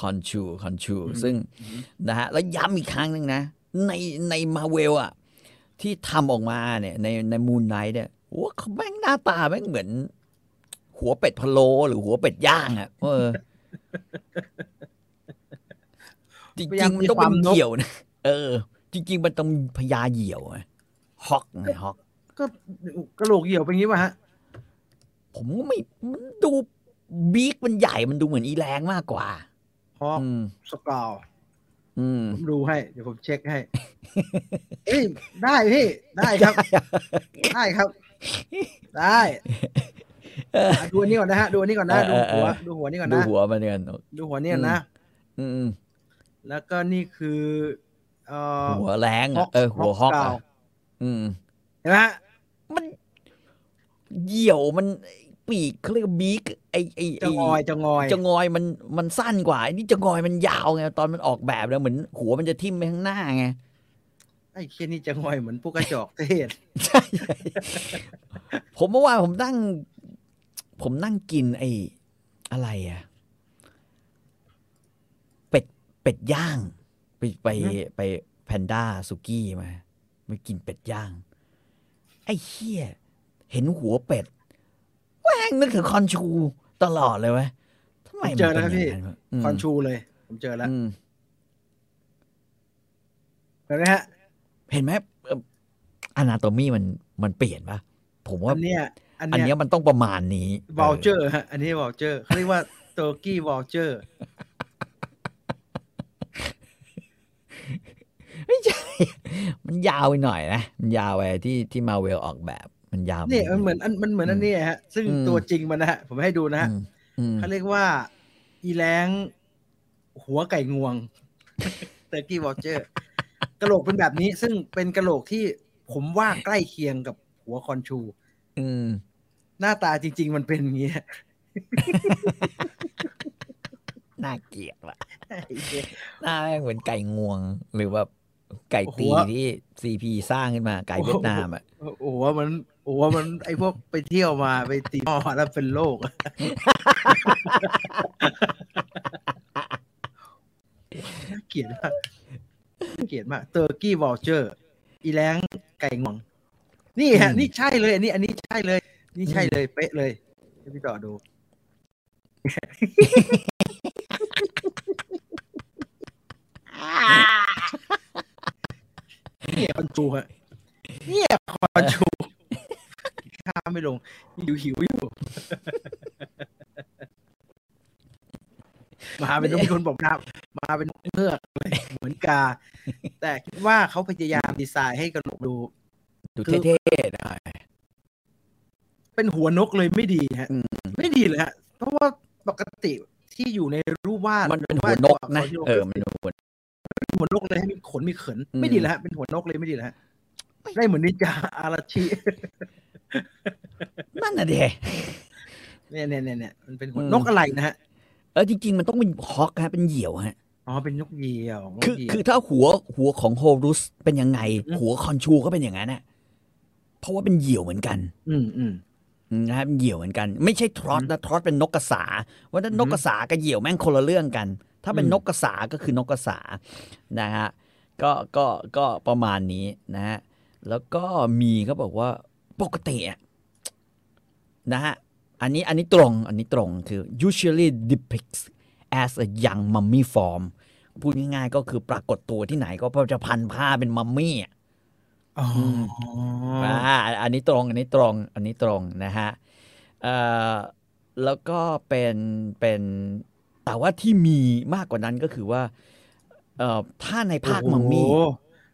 Speaker 2: คอนชูคอนชู
Speaker 1: อืม
Speaker 2: ซึ่ง
Speaker 1: อืม
Speaker 2: นะฮะแล้วย้ำอีกครั้งหนึ่งนะ ในในมาเวลอะที่ทำออกมาเนี่ย ในในมูนไนท์เนี่ยโอ้เขาแม่งหน้าตาแม่งเหมือน หัวเป็ดพะโลหรือหัวเป็ดย่างอะเออจริง
Speaker 1: พยา
Speaker 2: จ
Speaker 1: ยา
Speaker 2: ริ
Speaker 1: ม
Speaker 2: งๆมั
Speaker 1: มี
Speaker 2: นต้อง
Speaker 1: ควา
Speaker 2: เป็
Speaker 1: ม
Speaker 2: น
Speaker 1: นก
Speaker 2: เหยี่ยวนะเออ จริง ๆ มันต้องพญาเหยี่ยวอะฮอกไงฮอก
Speaker 1: ก็กระโหลกเหี่ยวเป็นงี้ป่ะฮะ
Speaker 2: ผมก็ไม่มันดูบิ๊กมันใหญ่มันดูเหมือนอีแรงมากกว่า
Speaker 1: พอก
Speaker 2: อืม
Speaker 1: สกอร์
Speaker 2: อืม
Speaker 1: ผมดูให้ เดี๋ยวผมเช็ค ให้ เอ้ยได้พี่ ได้ครับ ได้ครับ ได้อ่ะดูอันนี้ก่อนนะฮะ ดูอันนี้ก่อนนะ
Speaker 2: เอ
Speaker 1: ดู
Speaker 2: อเอ
Speaker 1: หัว
Speaker 2: อ
Speaker 1: ดูหัวนี่ก่อน
Speaker 2: ดู
Speaker 1: นะ
Speaker 2: หัวมันกัน
Speaker 1: ดูหัวนี่ก่อนนะ
Speaker 2: อืม
Speaker 1: แล้วก็นี่คือเอ่อ
Speaker 2: หัวแรงอะ
Speaker 1: ฮอก
Speaker 2: เออหัวฮอก
Speaker 1: ฮอก
Speaker 2: อะ
Speaker 1: เก่า
Speaker 2: อืม
Speaker 1: เห็นไหมฮะ
Speaker 2: มันเหี่ยวมันปีกเขาเรียกว่าบีกไอไอไ
Speaker 1: จะงอยจะงอย
Speaker 2: จะงอยมันมันสั้นกว่าไอ้นี่จะงอยมันยาวไงตอนมันออกแบบแล้วเหมือนหัวมันจะทิ่มไปข้างหน้าไง
Speaker 1: ไอ้เคียนี่จะงอยเหมือนพวกกระจอกเทศ
Speaker 2: ใช่ ผมเมื่อวานผมนั่ง ผมนั่งกินไออะไรอะเป็ดเป็ดย่าง ไปไป
Speaker 1: อือฮึ
Speaker 2: ไปแพนด้าสุกี้มาไปกินเป็ดย่าง ไอ้เหี้ย เห็นหัวเป็ดแม่งนึกถึงคอนชูตลอดเลยเวะทำไมมั
Speaker 1: เจอแล้วครับ
Speaker 2: ป็
Speaker 1: พี่
Speaker 2: ย่างวะม
Speaker 1: คอนชูเลย ผมเจอแล้ว
Speaker 2: อืม
Speaker 1: เห็นไหมฮะ
Speaker 2: เห็นไหมอนาโตมีมันมันเปลี่ยนปะผมว่า
Speaker 1: อันเนี้ย อัน
Speaker 2: อัน
Speaker 1: เนี้ย
Speaker 2: เนี้ยมันต้องประมาณนี้
Speaker 1: วอลเจอร์ฮะ อันนี้วอลเจอร์เขาเรียกว่าโตกี้วอลเจอร์
Speaker 2: ไม่ใช่ มันยาวไปหน่อยนะ มันยาวไปที่ที่มาเวลออกแบบ มันยาวไป
Speaker 1: เนี่ยมัน
Speaker 2: ด
Speaker 1: เหมือนอันมันเหมือน
Speaker 2: อืม
Speaker 1: อันเนี้ยฮะ ซึ่ง
Speaker 2: อืม
Speaker 1: ตัวจริงมันนะฮะ ผมให้ดูนะฮะ
Speaker 2: อืมอืม
Speaker 1: เขาเรียกว่า อีแรงหัวไก่งวง เตอร์กี้วอเจอร์กระโหลกเป็นแบบนี้ ซึ่งเป็นกระโหลกที่ผมว่าใกล้เคียงกับหัวคอนชู
Speaker 2: อืม
Speaker 1: หน้าตาจริง ๆ มันเป็นอย่างเงี้ย
Speaker 2: น่าเกลียดว่ะ หน้าแม่งเหมือนไก่งวง หรือว่าไก่ตีที่ซีพีสร้างขึ้นมาไก่เวียดนามอ่ะ
Speaker 1: โอ้โหมันโอ้โหมันไอพวกไปเที่ยวมาไปตีหม้อแล้วเป็นโรคน่าเกลียดมากน่าเกลียดมากเตอร์กี้วอลเจอร์ อีแรงไก่งวง นี่ฮะ
Speaker 2: อืม
Speaker 1: นี่ใช่เลย อันนี้ อันนี้ใช่เลย นี่ใช่เลย เป๊ะเลยให้พี่ต่อดู เนี่ยคอนชูฮะเนี่ยคอนชูข้ามไม่ลงหิวหิวๆอยู่ มาเป็นนกมีคนบอกนะมาเป็นนกเมือกเลยเหมือนกา แต่คิดว่าเขาพยายามดีไซน์ให้กระหนกดู
Speaker 2: ดู
Speaker 1: คือ
Speaker 2: เท่ๆได้
Speaker 1: เป็นหัวนกเลยไม่ดีฮะ
Speaker 2: อืม
Speaker 1: ไม่ดีเลยฮะเพราะว่าปกติที่อยู่ในรูปวาด
Speaker 2: มันเป็น
Speaker 1: รือ
Speaker 2: หัวนกนะ
Speaker 1: ตัวอัษรที่รา
Speaker 2: เออมันเป็นหัว
Speaker 1: เป็นหัวนกเลยให้มีขนมีเขน
Speaker 2: อืม
Speaker 1: ไม่ดีแล้วฮะเป็นหัวนกเลยไม่ดีแล้วฮะได้เหมือนนินจาอาราชิ
Speaker 2: นั่นน่ะเด
Speaker 1: เนี่ยเนี่ยเนี่ยเนี่ยมันเป็นหัว
Speaker 2: อืม
Speaker 1: นกอะไรนะฮะ
Speaker 2: เออจริง ๆ มันต้องเป็นฮอกฮะเป็นเหยี่ยวฮะ
Speaker 1: อ๋อเป็นนกเหยี่ยวนก
Speaker 2: คือ
Speaker 1: เหยี่ยว
Speaker 2: คือถ้าหัวหัวของโฮรุสเป็นยังไง
Speaker 1: อืม
Speaker 2: หัวคอนชูก็เป็นอย่างนั้นอะเพราะว่าเป็นเหยี่ยวเหมือนกัน
Speaker 1: อืมอืม
Speaker 2: นะครับเหยี่ยวเหมือนกัน ไม่ใช่ทรอตนะทรอตเป็นนกกระสาว่าถ้านกกระสากับเหยี่ยวแม่งคนละเรื่องกัน ถ้าเป็น
Speaker 1: อืม
Speaker 2: นกกระสาก็คือนกกระสานะฮะก็ก็ก็ประมาณนี้นะฮะแล้วก็มีก็บอกว่าปกติอะนะฮะอันนี้อันนี้ตรงอันนี้ตรงคือ usually depicts as a young mummy form พูดง่ายๆก็คือปรากฏตัวที่ไหนก็จะพันผ้าเป็นมัมมี่อะ
Speaker 1: อ๋ออ
Speaker 2: ่าอันนี้ตรงอันนี้ตรงอันนี้ตรงนะฮะเอ่อแล้วก็เป็นเป็นแต่ว่าที่มีมากกว่านั้นก็คือว่าเอ่อถ้าในภาคมัมมี่
Speaker 1: โอ้โห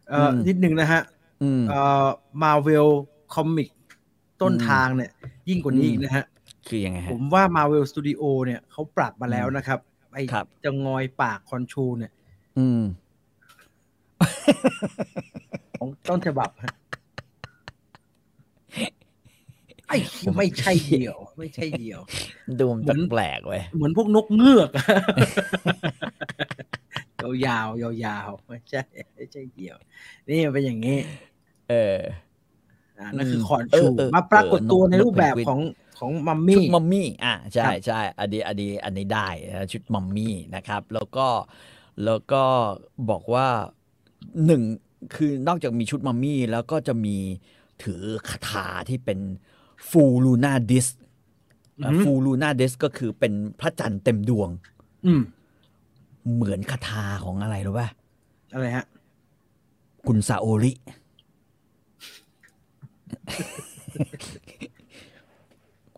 Speaker 1: เอ่ออ
Speaker 2: ม
Speaker 1: นิดหนึ่งนะฮะ
Speaker 2: อืม
Speaker 1: เอ่อมาเวลคอมิกต้นทางเนี่ย ยิ่งกว่านี้อี
Speaker 2: อืม
Speaker 1: กนะฮะ
Speaker 2: คือยังไง
Speaker 1: ผ
Speaker 2: ฮะ
Speaker 1: มว่า Marvel Studio เนี่ยเขาปรับมาแล้วนะครับ ไอ้
Speaker 2: ครับ
Speaker 1: จะงอยปากคอนชูเนี่ย
Speaker 2: อืม
Speaker 1: ของต้นฉบับฮะไอ้เหี้ย
Speaker 2: ผม
Speaker 1: ไม่ใช่เดียว ไม่ใช่เดียว
Speaker 2: ดูมันแปลกๆเว้ย
Speaker 1: เหมือนพวกนกเงือก ยา วยาวยาวๆไม่ใช่ไม่ใช่เดียว นี่มันเป็นอย่างนี้
Speaker 2: เออ
Speaker 1: อ่านั่นคืออ
Speaker 2: ม
Speaker 1: คอนชู
Speaker 2: เออเออ
Speaker 1: มาปรากฏตัว
Speaker 2: เออนก
Speaker 1: ในรูปแบบ
Speaker 2: นกเพนกวิน
Speaker 1: ของของมัม
Speaker 2: ชุ
Speaker 1: มี่
Speaker 2: ดมัมมี่อ่ะใช่
Speaker 1: ครับ
Speaker 2: ใช่อันนี้อันนี้อันนี้ได้นะชุดมัมมี่นะครับ แล้วก็แล้วก็บอกว่าหนึ่งคือนอกจากมีชุดมัมมี่แล้วก็จะมีถือคาถาที่เป็นฟูลูนาดิส
Speaker 1: อืม
Speaker 2: ฟูลูนาดิสก็คือเป็นพระจันทร์เต็มดวง
Speaker 1: อืม
Speaker 2: เหมือนคาถาของอะไรรู้ป่ะ
Speaker 1: อะไรฮะ
Speaker 2: คุณซาโอริ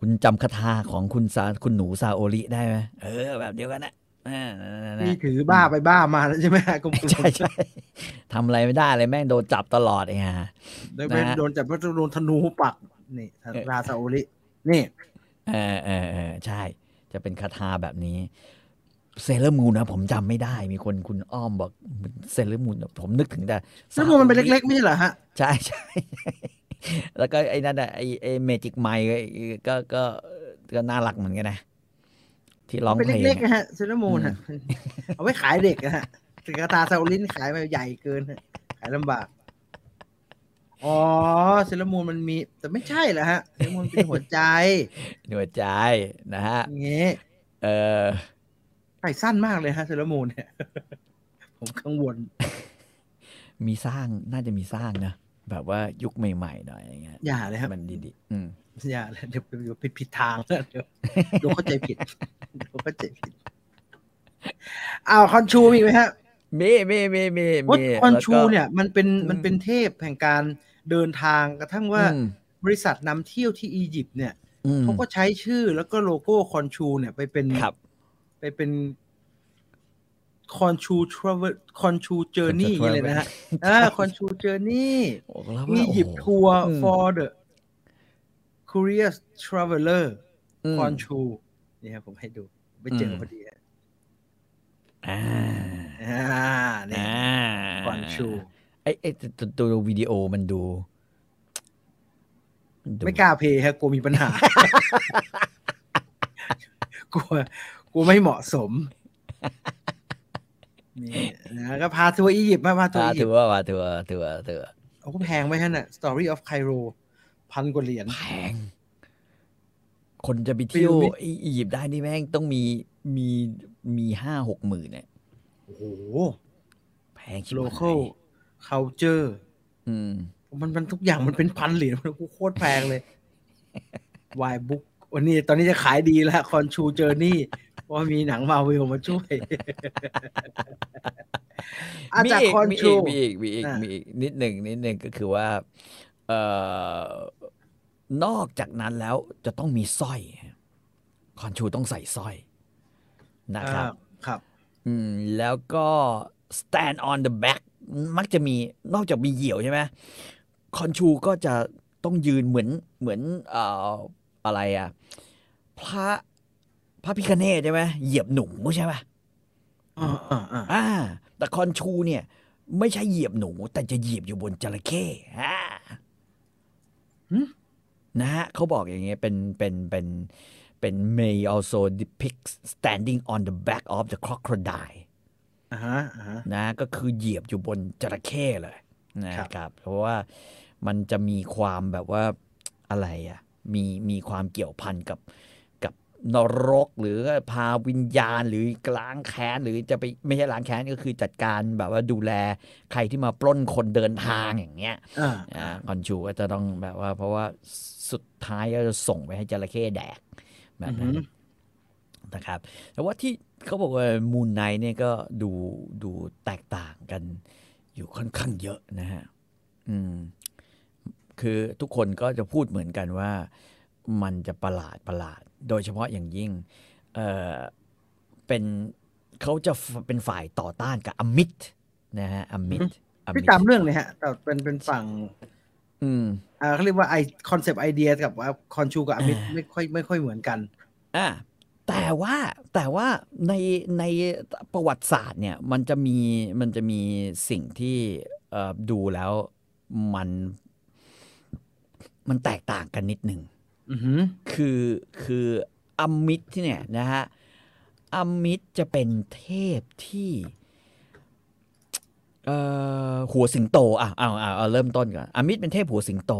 Speaker 2: คุณจำคาถาของคุณซาคุณหนูซาโอริได้ไหมเออ แบบเดียวกันนะอ่านั่นๆๆ
Speaker 1: นี่ถือบ้าไปบ้ามาแล้วใช่ไหมฮะกลม
Speaker 2: ใช่ใช่ทำอะไรไม่ได้เลยแม่งโดนจับตลอดไงฮะ
Speaker 1: ๆแล้วไม่
Speaker 2: นะฮะ
Speaker 1: โดนจับเพราะโดนธนูปัก นี่
Speaker 2: เออ
Speaker 1: ราซาโอรินี่
Speaker 2: เออเออเออใช่ จะเป็นคาถาแบบนี้ เซเลมูนนะผมจำไม่ได้มีคนคุณอ้อมบอกเซเลมูนผมนึกถึงแต่
Speaker 1: ซึ่งมันเป็นเล็กๆไม่ใช่เหรอฮะ
Speaker 2: ๆใช่ ใช่แล้วก็ไอ้นั่นอ่ะไอ้ไอ้เมจิกไมค์ก็ก็ก็น่ารักเหมือนกันนะ ที่ร้อง
Speaker 1: เป็น
Speaker 2: เพลง
Speaker 1: เล็กๆ
Speaker 2: อะ
Speaker 1: นะฮะเซนโมนฮะ เอาไว้ขายเด็กนะฮะถึงกระตาซาโอรินขายมาใหญ่เกินฮะขายลำบาก อ๋อเซนโมนมันมี แต่ไม่ใช่เหรอฮะเซนโมนเป็นหัวใจ
Speaker 2: หนวดใจนะฮะ
Speaker 1: อย่างเงี้ย
Speaker 2: เออ
Speaker 1: ไก่สั้นมากเลยฮะเซเลอร์มูนเนี่ย ผมกังวล
Speaker 2: มีสร้างน่าจะมีสร้างนะแบบว่ายุคใหม่ๆหน่อยอย่างเงี้ย
Speaker 1: อย่าเลยฮะ
Speaker 2: มันดีๆอืม
Speaker 1: อย่าเลยเดี๋ยวเดี๋ยวผิดผิดทางแล้วเดี๋ยวเดี๋ยวเข้าใจผิดเดี๋ยวเข้าใจผิดอ้าวคอนชูมีอีกไหมฮะ
Speaker 2: มีมีมีมี
Speaker 1: ว่า
Speaker 2: มี
Speaker 1: คอน
Speaker 2: แล้วก็
Speaker 1: ชูเนี่ย มันเป็นมันเป็นเทพแห่งการเดินทางกระทั่งว่า
Speaker 2: อืม
Speaker 1: บริษัทนำเที่ยวที่อียิปต์เนี่ย
Speaker 2: อืม
Speaker 1: เขาก็ใช้ชื่อแล้วก็โลโก้คอนชูเนี่ยไปเป็น
Speaker 2: ครับ
Speaker 1: ไปเป็นคอนชูทราเวลคอนชูเจอร์นี่เลย นะฮะอ่าคอนชูเจอร์นี่
Speaker 2: โอ้แล้ว
Speaker 1: มี
Speaker 2: ว่า
Speaker 1: หยิบ
Speaker 2: โอ้โ
Speaker 1: ทัวร์
Speaker 2: อืม
Speaker 1: for the curious traveler
Speaker 2: ม
Speaker 1: คอนชูนี่ครับผมให้ดูไปเจออ
Speaker 2: ม
Speaker 1: พอดีฮะ
Speaker 2: อ่า
Speaker 1: อ่าเนี่ย
Speaker 2: อ่า
Speaker 1: คอนชู
Speaker 2: ไอ้ไอ้ตัวตัวตัววิดีโอมันดูนดู
Speaker 1: ไม่กล้า เพย์ฮะกลัวมีปัญหากลัวกลัวไม่เหมาะสมนี่นะก็พาทัวร์อียิปต์มาพาทัวร์
Speaker 2: อ่า
Speaker 1: อียิ
Speaker 2: ถื
Speaker 1: ป
Speaker 2: อ
Speaker 1: ต์
Speaker 2: ว่าว่าถือว่าถือว่าถือว่า
Speaker 1: โอ้แพงไหมฮะน่ะ Story of Cairo พันกว่าเหรียญ
Speaker 2: แพง คนจะไปเที่ยว
Speaker 1: ฟิลมิ
Speaker 2: ไอ้อียิปต์ได้นี่แม่งต้องมีมีมีห้าหกหมื่นเนี่ย
Speaker 1: โอ้โห
Speaker 2: แพงชิบหาย
Speaker 1: local culture
Speaker 2: อืม
Speaker 1: มันมันทุกอย่างมันเป็นพันเหรียญมันกูโคตรแพงเล ยวายบุ๊กวันนี้ตอนนี้จะขายดีแล้วคอนชูเจอร์นี่เพราะมีหนังมาวิลมาช่วย อาจากคอน
Speaker 2: มี
Speaker 1: ชู
Speaker 2: อีกมีอีกมีอีก
Speaker 1: อ่ะ
Speaker 2: มีอีกนิดหนึ่งนิดหนึ่งก็คือว่าเออนอกจากนั้นแล้วจะต้องมีสร้อยคอนชูต้องใส่สร้อยนะครับ
Speaker 1: อ่าครับ
Speaker 2: อืมแล้วก็ stand on the back มักจะมีนอกจากมีเหยี่ยวใช่ไหมคอนชูก็จะต้องยืนเหมือนเหมือนเอ่ออะไรอ่ะพระพระพิคเนตใช่ไหมเหยียบหนุ่มใช่ไหม
Speaker 1: อ่าอ่าอ่า
Speaker 2: อ่าแต่คอนชูเนี่ย ไม่ใช่เหยียบหนู แต่จะเหยียบอยู่บนจระเข้อ่านะฮะเขาบอกอย่างเงี้ยเป็นเป็นเป็นเป็น may also depict standing on the back of the crocodile
Speaker 1: อ่าฮะอ่าฮะ
Speaker 2: นะก็คือเหยียบอยู่บนจระเข้เลยนะครับ ครับ เพราะว่ามันจะมีความแบบว่าอะไรอะ่ะมีมีความเกี่ยวพันกับกับนรก หรือพาวิญญาณหรือล้างแค้นหรือจะไปไม่ใช่ล้างแค้นก็คือจัดการแบบว่าดูแลใครที่มาปล้นคนเดินทางอย่างเงี้ย
Speaker 1: อ่า
Speaker 2: อ่าคอนชูก็จะต้องแบบว่า เพราะว่าสุดท้ายก็จะส่งไปให้จระเข้แดกแบ
Speaker 1: อื
Speaker 2: บ
Speaker 1: อหื
Speaker 2: นั้น
Speaker 1: อ
Speaker 2: นะครับแต่ว่าที่เขาบอกว่ามูนไนเนี่ยก็ดูดูแตกต่างกันอยู่ค่อนข้างเยอะนะฮะอืมคือทุกคนก็จะพูดเหมือนกันว่ามันจะประหลาดประหลาด โดยเฉพาะอย่างยิ่งเออเป็นเขาจะเป็นฝ่ายต่อต้านกับอมิตนะฮะอมิตอ
Speaker 1: พี่
Speaker 2: มิต
Speaker 1: ตามเรื่องเลยฮะแต่เป็นเป็นฝั่ง
Speaker 2: อืม
Speaker 1: อ่าเขาเรียกว่าไอคอนเซปต์ไอเดียกับคอนชูกับอมิต
Speaker 2: อ่า
Speaker 1: ไม่ค่อยไม่ค่อยเหมือนกัน
Speaker 2: อ่ะแต่ว่าแต่ว่าในในประวัติศาสตร์เนี่ยมันจะมีมันจะมีสิ่งที่เอ่อดูแล้วมันมันแตกต่างกันนิดหนึ่ง
Speaker 1: อือหือ
Speaker 2: คือคืออมมิตที่เนี่ยนะฮะอมมิตจะเป็นเทพที่เอ่อหัวสิงโตอ่ะเอาเอาเอาเริ่มต้นก่อนอมมิตเป็นเทพหัวสิงโต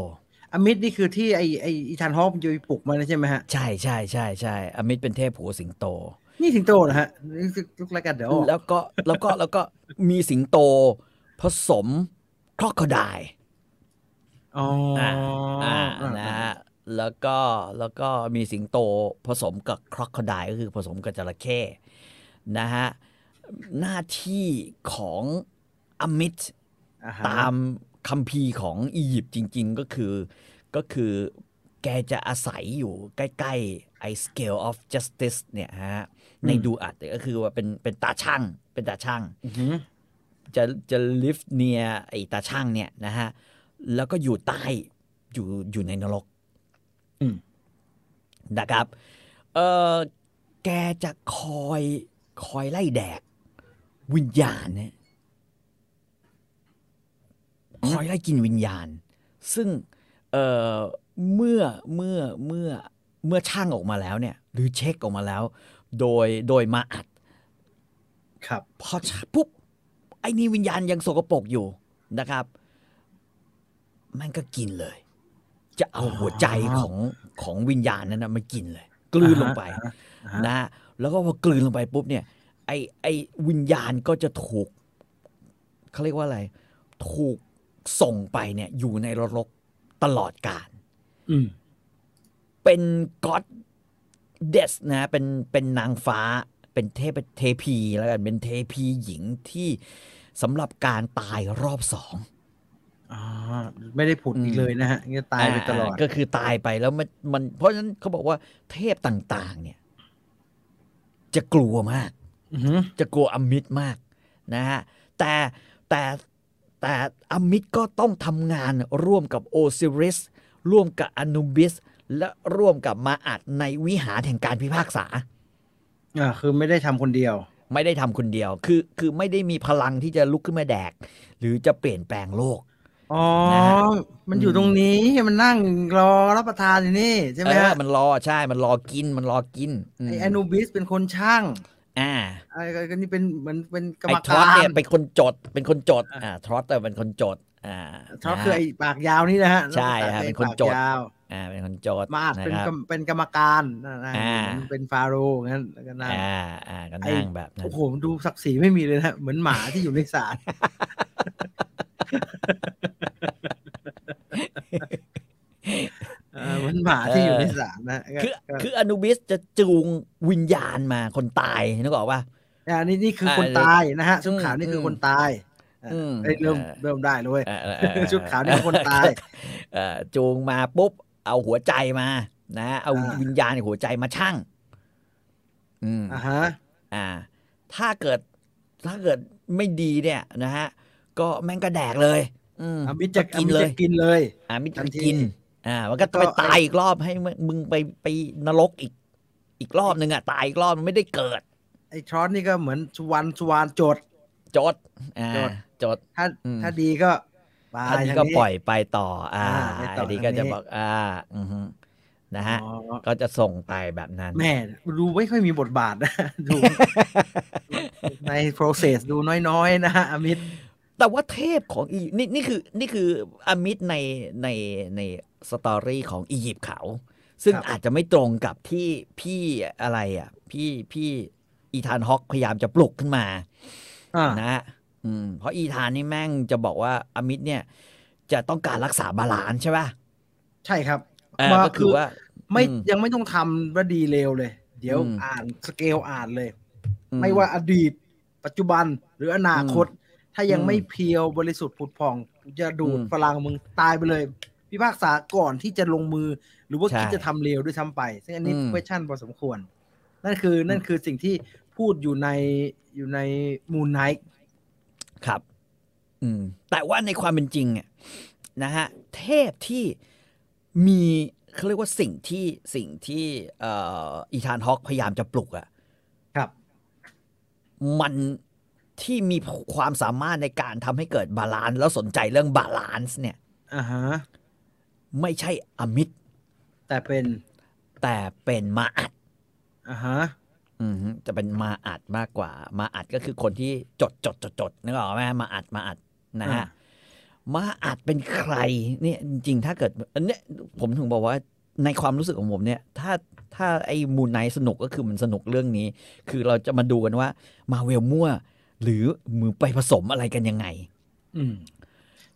Speaker 1: อมิตนี่คือที่ไอไออีธานฮอปมันจะไปปลุกมันนะใช่ไหมฮะ
Speaker 2: ใช่ใช่ใช่ใช่อมมิตเป็นเทพหัวสิงโต
Speaker 1: นี่ถึงโตนะฮะนี่ลุกแล้วกันเดี๋ยวออก
Speaker 2: แล้วก็แล้วก็แล้วก็มีสิงโตผสมครอกโคดาย
Speaker 1: อ๋ออ่า
Speaker 2: อ่านะฮะแล้วก็แล้วก็มีสิงโตผสมกับครอกโคดายก็คือผสมกับจระเข้นะฮะหน้าที่ของอมิต
Speaker 1: อ่ฮะ
Speaker 2: ตามคัมภีร์ของอียิปต์จริง ๆ ก็คือก็คือแกจะอาศัยอยู่ใกล้ๆไอ้ scale of justice เนี่ยฮะในดูอัดเนี่ยก็คือว่าเป็นเป็นตาช่างเป็นตาช่าง
Speaker 1: อือหือ
Speaker 2: จะจะลิฟเนียไอตาช่างเนี่ยนะฮะ แล้วก็อยู่ใต้อยู่อยู่ในนรก
Speaker 1: อืม
Speaker 2: นะครับ เออแกจะคอยคอยไล่แดก วิญญาณเนี่ยคอยไล่กินวิญญาณ ซึ่งเออเมื่อเมื่อเมื่อเมื่อช่างออกมาแล้วเนี่ย หรือเช็คออกมาแล้ว โดยโดยมาอัด
Speaker 1: ครับ
Speaker 2: พอชะปุ๊บไอ้นี่วิญญาณยังสกปรกอยู่นะครับ มันก็กินเลย จะเอาหัวใจของของวิญญาณนั้นนะมากินเลย กลืนลงไป
Speaker 1: อ่าฮะ
Speaker 2: นะฮะแล้วก็พอกลืนลงไปปุ๊บเนี่ย ไอไอวิญญาณก็จะถูกเขาเรียกว่าอะไร ถูกส่งไปเนี่ย อยู่ในนรกตลอดกาล
Speaker 1: อืม
Speaker 2: เป็นก็อดเดสนะเป็นเป็นนางฟ้าเป็นเทพเทพีแล้วกันเป็นเทพีหญิงที่สำหรับการตายรอบสอง
Speaker 1: อ๋อไม่ได้ผุดอีกเลยนะฮะงั้นตายไปตลอด
Speaker 2: าก็คือตายไปแล้วมันมันเพราะฉะนั้นเขาบอกว่าเทพต่างๆ เนี่ย จะกลัวมาก
Speaker 1: อือหือ
Speaker 2: จะกลัวอมิตรมากนะฮะแต่แต่แต่อมิตรก็ต้องทำงานร่วมกับโอซิริส ร่วมกับอนุบิส และร่วมกับมาอัดในวิหารแห่งการพิพากษา
Speaker 1: อ่าคือไม่ได้ทำคนเดียว
Speaker 2: ไม่ได้ทำคนเดียว คือ คือไม่ได้มีพลังที่จะลุกขึ้นมาแดก หรือจะเปลี่ยนแปลงโลก
Speaker 1: อ๋อ
Speaker 2: นะฮะ
Speaker 1: มันอยู่ตรงนี้มันนั่งรอรับประทานอยู่นี่ใช่ไหม
Speaker 2: เออ
Speaker 1: ฮะ
Speaker 2: มันรอ ใช่ มันรอกิน มันรอกินม
Speaker 1: ไออนูบิสเป็นคนช่าง
Speaker 2: อ่า
Speaker 1: ไอ้ก็นี่เป็นเหมือนเป็นกรร
Speaker 2: ไอ้
Speaker 1: ม
Speaker 2: ทรอต
Speaker 1: กา
Speaker 2: เนี่
Speaker 1: ร
Speaker 2: ยเป็นคนจด เป็นคนจด อ่า ทรอตเนี่ยเป็นคนจด อ่า
Speaker 1: ทอป
Speaker 2: นะฮะ
Speaker 1: คือไอ้ปากยาวนี่นะฮะ
Speaker 2: ใช่ฮะเป็นคนจด
Speaker 1: ปากยาว
Speaker 2: อ่า เป็นคนจด
Speaker 1: มาอาจ
Speaker 2: นะ
Speaker 1: เป็น
Speaker 2: ครับ
Speaker 1: กรรมเป็นกรรมการนะนะ
Speaker 2: อ่า
Speaker 1: เป็นฟาโรห์งั้นแล้วก็นั่ง
Speaker 2: อ่า อ่า ก็
Speaker 1: ไอ้
Speaker 2: นั่งแบบนั้น
Speaker 1: โอ้โหดูศักดิ์ศรีไม่มีเลยนะเหมือนหมาที่อยู่ในศาล เออเหมือนหมาที่อยู่ในศาลนะก็
Speaker 2: คือ
Speaker 1: ก็
Speaker 2: คืออนุบิสจะจูงวิญญาณมาคนตายนึกออกป่ะ
Speaker 1: อันนี้นี่คืออา คนตายนะฮะ
Speaker 2: อืม
Speaker 1: ชุดขาวนี่คืออ
Speaker 2: ม
Speaker 1: คนตายอ่ะ
Speaker 2: อืม
Speaker 1: เอ้ยเริ่ม
Speaker 2: อ่า
Speaker 1: เริ่มได้เลยเว้ย
Speaker 2: เออเออเออเออ
Speaker 1: ชุดขาวนี่เป็นคนตาย
Speaker 2: เออจูงมาปุ๊บ เอาหัวใจมา นะ เอา
Speaker 1: อ่า
Speaker 2: วิญญาณในหัวใจมาชั่ง อืม
Speaker 1: อ่าฮะ
Speaker 2: อ่า ถ้าเกิดถ้าเกิดไม่ดีเนี่ยนะฮะ ก็แม่งก็แดกเลย อืม
Speaker 1: อามิตรจะ
Speaker 2: กิ
Speaker 1: กิ
Speaker 2: น
Speaker 1: น
Speaker 2: เล
Speaker 1: เลย ยกินเลย
Speaker 2: อ่ามิตร
Speaker 1: ทันที
Speaker 2: กิน อ่ามันก็ไป
Speaker 1: แล้วก็
Speaker 2: ตายอีกรอบให้มึงมึงไปไปนรกอีก อีกรอบหนึ่งอ่ะ ตายอีกรอบมันไม่ได้เกิด
Speaker 1: ไอ้ช้อนนี่ก็เหมือนสวรรณสวรรณโจทย์
Speaker 2: จด อ่า
Speaker 1: จด
Speaker 2: จด
Speaker 1: ถ้า
Speaker 2: อืม
Speaker 1: ถ้าดีก็ไป
Speaker 2: อันนี้
Speaker 1: ทาง
Speaker 2: ก็
Speaker 1: นี้
Speaker 2: ปล่อยไปต่อ อ่า
Speaker 1: อ่าไปต่ออั
Speaker 2: อันนี้ก็
Speaker 1: ทางนี้
Speaker 2: จะบอก อ่า อือฮึนะฮะ
Speaker 1: อ๋อ
Speaker 2: ก็จะส่งไปแบบนั้น
Speaker 1: แม่ดูไม่ค่อยมีบทบาทนะ ดูใน process ดูน้อยๆ นะฮะอามิตร
Speaker 2: แต่ว่าเทพของอียิปต์นี่นี่คือนี่คืออามิดในในในสตอรี่ของอียิปต์เขา ซึ่ง
Speaker 1: ครับ
Speaker 2: อาจจะไม่ตรงกับที่พี่อะไรอ่ะ พี่พี่อีธานฮอกพยายามจะปลุกขึ้นมา
Speaker 1: อ่า
Speaker 2: นะฮะอืมเพราะอีธานนี่แม่งจะบอกว่าอามิดเนี่ย จะต้องการรักษาบาลานซ์ใช่ป่ะ
Speaker 1: ใช่ครับ
Speaker 2: เออ
Speaker 1: ว่า
Speaker 2: ก็คือว่า
Speaker 1: ไม่
Speaker 2: อืม
Speaker 1: ยังไม่ต้องทำว่าดีเลวเลย เดี๋ยว
Speaker 2: อืม
Speaker 1: อ่านสเกลอ่านเลย
Speaker 2: อื
Speaker 1: ไม่ว่าอดีต ปัจจุบันหรืออนาคต ถ้ายัง
Speaker 2: อืม
Speaker 1: ไม่เพียวบริสุทธิ์ผุดผ่องกูจะดูด
Speaker 2: อืม
Speaker 1: พลังมึงตายไปเลย พิพากษาก่อนที่จะลงมือ หรือว่า
Speaker 2: ใช่
Speaker 1: คิดจะทำเลวด้วยซ้ำไป ซึ่งอันนี้
Speaker 2: อืม
Speaker 1: question พอสมควร นั่นคือนั่นคือสิ่งที่พูดอยู่ในอยู่ในมูนไนท์
Speaker 2: ครับ อืม แต่ว่าในความเป็นจริงอะนะฮะ เทพที่มีเขาเรียกว่าสิ่งที่สิ่งที่เอ่ออีธานฮอกพยายามจะปลุกอะ
Speaker 1: ครับ
Speaker 2: มันที่มีความสามารถในการทำให้เกิดบาลานซ์แล้วสนใจเรื่องบาลานซ์เนี่ย
Speaker 1: อ่าฮะ
Speaker 2: ไม่ใช่อมิตร
Speaker 1: แต่เป็น
Speaker 2: แต่เป็นมาอัด
Speaker 1: อ่าฮะ
Speaker 2: อืมฮึจะเป็นมาอัดมากกว่า มาอัดก็คือคนที่จดจดจดจดนึกออกไหมมาอัดมาอัดนะฮะ มาอาจเป็นใครเนี่ยจริงๆ ถ้าเกิดอันเนี้ยผมถึงบอกว่าในความรู้สึกของผมเนี่ย ถ้าถ้าไอ้มูนไนสนุกก็คือมันสนุกเรื่องนี้ คือเราจะมาดูกันว่ามาเวลมั่ว หรือมือไปผสมอะไรกันยังไง
Speaker 1: อืม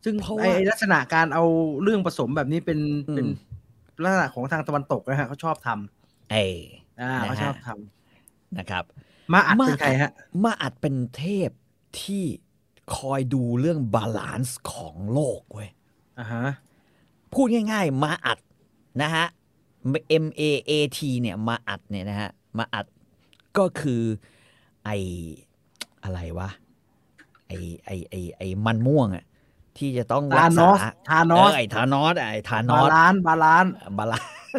Speaker 1: ซึ่ง
Speaker 2: เพราะว่า
Speaker 1: ไอ้ไอ้ลักษณะการเอาเรื่องผสมแบบนี้เป็น
Speaker 2: อืม
Speaker 1: เป็นลักษณะของทางตะวันตกนะฮะเขาชอบทำ
Speaker 2: เอ้ย
Speaker 1: อ่า
Speaker 2: นะฮะ
Speaker 1: เขาชอบทำ
Speaker 2: นะครับ
Speaker 1: มาอัดเป็
Speaker 2: มาน ก
Speaker 1: ใครฮะ
Speaker 2: มาอาจเป็นเทพที่คอยดูเรื่องบาลานซ์ของโลกเว้ย
Speaker 1: อ่าฮะ
Speaker 2: พูดง่ายๆ มาอัดนะฮะ M A A T เนี่ยมาอัดเนี่ยนะฮะ มาอัดก็คือไออะไรวะ ไอไอไอไอมันม่วงอะที่จะต้องรั
Speaker 1: ทาก น
Speaker 2: ษา
Speaker 1: อส ทานอ
Speaker 2: เอ
Speaker 1: ส
Speaker 2: อไอธานอสอะไอธาน
Speaker 1: บา
Speaker 2: อส
Speaker 1: ลานซ์บาลานซ์
Speaker 2: บาลาน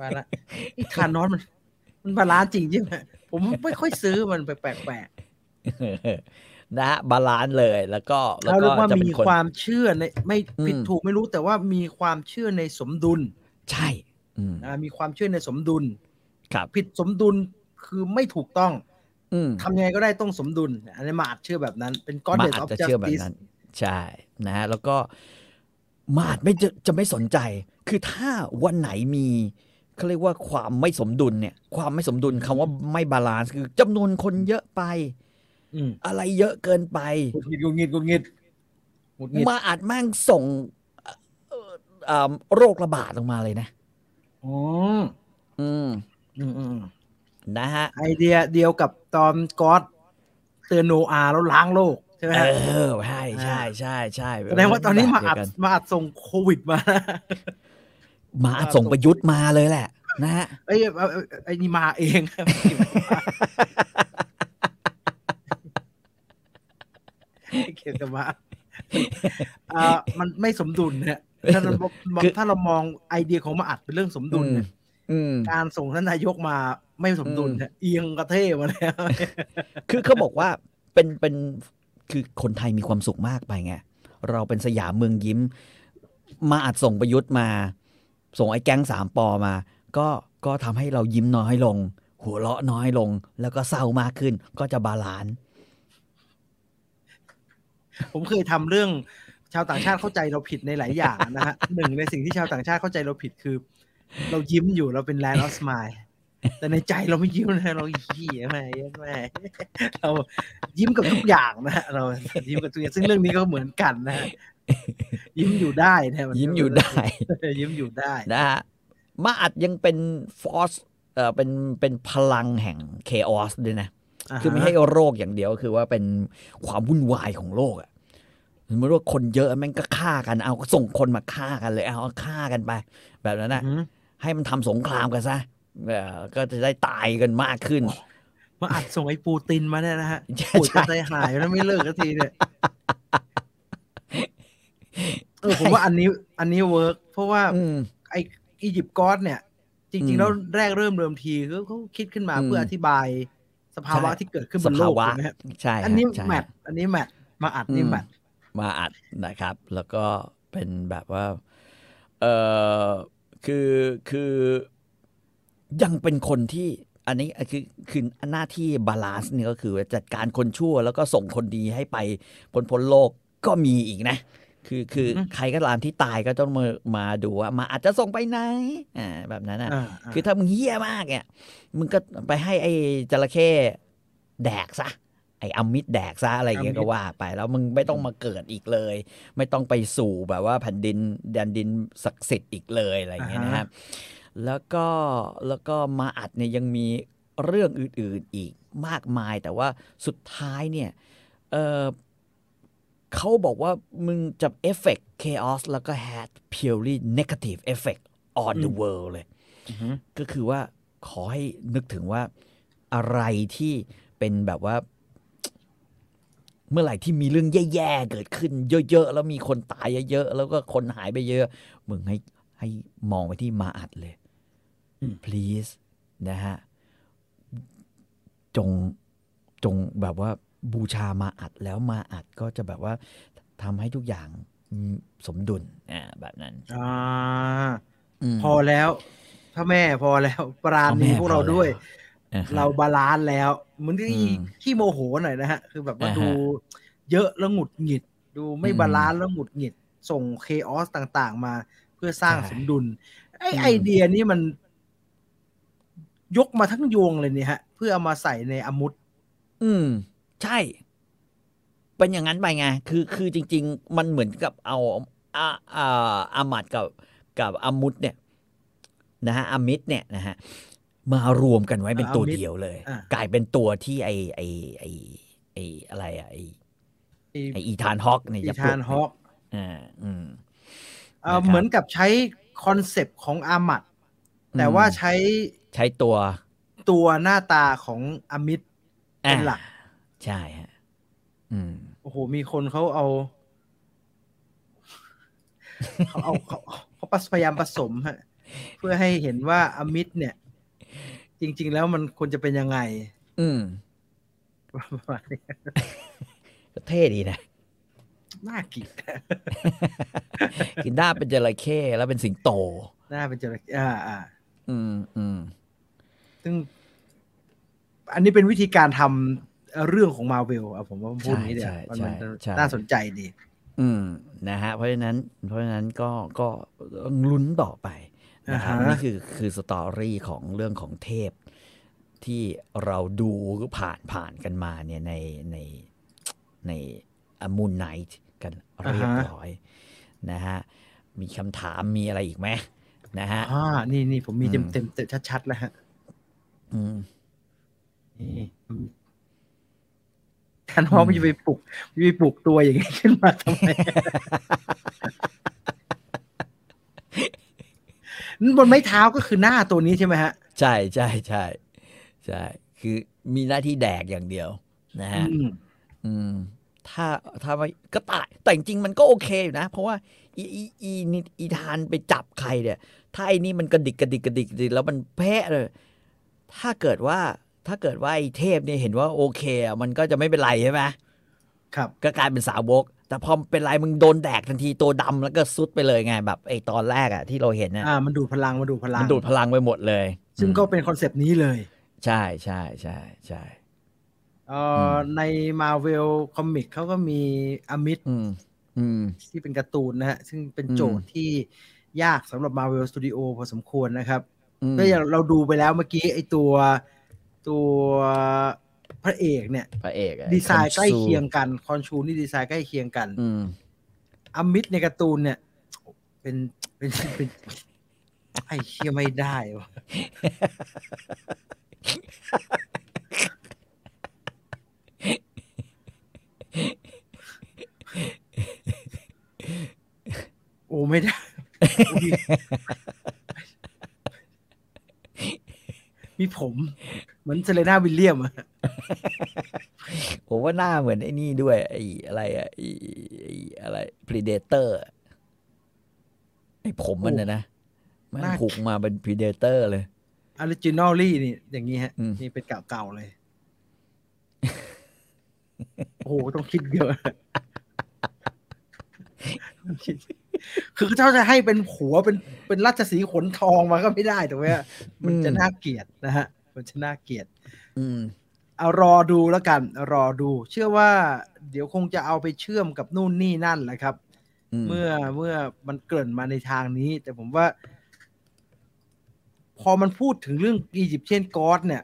Speaker 1: บาลานซ์ไอ้ทานอสมัน มันบาลานซ์จริงใช่ไหมผมไม่ค่อยซื้อมันแปลก
Speaker 2: นะฮะบาลานเลยแล้วก็
Speaker 1: ๆ
Speaker 2: แล้ว
Speaker 1: เขาเรี
Speaker 2: ก็
Speaker 1: ยกว่า
Speaker 2: จะเป็น
Speaker 1: มี
Speaker 2: คน
Speaker 1: ความเชื่อในไม่
Speaker 2: อืม
Speaker 1: ผิดถูกไม่รู้แต่ว่ามีความเชื่อในสมดุล
Speaker 2: ใช่ อืม
Speaker 1: นะมีความเชื่อในสมดุล
Speaker 2: ครับ
Speaker 1: ผิดสมดุลคือไม่ถูกต้อง
Speaker 2: อืม
Speaker 1: ทำยังไงก็ได้ต้องสมดุลอันนี้มาอัดเชื่อแบบนั้นเป็นก้อน
Speaker 2: มา
Speaker 1: เด s
Speaker 2: อาจ
Speaker 1: of
Speaker 2: จะเชื่อแบบ
Speaker 1: justice
Speaker 2: นั้น ใช่นะฮะแล้วก็มาอาจไม่จะจะไม่สนใจ คือถ้าวันไหนมีเขาเรียกว่าความไม่สมดุลเนี่ย ความไม่สมดุลคำว่าไม่บาลานซ์คือจำนวนคนเยอะไป
Speaker 1: อืม
Speaker 2: อะไรเยอะเกินไป
Speaker 1: หงุดหงิดหงุดหงิดหงุดหงิดหงุดหงิด
Speaker 2: มาอาจแม่งส่งเอ่อเอ่อโรคระบาดออกมาเลยนะ
Speaker 1: อ๋อ
Speaker 2: อืม
Speaker 1: อืมอืมอืม
Speaker 2: นะฮะ
Speaker 1: ไอเดียเดียวกับตอนก็อดเตือนโนอาแล้วล้างโลกใช่ไหม
Speaker 2: เอ
Speaker 1: ฮะ
Speaker 2: อ ใช่ใช่ใช่ใช่
Speaker 1: แสดงว่าตอนนี้มาอัด
Speaker 2: เยวกัน
Speaker 1: มาอัดส่งโควิดมานะ
Speaker 2: มาอาจส่งประยุทธ์มาเลยแหละ นะฮะ
Speaker 1: ไอ้ยเอาเอาไอ้นี่มาเองครับเขียนกับมาอ่ามันไม่สมดุลเนี่ยถ้าเรามอง
Speaker 2: คือ
Speaker 1: ถ้าเรามองไอเดียของมาอัดเป็นเรื่องสมดุลเนี่ย
Speaker 2: อืม
Speaker 1: การส่งท่านนายกมาไม่สมดุลเนี่ยเอียงกระเท่มาแล้ว
Speaker 2: คือเขาบอกว่าเป็นเป็นคือคนไทยมีความสุขมากไปไงเราเป็นสยามเมืองยิ้ม มาอัดส่งประยุทธ์มา ส่งไอ้แก๊งสามปอมา ก็ก็ทำให้เรายิ้มน้อยลง หัวเราะน้อยลง แล้วก็เศร้ามากขึ้น ก็จะบาลานซ์
Speaker 1: ผมเคยทำเรื่องชาวต่างชาติเข้าใจเราผิดในหลายอย่างนะ ฮะ หนึ่งในสิ่งที่ชาวต่างชาติเข้าใจเราผิดคือ เรายิ้มอยู่เราเป็น land of smile แต่ในใจเราไม่ยิ้มนะเราขี้ยแม่แม่ เรายิ้มกับทุกอย่างนะฮะเรายิ้มกับทุกอย่างซึ่งเรื่องนี้ก็เหมือนกันนะฮะยิ้มอยู่ได้นะฮะมัน
Speaker 2: ยิ้มอยู่ได้
Speaker 1: ยิ้มอยู่ได้
Speaker 2: นะฮะมาอัดยังเป็นฟอสเอ่อเป็นเป็นพลังแห่งเคออสด้วยนะ
Speaker 1: าฮะ
Speaker 2: คือไม่ให้โรคอย่างเดียวคือว่าเป็นความวุ่นวายของโลกอะสมมติว่าคนเยอะแม่งก็ฆ่ากัน เอาส่งคนมาฆ่ากันเลย เอาฆ่ากันไป แบบนั้นนะ
Speaker 1: อืม
Speaker 2: ให้มันทำสงครามกันซะเอ่อก็จะได้ตายกันมากขึ้น
Speaker 1: มาอัดส่งไอ้ปูตินมาเนี่ยนะฮะ
Speaker 2: ใช่
Speaker 1: ปูด
Speaker 2: ใช่
Speaker 1: จะใจหายแล้วไม่เลิกสักทีเนี่ย เออผมว่าอันนี้อันนี้เวิร์กเพราะว่า
Speaker 2: อืม
Speaker 1: ไออียิปต์ก๊อตเนี่ย จ
Speaker 2: อื
Speaker 1: ริงๆ
Speaker 2: ม
Speaker 1: แล้วแรกเริ่มเดิมทีเขาเขาคิดขึ้นมา
Speaker 2: อืม
Speaker 1: เพื่ออธิบาย สภาวะ
Speaker 2: ใช่
Speaker 1: ที่เกิดขึ้น
Speaker 2: ส
Speaker 1: บนโล
Speaker 2: ภาก วะ
Speaker 1: ถูกไหมฮะ
Speaker 2: ใช่ฮะ
Speaker 1: อันนี้
Speaker 2: ใช่
Speaker 1: แมทอันนี้แมทมาอัดนี่แมท
Speaker 2: มาอัดนะครับ แล้วก็เป็นแบบว่า เออคือคือยังเป็นคนที่อันนี้คือคือหน้าที่บาลานซ์นี่ก็คือจัดการคนชั่ว แล้วก็ส่งคนดีให้ไปพ้นพ้นโลกก็มีอีกนะ คือคือ
Speaker 1: อือฮึ
Speaker 2: ใครก็ตามที่ตายก็ต้องมามาดูว่ามาอาจจะส่งไปไหนอ่าแบบนั้นอ่ะ
Speaker 1: อ่า
Speaker 2: คือถ้ามึงเฮี้ยมากเนี่ยมึงก็ไปให้ไอ้จระเข้แดกซะ ไอ้อมมิดแดกซะอะไรอย่างเงี้ยก็ว่าไป แล้วมึงไม่ต้องมาเกิดอีกเลย ไม่ต้องไปสู่แบบว่าแผ่นดินแดนดินศักดิ์สิทธิ์อีกเลยอะไรอย่างเงี้ยนะครับ แล้วก็แล้วก็มาอัดเนี่ยยังมีเรื่องอื่นๆอีกมากมาย แต่ว่าสุดท้ายเนี่ยเออเขาบอกว่ามึงจะเอฟเฟกต์ chaos แล้วก็ had purely negative effect on the world เลย
Speaker 1: อือฮึ
Speaker 2: ก็คือว่าขอให้นึกถึงว่าอะไรที่เป็นแบบว่า เมื่อไหร่ที่มีเรื่องแย่ๆเกิดขึ้น เยอะๆแล้วมีคนตายเยอะๆแล้วก็คนหายไปเยอะ มึงให้ให้มองไปที่มาอัดเลย please นะฮะ จงจงแบบว่าบูชามาอัดแล้วมาอัดก็จะแบบว่าทำให้ทุกอย่างอืมสมดุลอ่าแบบนั้น
Speaker 1: อ่า
Speaker 2: ม
Speaker 1: พอแล้วพระแม่พอแล้ว ปราณีพวกเราด้วย
Speaker 2: อ่าฮะ
Speaker 1: เราบาลานซ์แล้วเหมือนที่
Speaker 2: อืม
Speaker 1: ขี้โมโหหน่อยนะฮะ คือแบบว่า
Speaker 2: อ่าฮะ
Speaker 1: ดูเยอะแล้วหงุดหงิด ดูไม่
Speaker 2: อืม
Speaker 1: บาลานซ์แล้วหงุดหงิด ส่งเคออสต่างๆมาเพื่อสร้าง
Speaker 2: ใช่
Speaker 1: สมดุล ไอ
Speaker 2: อืม
Speaker 1: ไอเดียนี่มัน ยกมาทั้งยวงเลยเนี่ยฮะ เพื่อเอามาใส่ในอมุต
Speaker 2: อืม ใช่ เป็นอย่างนั้นไปไง คือคือจริง ๆ มันเหมือนกับเอาอาอาอามัดกับกับอามุดเนี่ย นะฮะอามิดเนี่ยนะฮะมารวมกันไว้เป็นตัวเดียวเลย กลายเป็นตัวที่ไอไอไอไออะไรอะไอ
Speaker 1: ไอ้
Speaker 2: ไออีธานฮอกเนี่ย
Speaker 1: อี
Speaker 2: จะปลุ
Speaker 1: ธากนฮอก
Speaker 2: อ่าอืม
Speaker 1: เอ่อ
Speaker 2: นะครับ
Speaker 1: เหมือนกับใช้คอนเซปต์ของอามัดแต่ว่าใช้
Speaker 2: ใช้ตัว
Speaker 1: ตัวหน้าตาของอามิด เป็นหลัก
Speaker 2: อ่าใช่ฮะอืม
Speaker 1: โอ้โห มีคนเขาเอา เขาเอาเขาเขาพยายามผสมฮะ เพื่อให้เห็นว่าอมิตรเนี่ย จริง ๆ แล้วมันควรจะเป็นยังไง
Speaker 2: อืม
Speaker 1: ประมาณนี้
Speaker 2: ก็ เท่ดีนะ
Speaker 1: น่าเกลียด
Speaker 2: คือหน้าเป็นจระเข้แล้วเป็นสิงโต
Speaker 1: น่าเป็นจระเข้อ่าอ่า
Speaker 2: อืมอืม
Speaker 1: ซึ่ง อันนี้เป็นวิธีการทำเรื่องของมาเวลอ่ะผมว่าผมพูดอย่างนี้เดี๋ยว
Speaker 2: ใช่
Speaker 1: มั
Speaker 2: ใช่
Speaker 1: น
Speaker 2: ใช่
Speaker 1: น่าสนใจดี
Speaker 2: อืมนะฮะเพราะฉะนั้นเพราะฉะนั้นก็ก็ต้องลุ้นต่อไปนะครับ
Speaker 1: อ่าฮะ
Speaker 2: นี่คือคือสตอรี่ของเรื่องของเทพ ที่เราดูผ่านผ่านกันมาเนี่ยในในในมูนไนท์กันเรียบร้อยนะฮะมีคำถามมีอะไรอีกไหมนะฮะ
Speaker 1: อ่านี่นี่ผมมี
Speaker 2: อื
Speaker 1: เต็ม
Speaker 2: ม
Speaker 1: เต็มเต็มชัดๆแล้วฮะ
Speaker 2: อืม
Speaker 1: นี่ท่านพ่อมันจะไปปลุกมันจะไปปลุกตัวอย่างนี้ขึ้นมาทำไม บนไม้เท้าก็คือหน้าตัวนี้ใช่ไหมฮะ
Speaker 2: ใช่ใช่ใช่ใช่ คือมีหน้าที่แดกอย่างเดียวนะฮะ
Speaker 1: อืม
Speaker 2: อืมถ้าถ้าไม่ก็ตายแต่จริงๆมันก็โอเคอยู่นะ เพราะว่าอีอีอีนี่อีทานไปจับใครเนี่ย ถ้าไอ้นี่มันกระดิกกระดิกกระดิกกระดิกแล้วมันแพ้เลย ถ้าเกิดว่าถ้าเกิดว่าไอ้เทพเนี่ยเห็นว่าโอเคอ่ะมันก็จะไม่เป็นไรใช่ไหม
Speaker 1: ครับ
Speaker 2: ก็กลายเป็นสาวก แต่พอเป็นไรมึงโดนแดกทันทีตัวดำแล้วก็ซุดไปเลยไงแบบไอ้ตอนแรกอ่ะที่เราเห็นน่ะ
Speaker 1: อ่า มันดูดพลังมันดูดพลัง
Speaker 2: มันดูดพลังไปหมดเลย
Speaker 1: ซึ่งก็
Speaker 2: อืม
Speaker 1: เป็นคอนเซปต์นี้เลย
Speaker 2: ใช่ใช่ใช่ใช่
Speaker 1: เอ่ออในมาเวลคอมิกเขาก็มีอมิด
Speaker 2: อืม อืม
Speaker 1: ที่เป็นการ์ตูนนะฮะ ซึ่งเป็นโจทย์ที่ยากสำหรับมาเวลสตูดิโอพอสมควรนะครับ
Speaker 2: อืม
Speaker 1: ก็อย่างเราดูไปแล้วเมื่อกี้ไอตัวตัวพระเอกเนี่ย
Speaker 2: พระเอกอะ
Speaker 1: ดีไซน์
Speaker 2: คอนซู
Speaker 1: ใกล้เคียงกันคอนชูนี่ดีไซน์ใกล้เคียงกัน
Speaker 2: อืม
Speaker 1: อมิดในการ์ตูนเนี่ย เป็นเป็นเป็นไอ้เคียไม่ได้วะโอ้ไม่ได้ มีมีผม เหมือนเซเลน่าวิลเลียมอะ
Speaker 2: ผมว่าหน้าเหมือนไอ้นี่ด้วยไอ้อะไรอะไอ้ไอ้อะไร Predator อ้ผมมันนะนะแมัน
Speaker 1: น่า
Speaker 2: ผูกมาเป็นพรีเดเตอร์เลย
Speaker 1: ออริจินอลลี่นี่ อย่างนี้ฮะ
Speaker 2: อืม
Speaker 1: นี่เป็นเก่าๆเลย โอ้โห ต้องคิดเยอะ คือเจ้าจะให้เป็นผัวเป็นเป็นราชสีห์ขนทองมาก็ไม่ได้ถูกไหมฮะมันจะน่าเกลียดนะฮะ มันจะน่าเกลียด
Speaker 2: อืม
Speaker 1: เอารอดูแล้วกัน รอดู เชื่อว่า เดี๋ยวคงจะเอาไปเชื่อมกับนู่นนี่นั่นแหละครับ เมื่อเมื่อมันเกริ่นมาในทางนี้ แต่ผมว่า พอมันพูดถึงเรื่องอียิปเชียนกอสเนี่ย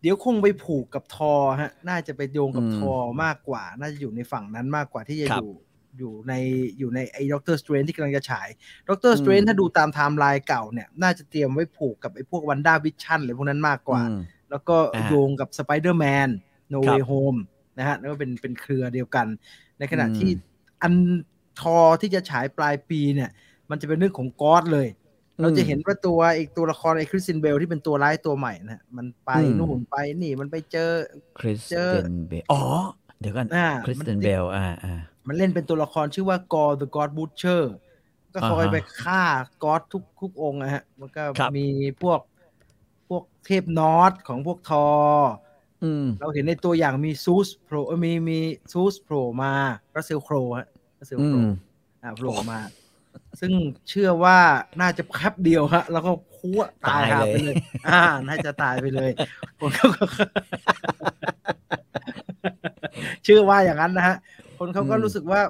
Speaker 1: เดี๋ยวคงไปผูกกับทอฮะ น่าจะไปโยงกับ
Speaker 2: อืม
Speaker 1: ทอมากกว่า น่าจะอยู่ในฝั่งนั้นมากกว่าที่จะ
Speaker 2: ครั
Speaker 1: อบ ยู่อยู่ในอยู่ในไอ้ด็อกเตอร์สเตรนที่กำลังจะฉายด็อกเตอร์สเตรน
Speaker 2: อืม
Speaker 1: ถ้าดูตามไทม์ไลน์เก่าเนี่ย น่าจะเตรียมไว้ผูกกับไอ้พวกวันด้าวิชั่นหรือพวกนั้นมากกว่า
Speaker 2: อืม
Speaker 1: แล้วก็
Speaker 2: อ่า
Speaker 1: โยงกับสไปเดอร์แมนโน
Speaker 2: ครั
Speaker 1: เว
Speaker 2: บ
Speaker 1: โฮมนะฮะแล้วก็เป็นเป็นเครือเดียวกัน ในขณะ
Speaker 2: อืม
Speaker 1: ที่อันทอที่จะฉายปลายปีเนี่ย มันจะเป็นเรื่องของก๊อตเลย เราจะเห็นว่าตัวอีกตัวละครไอ้คริสตินเบลที่เป็นตัวร้ายตัวใหม่นะฮะมันไป
Speaker 2: อืม
Speaker 1: นู่นไปนี่มันไปเจอ
Speaker 2: คริส
Speaker 1: เจ
Speaker 2: เต
Speaker 1: อ
Speaker 2: นเบลอ๋อ เดี๋ยวกัน
Speaker 1: อ่า
Speaker 2: คริส
Speaker 1: มั
Speaker 2: เตนเบลอ่าอ่า
Speaker 1: มันเล่นเป็นตัวละครชื่อว่ากอร์ the god butcher ก็คอย
Speaker 2: อ่าฮะ
Speaker 1: ไปฆ่าก๊อตทุกทุกองค์นะฮะมันก็
Speaker 2: ครับ
Speaker 1: มีพวกพวกเทพนอตของพวกทอ
Speaker 2: อืม
Speaker 1: เราเห็นในตัวอย่างมีซูสโผล่เอ้ยมีมีซูสโผล่มารัสเซลโครฮะรัสเซล
Speaker 2: อื
Speaker 1: โคร
Speaker 2: ม
Speaker 1: อ่าโผล่มา ซึ่งเชื่อว่าน่าจะแคบเดียวฮะแล้วก็พัวตายหา
Speaker 2: ตาย
Speaker 1: ไป
Speaker 2: เลย
Speaker 1: เลย อ่า น่าจะตายไปเลย คนเขาก็ เชื่อว่าอย่างนั้นนะฮะ คนเขาก็รู้สึกว่า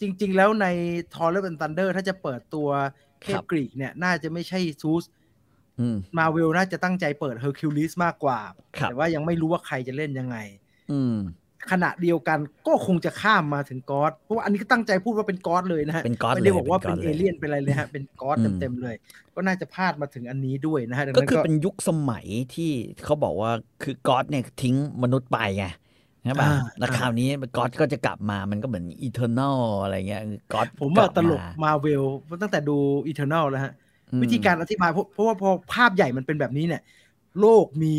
Speaker 1: จริง ๆ แล้วในทอร์เรนตันเดอร์ ถ้าจะเปิดตัวเทพกรีกเนี่ย น่าจะไม่ใช่ซูส
Speaker 2: อืม
Speaker 1: มาเวลน่าจะตั้งใจเปิดเฮอร์คิวลิสมากกว่า
Speaker 2: ครับ
Speaker 1: แต่ว่ายังไม่รู้ว่าใครจะเล่นยังไง
Speaker 2: อืม
Speaker 1: ขณะเดียวกันก็คงจะข้ามมาถึงกอสเพราะว่าอันนี้ก็ตั้งใจพูดว่าเป็นกอสเลยนะฮะ
Speaker 2: เป็นก๊อตเลย
Speaker 1: ไม่ได้บอกว่าเป็น
Speaker 2: ก๊
Speaker 1: เอ
Speaker 2: ล
Speaker 1: เลี่ยนเป็นอะไรเลยฮะเป็นกอสเต็มๆเลย ก็น่าจะพลาดมาถึงอันนี้ด้วยนะฮะดัง
Speaker 2: ก็
Speaker 1: นั้น
Speaker 2: คือ
Speaker 1: ก็
Speaker 2: เป็นยุคสมัยที่เขาบอกว่าคือก๊อตเนี่ยทิ้งมนุษย์ไปไงใช่ป่ะ
Speaker 1: อ่า
Speaker 2: แล้ว
Speaker 1: อ่า
Speaker 2: คราวนี้ก๊อตก็จะกลับมามันก็เหมือนอีเทอร์นลอะไรเงี้ยคือก๊อต
Speaker 1: ผมว่าตลก
Speaker 2: มา
Speaker 1: มาเวลตั้งแต่ดูอีเทอร์นลแล้วฮะ
Speaker 2: อืม
Speaker 1: วิธีการอธิบายเพราะเพราะว่าพอภาพใหญ่มันเป็นแบบนี้เนี่ย โลกมี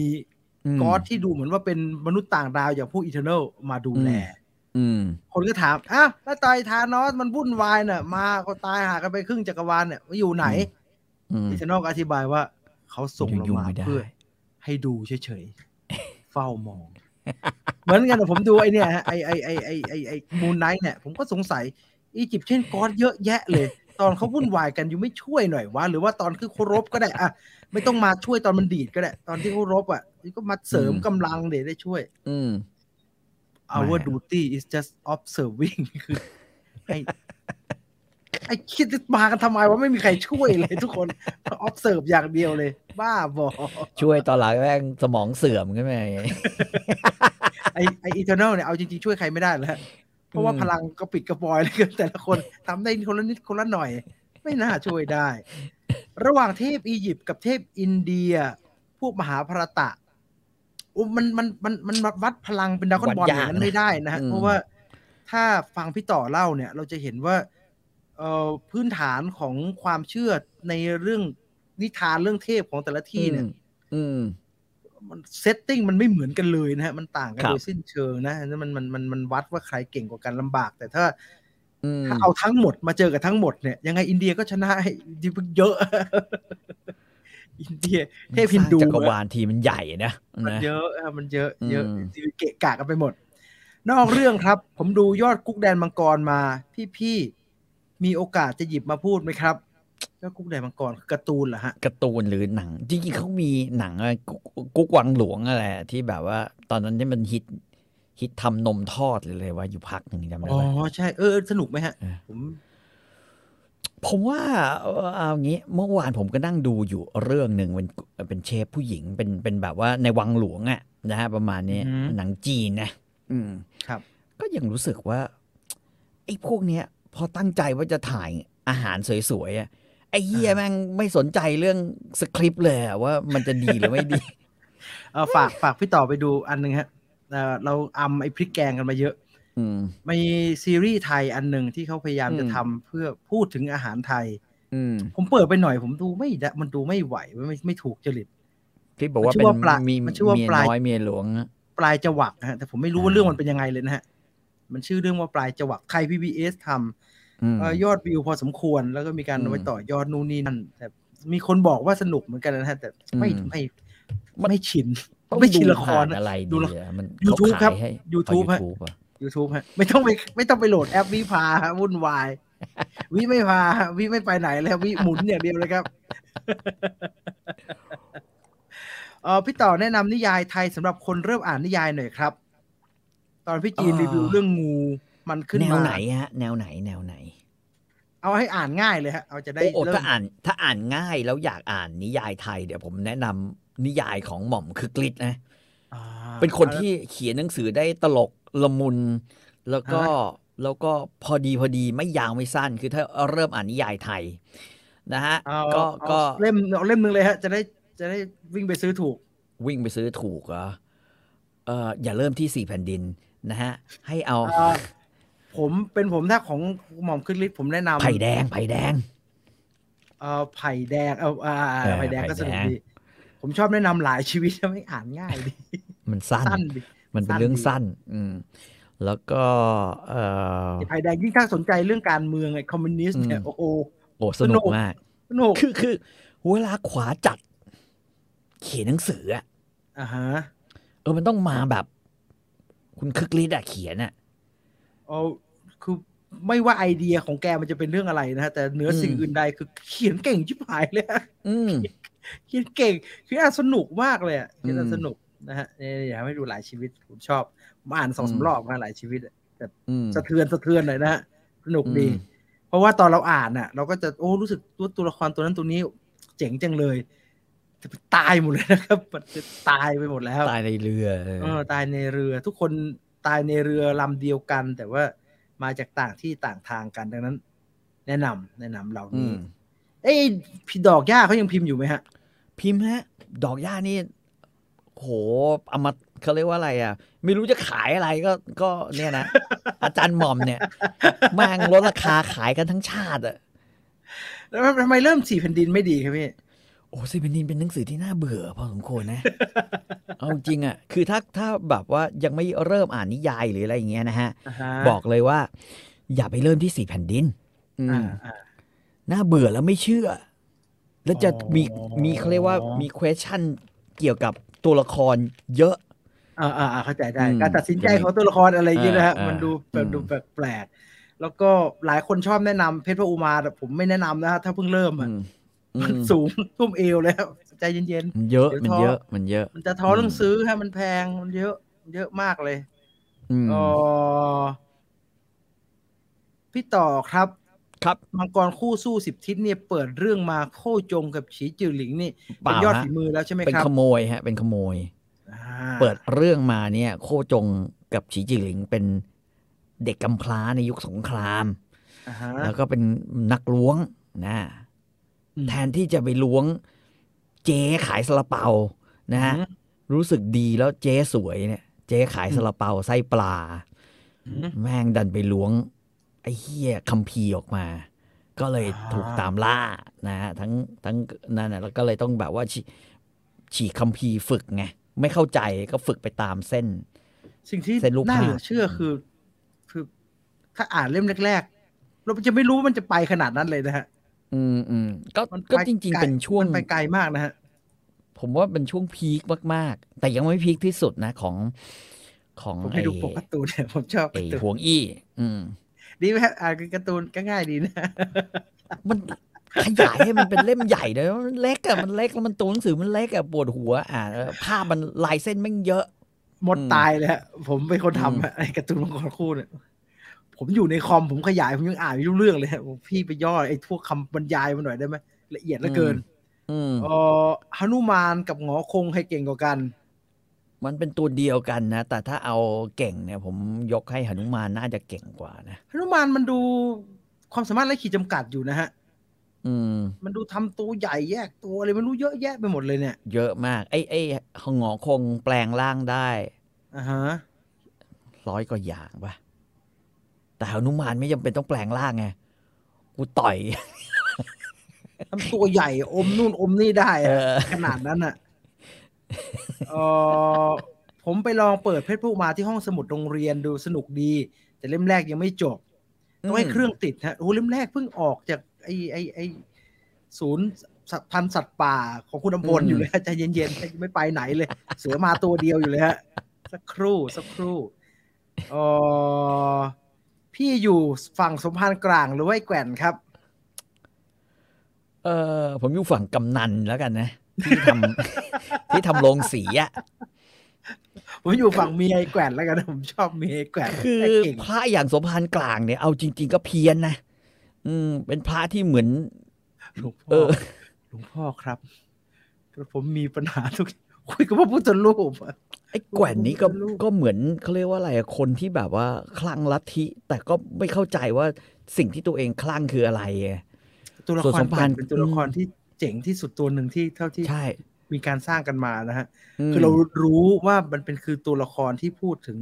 Speaker 2: ม
Speaker 1: กอสที่ดูเหมือนว่าเป็นมนุษย์ต่างดาวอย่างพวกอีเทอร์นลมาดูแล
Speaker 2: อืม
Speaker 1: คนก็ถาม อ้าวแล้วตายทานอสมันวุ่นวายน่ะ มาก็ตายหากันไปครึ่งจักรวาลเนี่ยว่าอยู่ไหน
Speaker 2: อืม
Speaker 1: อิชนอกอธิบายว่า เขาส่งเรา
Speaker 2: ยุ่ง
Speaker 1: มา
Speaker 2: ไม่ได้
Speaker 1: เพื่อ ให้ดูเฉยๆ เฝ้ามอง เหมือนกันนะผมดูไอเนี่ยฮะไอไอไอไอไอไอมูนไนท์เนี่ย ผมก็สงสัย อียิปต์เช่นกอสเยอะแยะเลย ตอนเขาวุ่นวายกันอยู่ไม่ช่วยหน่อยวะ หรือว่าตอนคือเคารพก็ได้อะไม่ต้องมาช่วยตอนมันดีดก็ได้ ตอนที่เคารพอ่ะก็มาเสริมกำลังเดี๋ยวได้ช่วย
Speaker 2: อืม
Speaker 1: our
Speaker 2: ไม่
Speaker 1: duty is just observing คือไอ้ไอ้คิดมากันทำไมว่าไม่มีใครช่วยเลยทุกคน observe อย่างเดียวเลย บ้าบอ
Speaker 2: ช่วยตอนหลังแม่งสมองเสื่อมขึ้นมาไง
Speaker 1: ไอ้ไอ้ eternal เนี่ยเอาจริงๆช่วยใครไม่ได้แล้วฮะเพราะว่า
Speaker 2: อืม
Speaker 1: พลังก็ปิดกระปอยเลยกันแต่ละคนทำได้คนละนิดคนละหน่อย ไม่น่าช่วยได้ ระหว่างเทพอียิปต์กับเทพอินเดีย พวกมหาภารตะโอ้มันมันมันมันวัดพลังเป็นดรากอนบอลอย่างนั้นไม่ได้นะฮะ
Speaker 2: อืม
Speaker 1: เพราะว่าถ้าฟังพี่ต่อเล่าเนี่ย เราจะเห็นว่าเอ่อพื้นฐานของความเชื่อในเรื่องนิทานเรื่องเทพของแต่ละที่เนี่ย
Speaker 2: อืม
Speaker 1: มันเซตติ้งมันไม่เหมือนกันเลยนะฮะ มันต่างกัน
Speaker 2: ครับ
Speaker 1: โดยสิ้นเชิงนะนั่นมันมันมันมันวัดว่าใครเก่งกว่ากันลำบาก แต่ถ้า
Speaker 2: อืม
Speaker 1: ถ้าเอาทั้งหมดมาเจอกับทั้งหมดเนี่ย ยังไงอินเดียก็ชนะไอ้ดิบเยอะ อินเดีย เทพฮินดู
Speaker 2: สร้างจักร
Speaker 1: อะ
Speaker 2: วาลทีมันใหญ่นะ
Speaker 1: มัน
Speaker 2: นะ
Speaker 1: เยอะครับมันเยอะเยอะ
Speaker 2: อืม
Speaker 1: จีเกะกะกันไปหมด นอกเรื่องครับ ผมดูยอดกุ๊กแดนมังกรมา พี่ๆมีโอกาสจะหยิบมาพูดไหมครับยอดกุ๊กแดนมังกรคือการ์ตูนเหรอฮะ
Speaker 2: การ์ตูนหรือหนัง จริงๆเขามีหนังอะไรกุ๊กกุ๊กวังหลวงอะไรอะที่แบบว่า ตอนนั้นที่มันฮิตฮิตทำนมทอดหรืออะไรวะอยู่พักหนึ่งจำได้
Speaker 1: อ๋อ
Speaker 2: ไหม
Speaker 1: ใช่เออสนุกไหมฮะ
Speaker 2: เออ
Speaker 1: ผม
Speaker 2: ผมว่าเอ่อเอางี้เมื่อวานผมก็นั่งดูอยู่เรื่องหนึ่งเป็นเป็นเชฟผู้หญิงเป็นเป็นแบบว่าในวังหลวงอะนะฮะประมาณนี้
Speaker 1: อือหือ
Speaker 2: หนังจีนนะอืม
Speaker 1: ครับ
Speaker 2: ก็ยังรู้สึกว่าไอ้พวกเนี้ย พอตั้งใจว่าจะถ่ายอาหารสวยๆอะไอ้เฮีย
Speaker 1: อ่า
Speaker 2: แม่งไม่สนใจเรื่องสคริปต์เลยอะว่ามันจะดีหรือไม่ดี
Speaker 1: เออฝากฝากพี่ต่อไปดูอันหนึ่งฮะเอ่อเราอำไอ้พริกแกงกันมาเยอะ
Speaker 2: อืม
Speaker 1: มีซีรีส์ไทยอันหนึ่งที่เขาพยายาม
Speaker 2: อืม
Speaker 1: จะทำเพื่อพูดถึงอาหารไทย
Speaker 2: อืม
Speaker 1: ผมเปิดไปหน่อย ผมดูไม่ได้มันดูไม่ไหวไม่ไม่ไม่ถูกจริต
Speaker 2: พี่บอกว่า
Speaker 1: มันชื่
Speaker 2: เป็
Speaker 1: อน ว่าปลา
Speaker 2: มี
Speaker 1: มันชื่อว่า
Speaker 2: เมีย
Speaker 1: ปลาย
Speaker 2: น้อยเมียหลวงอะ
Speaker 1: ปลายจวักนะฮะแต่ผมไม่รู้ว่า
Speaker 2: อ่า
Speaker 1: เรื่องมันเป็นยังไงเลยนะฮะ มันชื่อเรื่องว่าปลายจวักใครพีบีเอสทำ
Speaker 2: ม
Speaker 1: เอ่อยอดวิวพอสมควรแล้วก็มีการ
Speaker 2: อืม
Speaker 1: เอาไปต่อยอดนู่นนี่นั่นแต่มีคนบอกว่าสนุกเหมือนกันนะฮะแต่ไม่
Speaker 2: อืม
Speaker 1: ไม่ไม่ชิน
Speaker 2: ต้อง
Speaker 1: ไม่ชิน
Speaker 2: ดู
Speaker 1: ละคร
Speaker 2: ผ่าน
Speaker 1: นะ
Speaker 2: อะไร
Speaker 1: ดู
Speaker 2: ดี
Speaker 1: ละ
Speaker 2: อะมัน
Speaker 1: YouTube ค
Speaker 2: เขา
Speaker 1: รับ
Speaker 2: ขายให้
Speaker 1: YouTube ฮะ
Speaker 2: YouTube อะ
Speaker 1: YouTube ฮะไม่ต้องไปไม่ต้องไปโหลดแอปวิพาฮะวุ่นวาย วิไม่พาฮะวิไม่ไปไหนแล้ววิหมุนอย่างเดียวเลยครับ เออพี่ต่อแนะนำนิยายไทยสำหรับคนเริ่มอ่านนิยายหน่อยครับ ตอนพี่จีน
Speaker 2: อ่า
Speaker 1: รีวิวเรื่องงูมันขึ้น
Speaker 2: แนว
Speaker 1: มา
Speaker 2: ไหนฮะ แนวไหนแนวไหน
Speaker 1: เอาให้อ่านง่ายเลยฮะเอาจะได้
Speaker 2: โอ้โอ้
Speaker 1: เริ่
Speaker 2: ถ้าม อ่านถ้าอ่านง่ายแล้วอยากอ่านนิยายไทยเดี๋ยวผมแนะนำนิยายของหม่อมคือกฤษนะ
Speaker 1: อ่า
Speaker 2: เป็นคนที่เขียนหนังสือได้ตลกละมุน แล้วก็แล้วก็พอดีพอดีไม่ยาวไม่สั้น คือถ้าเริ่มอ่านนิยายไทยนะฮะ
Speaker 1: เอา
Speaker 2: ก็
Speaker 1: เอา
Speaker 2: ก็
Speaker 1: เล่มเอาเล่มหนึ่งเลยฮะ จะได้จะได้วิ่งไปซื้อถูก
Speaker 2: วิ่งไปซื้อถูกเหรอเอออย่าเริ่มที่สี่แผ่นดินนะฮะ ให้เอา
Speaker 1: เอ่อผมเป็นผมถ้าของหม่อมขึ้นลิสต์ผมแนะนำ
Speaker 2: ไผ่แดงไผ่แดง
Speaker 1: เอ่อไผ่แดงเอาอ่า
Speaker 2: เออ
Speaker 1: ไผ่แดงก็
Speaker 2: ไผ่
Speaker 1: สนุก
Speaker 2: แดง
Speaker 1: ดี ผมชอบแนะนำหลายชีวิต ทำให้อ่านง่าย ดี
Speaker 2: มันสั้น
Speaker 1: สั้นดี
Speaker 2: มันเป็น
Speaker 1: สั้น
Speaker 2: เรื่อง
Speaker 1: ดี
Speaker 2: สั้น อืม แล้วก็เออ
Speaker 1: ไผ่แดงยิ่งถ้าสนใจเรื่องการเมืองไอ้คอมมิวนิสต์เนี่ย
Speaker 2: อืม
Speaker 1: โอ้โห
Speaker 2: โอ้ส
Speaker 1: สนุ
Speaker 2: นุก
Speaker 1: ก
Speaker 2: มาก
Speaker 1: สนุก
Speaker 2: คือคือเวลาขวาจัด เขียนหนังสืออะ
Speaker 1: อ่าฮะ
Speaker 2: เออ มันต้องมาแบบ คุณคึกฤทธิ์อะเขียนอะ
Speaker 1: เอาคือไม่ว่าไอเดียของแกมันจะเป็นเรื่องอะไรนะฮะแต่เหนืออ
Speaker 2: ม
Speaker 1: สิ่งอื่นใดคือเขียนเก่งชิบหาย เลยฮะ
Speaker 2: อืม
Speaker 1: เขียนเก่งคืออ่านสนุกมากเลยอ่ะเขียนอ่าน
Speaker 2: อืม
Speaker 1: สนุกนะฮะเนี่ยอยากให้ดูหลายชีวิตผมชอบผมอ่านสองสาม
Speaker 2: อืม
Speaker 1: รอบมาหลายชีวิตอะ
Speaker 2: อืม
Speaker 1: สะเทือนสะเทือนเลยนะฮะสนุกดี
Speaker 2: อืม
Speaker 1: เพราะว่าตอนเราอ่านน่ะ เราก็จะโอ้รู้สึกตัวตัวละครตัวนั้นตัวนี้ เจ๋งจังเลยแต่มันตายหมดเลยนะครับมันจะตายไปหมดแล้ว
Speaker 2: ตายในเรือเออ
Speaker 1: เออตายในเรือ ทุกคนตายในเรือลำเดียวกัน แต่ว่ามาจากต่างที่ต่างทางกันดังนั้น แนะนำแนะนำเหล่า
Speaker 2: อื
Speaker 1: นี้
Speaker 2: ม
Speaker 1: เอ้ยพี่ดอกย่าเขายังพิมพ์อยู่ไหมฮะ
Speaker 2: พิมพ์ฮะ ดอกหญ้านี่ โหเอามาเขาเรียกว่าอะไรอ่ะ ไม่รู้จะขายอะไรก็ ก็เนี่ยนะ อาจารย์หม่อมเนี่ยแม่งลดราคาขายกันทั้งชาติอะ
Speaker 1: แล้วทำไมเริ่มสี่แผ่นดินไม่ดีครับพี่
Speaker 2: โอ้ซีเปนดินเป็นหนังสือที่น่าเบื่อพอสมควรนะ เอาจริงอะคือถ้าถ้าแบบว่ายังไม่เริ่มอ่านนิยายหรืออะไรอย่างเงี้ยนะฮะ บอกเลยว่า อย่าไปเริ่มที่สี่แผ่นดิน อืม
Speaker 1: อ่าอ่า
Speaker 2: น่าเบื่อแล้วไม่เชื่อ แล้วจะมี
Speaker 1: อ๋อ
Speaker 2: มีเขาเรียกว่ามี question เกี่ยวกับตัวละครเยอะ
Speaker 1: อ่าอ่าอ่าเข้าใจได้
Speaker 2: อืม
Speaker 1: การตัดสินใจของตัวละครอะไรอย่างเงี้ยนะฮะ
Speaker 2: อ่าอ่ามั
Speaker 1: มันดูแบบ
Speaker 2: อืม
Speaker 1: ดูแปลกๆแล้วก็หลายคนชอบแนะนำเพชรพระอุมาแต่ผมไม่แนะนำนะฮะถ้าเพิ่งเริ่ม
Speaker 2: อื
Speaker 1: อะ
Speaker 2: มอื
Speaker 1: มัน
Speaker 2: ม
Speaker 1: สูงท่วมเอวเลยครับใจเย็น
Speaker 2: มันเยอะ
Speaker 1: เดี๋
Speaker 2: มัน
Speaker 1: ยว
Speaker 2: เย
Speaker 1: ท้อ
Speaker 2: อะ มันเยอะ
Speaker 1: ๆ มันจะท้อเรื่องซื้อฮะมันแพงมันเยอะมันเยอะมากเลย
Speaker 2: อืม
Speaker 1: เอ๋อพี่ต่อครับ
Speaker 2: ครับ
Speaker 1: มังกรคู่สู้สิบทิศเนี่ยเปิดเรื่องมาโคจงกับฉีจือหลิงนี่
Speaker 2: เป
Speaker 1: เป็น
Speaker 2: ล่าย
Speaker 1: อด
Speaker 2: ฮะ
Speaker 1: ฝีมือแล้วใช่ไหม
Speaker 2: เป็น
Speaker 1: ครับ
Speaker 2: ขโมยฮะ เป็นขโมย
Speaker 1: อ่า
Speaker 2: เปิดเรื่องมาเนี่ย โคจงกับฉีจิหลิงเป็นเด็กกำพร้าในยุคสงคราม
Speaker 1: อ่าฮะ
Speaker 2: แล้วก็เป็นนักล้วงนะ
Speaker 1: อืม
Speaker 2: แทนที่จะไปล้วงเจ๊ขายซาลาเปานะฮะ
Speaker 1: อืม
Speaker 2: รู้สึกดีแล้วเจ๊สวยเนี่ย เจ๊ขายซาลาเปาไส้ปลา
Speaker 1: อืม
Speaker 2: แม่งดันไปล้วง ไอ้เฮียคัมภีร์ออกมา ก็เลย
Speaker 1: อ่า
Speaker 2: ถูกตามล่านะฮะทั้งทั้งนั่นนะแล้วก็เลยต้องแบบว่าฉีฉีกคัมภีร์ฝึกไงไม่เข้าใจก็ฝึกไปตามเส้น
Speaker 1: สิ่งที่
Speaker 2: เส้นรูป
Speaker 1: น่า
Speaker 2: ภาพ
Speaker 1: เหลือเชื่อคือ คือ ถ้าอ่านเล่มแรกๆ เราจะไม่รู้ว่ามันจะไปขนาดนั้นเลยนะฮะ
Speaker 2: อืมอืมก็
Speaker 1: มัน
Speaker 2: ก็
Speaker 1: ไป
Speaker 2: จริง
Speaker 1: ไกล
Speaker 2: ๆ เป็นช่วง
Speaker 1: มันไปไกลมากนะฮะ
Speaker 2: ผมว่าเป็นช่วงพีคมาก ๆ แต่ยังไม่พีคที่สุดนะของของ
Speaker 1: ผมไป
Speaker 2: ไอ้
Speaker 1: ดูปกการ์ตูนเนี่ยผมชอบ
Speaker 2: ไอ้
Speaker 1: การ์ตูน
Speaker 2: หวงอี้ อืม
Speaker 1: ดีไหมฮะอ่านการ์ตูนก็ง่ายดีนะ
Speaker 2: มันขยายให้มันเป็นเล่มใหญ่เลยมันเล็กอะมันเล็กแล้วมันตัวหนังสือมันเล็กอะปวดหัว อ่านแล้วภาพมันลายเส้นแม่งเยอะ
Speaker 1: หมด
Speaker 2: อืม
Speaker 1: ตายเลยฮะ ผมเป็นคนทำฮะไอ้การ์ตูนมังกรคู่เนี่ย ผมอยู่ในคอมผมขยายผมยังอ่านไม่รู้เรื่องเลยฮะผมพี่ไปย่อไอ้พวกคำบรรยายมาหน่อยได้ไหมละเอียดเหลือเกิน
Speaker 2: ม อืม
Speaker 1: เออฮนุมานกับหงอคงใครเก่งกว่ากัน
Speaker 2: มันเป็นตัวเดียวกันนะ แต่ถ้าเอาเก่งเนี่ย ผมยกให้หนุมานน่าจะเก่งกว่านะ
Speaker 1: ฮนุมานมันดูความสามารถไร้ขีดจำกัดอยู่นะฮะ
Speaker 2: อืม
Speaker 1: มันดูทำตัวใหญ่แยกตัวอะไรไม่รู้เยอะแยะไปหมดเลยเนี่ย
Speaker 2: เยอะมากไอ้ไอ้หงอคงแปลงร่างได้
Speaker 1: อ่า ฮะ
Speaker 2: ร้อยกว่าอย่างปะแต่หนุมานไม่จำเป็นต้องแปลงร่างไงกูต่อย
Speaker 1: ทำตัวใหญ่อมนู่นอมนี่ได้
Speaker 2: เอ
Speaker 1: อะ
Speaker 2: อ
Speaker 1: ขนาดนั้นอ่ะเออ ผมไปลองเปิดเพจพวกมาที่ห้องสมุดโรงเรียนดูสนุกดี แต่เล่มแรกยังไม่จบ ต้องให้เครื่องติดฮะโอ้โหเล่มแรกเพิ่งออกจากไอ้ไอ้ไอ้ศูนย์สัตว์พันธุ์สัตว์ป่าของคุณอำพล
Speaker 2: อืม
Speaker 1: อยู่เลยฮะใจเย็นๆไม่ไปไหนเลย เสือมาตัวเดียวอยู่เลยฮะสักครู่สักครู่เออพี่อยู่ฝั่งสมภารกลางหรือว่าไอ้แก่นครับ
Speaker 2: เออผมอยู่ฝั่งกำนันแล้วกันนะ ที่ทำ ที่ทำโรงสีอะ
Speaker 1: ผมอยู่ฝั่งเมียไอ้แก่นแล้วกันผมชอบเมียไอ้แก่น
Speaker 2: คือ
Speaker 1: ไอ้เก่ง
Speaker 2: พระอย่างสมภารกลางเนี่ยเอาจริง ๆ ก็เพี้ยนนะอืม เป็นพระที่เหมือน
Speaker 1: หลวง
Speaker 2: เอ
Speaker 1: พ่อ
Speaker 2: อ
Speaker 1: หลวงพ่อครับกระผมมีปัญหาทุกคุยกับพระพุทธรูปอะ
Speaker 2: ไอ้แกว่นนี้ก็
Speaker 1: โอ้โหลูก
Speaker 2: ก็เหมือนเขาเรียกว่าอะไรอะคนที่แบบว่าคลั่งลัทธิ แต่ก็ไม่เข้าใจว่าสิ่งที่ตัวเองคลั่งคืออะไรอะ
Speaker 1: ตัวละ
Speaker 2: ส่ว
Speaker 1: คน ร
Speaker 2: สมพันธ์
Speaker 1: เป็นตัวละครที่เจ๋งที่สุดตัวหนึ่งที่เท่าที่
Speaker 2: ใช่
Speaker 1: มีการสร้างกันมานะฮะ
Speaker 2: ม
Speaker 1: คือเรารู้ว่ามันเป็นคือตัวละครที่พูดถึง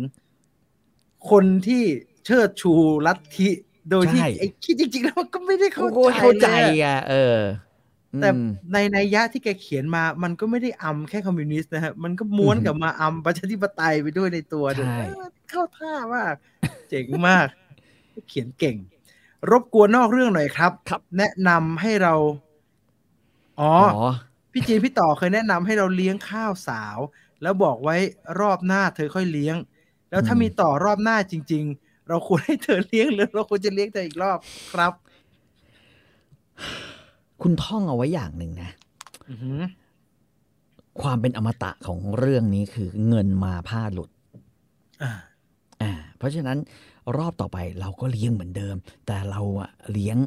Speaker 1: คนที่เชิดชูลัทธิ โดยที่ไอ้ คิดจริง ๆ แล้วมันก็ไม่ได้เข้า
Speaker 2: โอ้ย
Speaker 1: ใจ
Speaker 2: เข้าใจ
Speaker 1: เลยอะ
Speaker 2: อ่ะเอออืม
Speaker 1: แต่ในในยยะที่แกเขียนมา มันก็ไม่ได้อำแค่คอมมิวนิสต์นะฮะมันก็ม้วนกลับมาอำประชาธิปไตยไปด้วยในตัวด้วย
Speaker 2: ใช่
Speaker 1: เออเข้าท่ามาก เจ๋งมาก เขียนเก่ง รบกวนนอกเรื่องหน่อยครับ แนะนำให้เรา อ๋อ
Speaker 2: อ๋อ
Speaker 1: พี่จีนพี่ต่อเคยแนะนำให้เราเลี้ยงข้าวสาว แล้วบอกไว้รอบหน้าเธอค่อยเลี้ยง แล้วถ้า
Speaker 2: อืม
Speaker 1: มีต่อรอบหน้าจริง ๆ เราควรให้เธอเลี้ยงหรือเราควรจะเลี้ยงเธออีกรอบครับ
Speaker 2: คุณท่องเอาไว้อย่างหนึ่งนะ ความเป็นอมตะของเรื่องนี้คือเงินมาผ้าหลุด
Speaker 1: อ่า
Speaker 2: อ่า เพราะฉะนั้นรอบต่อไปเราก็เลี้ยงเหมือนเดิม แต่เราอะเลี้ยง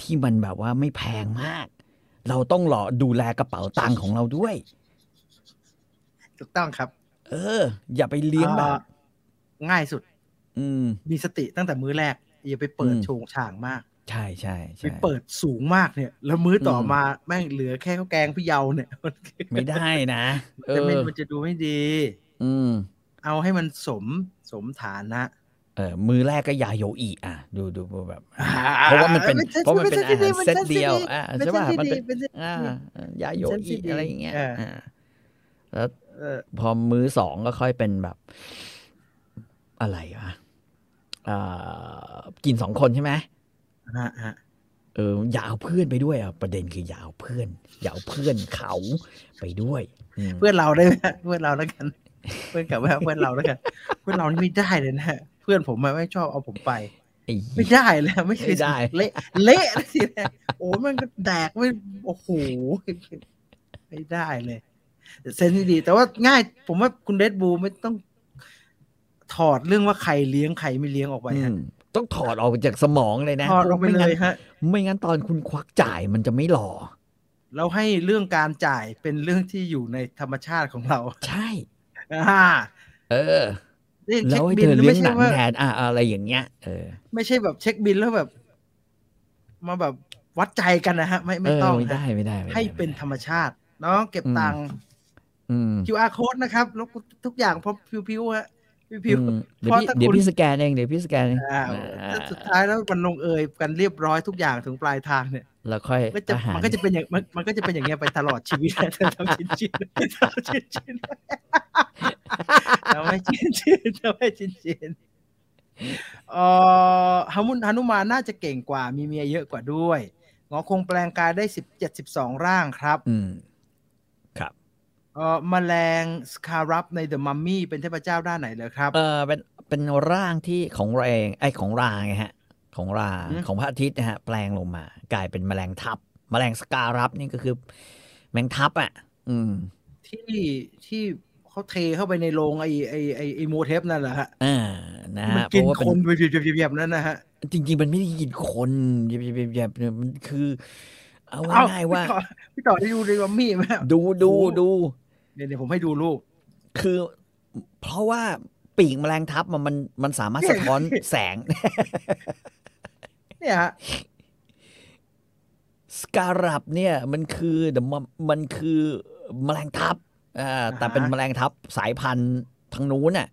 Speaker 2: ที่มันแบบว่าไม่แพงมาก เราต้องหล่อดูแลกระเป๋าตังค์ของเราด้วย
Speaker 1: ถูกต้องครับ
Speaker 2: เออ อย่าไปเลี้ยงแบบ
Speaker 1: อ่าง่ายสุด
Speaker 2: อืม
Speaker 1: มีสติตั้งแต่มื้อแรก อย่าไปเปิด
Speaker 2: อืม
Speaker 1: โชงฉางมาก
Speaker 2: ใช่ใช่
Speaker 1: ไป
Speaker 2: ใช่
Speaker 1: เปิดสูงมากเนี่ย แล้วมื้อต่ออ
Speaker 2: ม
Speaker 1: มาแม่งเหลือแค่ข้าวแกงพี่เยาเนี่ย มัน
Speaker 2: ไม่ได้นะเอ
Speaker 1: จะ
Speaker 2: อ
Speaker 1: ไม่มันจะดูไม่ดี
Speaker 2: อืม
Speaker 1: เอาให้มันสมสมฐานะ
Speaker 2: เออมือแรกก็ยาโยอีอ่ะ ดูดูดูแบบ เพราะว่ามันเป็นเพราะมันเป็นอาหารเซตเดียวอ่ะใช่ป่ะมันเป็น อ่ายาโย
Speaker 1: ฉันสิ
Speaker 2: อี
Speaker 1: ดี
Speaker 2: อะไรอย่างเงี้ย
Speaker 1: เอออ่
Speaker 2: าแล้ว
Speaker 1: เออ
Speaker 2: พอมื้อสองก็ค่อยเป็นแบบ อะไรวะอ่ากินสองคนใช่ไหม
Speaker 1: ฮะฮะ
Speaker 2: เอออย่าเอาเพื่อนไปด้วยอ่ะประเด็นคืออย่าเอาเพื่อนอย่าเอาเพื่อนเขาไปด้วยอืม
Speaker 1: เพื่อนเราได้ไหมเพื่อนเราแล้วกัน เพื่อนกลับมาเพื่อนเราแล้วกัน เพื่อนเรานี่ไม่ได้เลยนะฮะเพื่อนผมอะไม่ชอบเอาผมไป
Speaker 2: ไอ้
Speaker 1: ไม่ได้เลยไม่เคย
Speaker 2: ไม่ได้
Speaker 1: เละเละเลยสิเนี่ยโอ้มันก็แดกไม่โอ้โหไม่ได้เลยแต่เซนส์ดีแต่ว่าง่าย ผมว่าคุณเดดบูไม่ต้อง ถอดเรื่องว่าใครเลี้ยงใครไม่เลี้ยงออกไป
Speaker 2: อื
Speaker 1: ฮะ
Speaker 2: มต้องถอดออกจากสมองเลยนะ
Speaker 1: ถอดออกไปเลยฮะ
Speaker 2: ไม่งั้นตอนคุณควักจ่ายมันจะไม่หล่อ
Speaker 1: เราให้เรื่องการจ่ายเป็นเรื่องที่อยู่ในธรรมชาติของเรา
Speaker 2: ใช่
Speaker 1: อ่า
Speaker 2: เออ
Speaker 1: เรื่อง
Speaker 2: แล้
Speaker 1: เช็
Speaker 2: ว
Speaker 1: ค
Speaker 2: ให้
Speaker 1: บิ
Speaker 2: เธ
Speaker 1: น
Speaker 2: อ
Speaker 1: แล้ว
Speaker 2: เลี้ย
Speaker 1: ไม่
Speaker 2: งห
Speaker 1: ใช่
Speaker 2: นัง
Speaker 1: ว่า
Speaker 2: แทนอ่ะอะไรอย่างเงี้ยเออ
Speaker 1: ไม่ใช่แบบเช็คบินแล้วแบบ มาแบบวัดใจกันนะฮะ ไม่ไม่
Speaker 2: เ
Speaker 1: ต้อง
Speaker 2: ไม่ได้
Speaker 1: ฮะ
Speaker 2: ไม่ได้ไม่ได้
Speaker 1: ให้เป็น
Speaker 2: ไม่ได้
Speaker 1: ธรรมชาติ น้องเก็บตังค์
Speaker 2: อืม
Speaker 1: QR code นะครับแล้วทุกอย่างพร้อมพิวๆฮะพิว
Speaker 2: อืม
Speaker 1: ๆ
Speaker 2: เดี๋ยว
Speaker 1: พราะ
Speaker 2: พี่
Speaker 1: ถ้า
Speaker 2: เดี๋ยว
Speaker 1: คุณ
Speaker 2: พี่สแกนเองเดี๋ยวพี่สแกนเอง
Speaker 1: อ่า
Speaker 2: อ่า
Speaker 1: สุดท้ายแล้วมันลงเอยกันเรียบร้อยทุกอย่างถึงปลายทางเนี่ย
Speaker 2: แล้วค่อย
Speaker 1: ก็จะ
Speaker 2: อาหาร
Speaker 1: มันก็จะเป็นอย่างมันมันก็จะเป็นอย่างเงี้ยไปตลอดชีวิต นะทำชิ้นชิ้นทำชิ้นชิ้น ทำให้ชิ้นชิ้ นทำให้ชิ้นชิ้นเอ่อฮามุนฮานุมานน่าจะเก่งกว่ามีเมียเยอะกว่าด้วยงอคงแปลงกายได้สิบเจ็ดสิบสองร่างครับ
Speaker 2: อืม
Speaker 1: เอ่อแมลงสคารับในเดอะมัมมี่เป็นเทพเจ้าด้านไหนเลยครับ
Speaker 2: เออเป็นเป็นร่างที่ของเราเองไอ้ยของราไงฮะ ของรา
Speaker 1: อืม
Speaker 2: ของพระอาทิตย์นะฮะ แปลงลงมา กลายเป็นแมลงทับ แมลงสการัปนี่ก็คือ แมงทับอ่ะ อืม
Speaker 1: ที่ที่เขาเทเข้าไปในโรงไอไอไอไอโมเทปนั่นแหละฮะ
Speaker 2: อ่านะ
Speaker 1: มัน
Speaker 2: ฮะเพ
Speaker 1: กิน
Speaker 2: ราะว่า
Speaker 1: ค
Speaker 2: เป็น
Speaker 1: นไปเยียบๆๆๆนั่นนะฮะ
Speaker 2: จริง ๆ มันไม่ได้กินคนเย็บเย็บเย็บเนี่ยมันคือ เอา
Speaker 1: เอ้า
Speaker 2: ง่ายๆว่า
Speaker 1: พี่ต่อพี่ต่อได้ดูเรองมี่ไหมฮะ
Speaker 2: ดูดู
Speaker 1: โอ้โห
Speaker 2: ดู
Speaker 1: เดี๋ยวเดี๋ยวผมให้ดูรูป
Speaker 2: คือเพราะว่าปีกแมลงทับมันมันมันสามารถสะท้อนแสง
Speaker 1: เนี่ยฮะ
Speaker 2: สการัปเนี่ยมันคือ the mum- มันคือแมลงทับอ่าแต่
Speaker 1: อ่าฮะ
Speaker 2: เป็นแมลงทับสายพันธุ์ทางนู้นน่ะ